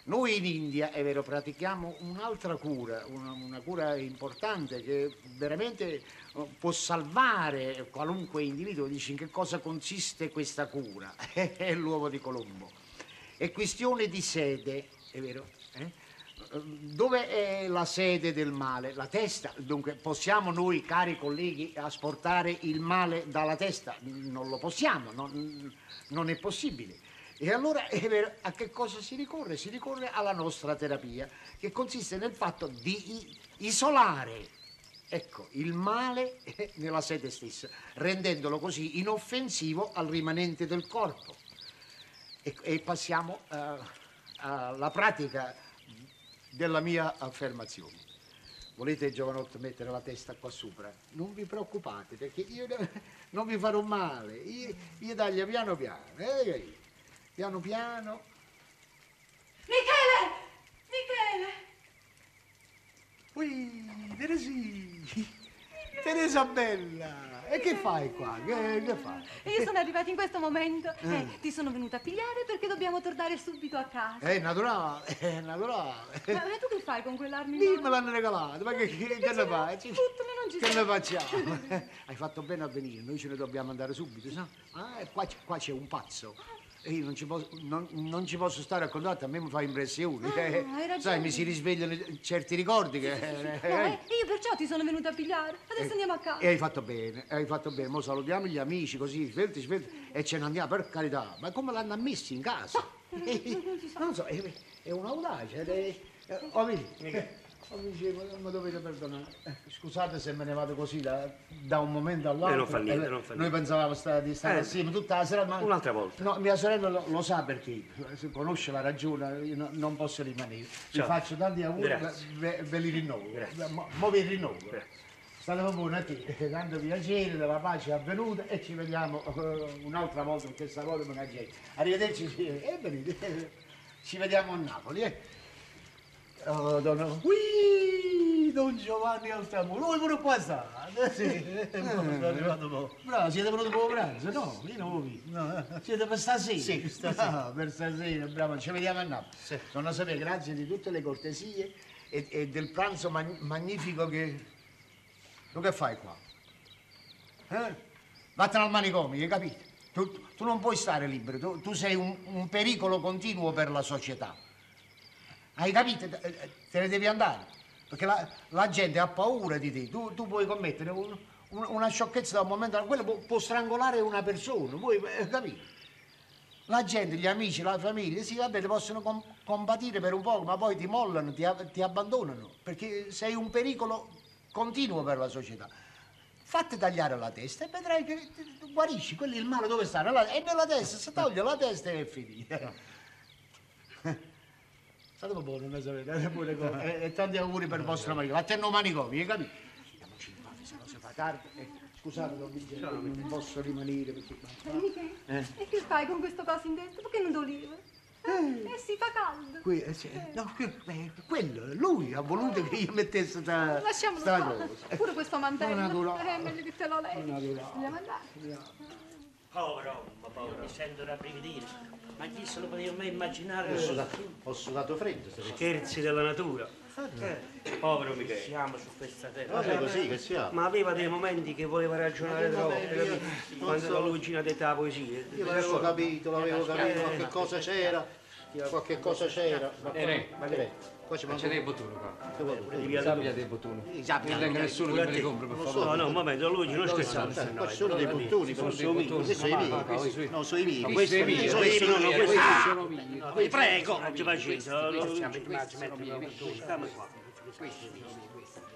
S1: Noi in India, è vero, pratichiamo un'altra cura, una, una cura importante che veramente eh, può salvare qualunque individuo. Dici in che cosa consiste questa cura? È l'uovo di Colombo. È questione di sede, è vero? eh? Dove è la sede del male? La testa. Dunque, possiamo noi, cari colleghi, asportare il male dalla testa? Non lo possiamo, non, non è possibile. E allora è vero, a che cosa si ricorre? Si ricorre alla nostra terapia, che consiste nel fatto di i- isolare ecco, il male eh, nella sede stessa, rendendolo così inoffensivo al rimanente del corpo. E, e passiamo eh, alla pratica della mia affermazione. Volete, giovanotto, mettere la testa qua sopra? Non vi preoccupate, perché io ne- non vi farò male. Io, io taglio piano piano. eh, eh, Piano piano.
S21: Michele! Michele!
S8: Ui, Teresì! Teresa bella! E che fai qua? Che, che fai?
S3: E io sono arrivata in questo momento. Eh,
S8: Eh.
S3: ti sono venuta a pigliare perché dobbiamo tornare subito a casa.
S8: È naturale, è naturale.
S3: Ma, ma tu che fai con quell'arma in
S8: Lì
S3: mano?
S8: me l'hanno regalato, eh. ma che, che, che ne faccio?
S3: non ci
S8: Che
S3: sono.
S8: ne facciamo? Hai fatto bene a venire, noi ce ne dobbiamo andare subito, sa? Ah, e qua, c'è- qua c'è un pazzo. E io non ci, posso, non, non ci posso stare a contatto, a me mi fa impressione. Eh,
S3: Ah, ragione.
S8: Sai, mi si risvegliano certi ricordi che...
S3: No, eh, io perciò ti sono venuta a pigliare. Adesso
S8: Eh,
S3: andiamo a casa.
S8: E hai fatto bene, hai fatto bene. Mo salutiamo gli amici così, svelti, svelti, e ce ne andiamo, per carità. Ma come l'hanno ammessi in casa? non so, è, è un'audacia. È, è, oh, vedi, oh, vedi, ma- ma dovete perdonare. Eh, Scusate se me ne vado così da, da un momento all'altro.
S4: Eh, non fa niente,
S8: Eh,
S4: non fa
S8: Noi
S4: niente.
S8: pensavamo sta- di stare
S4: Eh,
S8: assieme tutta la sera, ma...
S4: Un'altra volta.
S8: No, mia sorella lo, lo sa perché, se conosce la ragione, io no- non posso rimanere. Vi
S4: Ciao.
S8: faccio tanti auguri, ma
S4: Grazie.
S8: ve, ve li rinnovo. Mo, mo vi rinnovo. State proprio buoni a te, eh, tanto piacere, della pace avvenuta e ci vediamo eh, un'altra volta in questa cosa con la gente. Arrivederci sì, e venite, eh, ci vediamo a Napoli. Eh. Oh, donna. Ui, Don Giovanni Altamuro, voi pure qua state. eh, Sì, sono arrivato
S22: po'.
S8: Bravo, siete venuti dopo pranzo? No, io non lo vi. Siete per stasera?
S22: eh. Sì, stasera.
S8: Bravo, per stasera, bravo, ci vediamo a Napoli. Sono a sapere, grazie di tutte le cortesie e, e del pranzo mag- magnifico che... Tu che fai qua? Eh? Vattene al manicomio, hai capito? Tu, tu non puoi stare libero, tu, tu sei un, un pericolo continuo per la società.
S1: Hai capito? Eh, eh, Te ne devi andare. Perché la, la gente ha paura di te. Tu, tu puoi commettere un- un- una sciocchezza da un momento all'altro. Quello può, può strangolare una persona, vuoi eh, capire? La gente, gli amici, la famiglia, sì, vabbè, ti possono com- compatire per un po', ma poi ti mollano, ti, ab- ti abbandonano, perché sei un pericolo continuo per la società. Fatti tagliare la testa e vedrai che ti- ti guarisci, quello è il male dove sta, nella- è nella testa, se toglie la testa è finita. State buono, boh, non sapete, eh, pure con- e, e tanti auguri per vostro marito, a te non manicomi, hai capito? Andiamoci in pace, se no si fa tardi. Eh, Scusate, don Vincenzo, non posso rimanere perché... Eh.
S18: E che fai con questo coso in assim dentro? Perché non d'oliva? Eh, eh sì, fa caldo.
S1: Qui, eh, sì, no, qui- eh, quello, lui ha voluto che io mettesse sta,
S18: Lasciamolo
S1: sta
S18: qua.
S1: cosa. Eh,
S18: Pure questo mantello.
S1: Non adorare.
S18: Eh, meglio che te lo levi.
S1: Non adorare.
S18: Andiamo andare.
S19: Povero, ma povero, mi sento rabbrividire. Ma chi se lo poteva mai immaginare?
S5: Eh,
S4: Ho sudato- Ho sudato freddo. se-
S19: Scherzi della natura.
S4: Eh.
S19: Povero Michele. Siamo su questa terra.
S4: Vabbè, così che siamo.
S19: Ma aveva dei momenti che voleva ragionare troppo.
S4: Vabbè, io
S19: capito?
S4: non
S19: Quando
S4: so.
S19: la Luigina dettava poesie.
S4: Io l'avevo capito, l'avevo capito, ma che cosa c'era? Qualche cosa c'era. Ma
S5: Eh, re,
S4: ma che- qua c'è
S5: c'è dei bottoni qua.
S4: via
S5: Sabbia dei bottoni. Non venga nessuno che me li compra, per
S4: Non
S5: favore.
S4: so, no,
S19: un momento, Luigi, non scherzare.
S4: Qua ci sono dei bottoni,
S5: Sono
S4: sono
S5: dei
S4: sono miei.
S5: bottoni,
S4: Questi sono i miei.
S5: ma-
S4: questi-
S5: ma-
S4: No, sono i miei.
S5: questi
S4: Questi
S5: sono i miei,
S4: sono i
S5: eh. questi
S4: miei.
S5: sono i miei,
S4: Questi sono
S5: questi
S4: i miei.
S5: sono i miei.
S4: Vi prego, non
S5: Questi
S4: ci faccio.
S5: sono i miei,
S4: Luigi,
S5: questi
S4: ma ci
S5: sono i
S4: metto
S5: miei,
S4: i
S5: questi sono
S4: bottoni.
S5: i miei.
S4: Dammi qua. Questi sono i miei.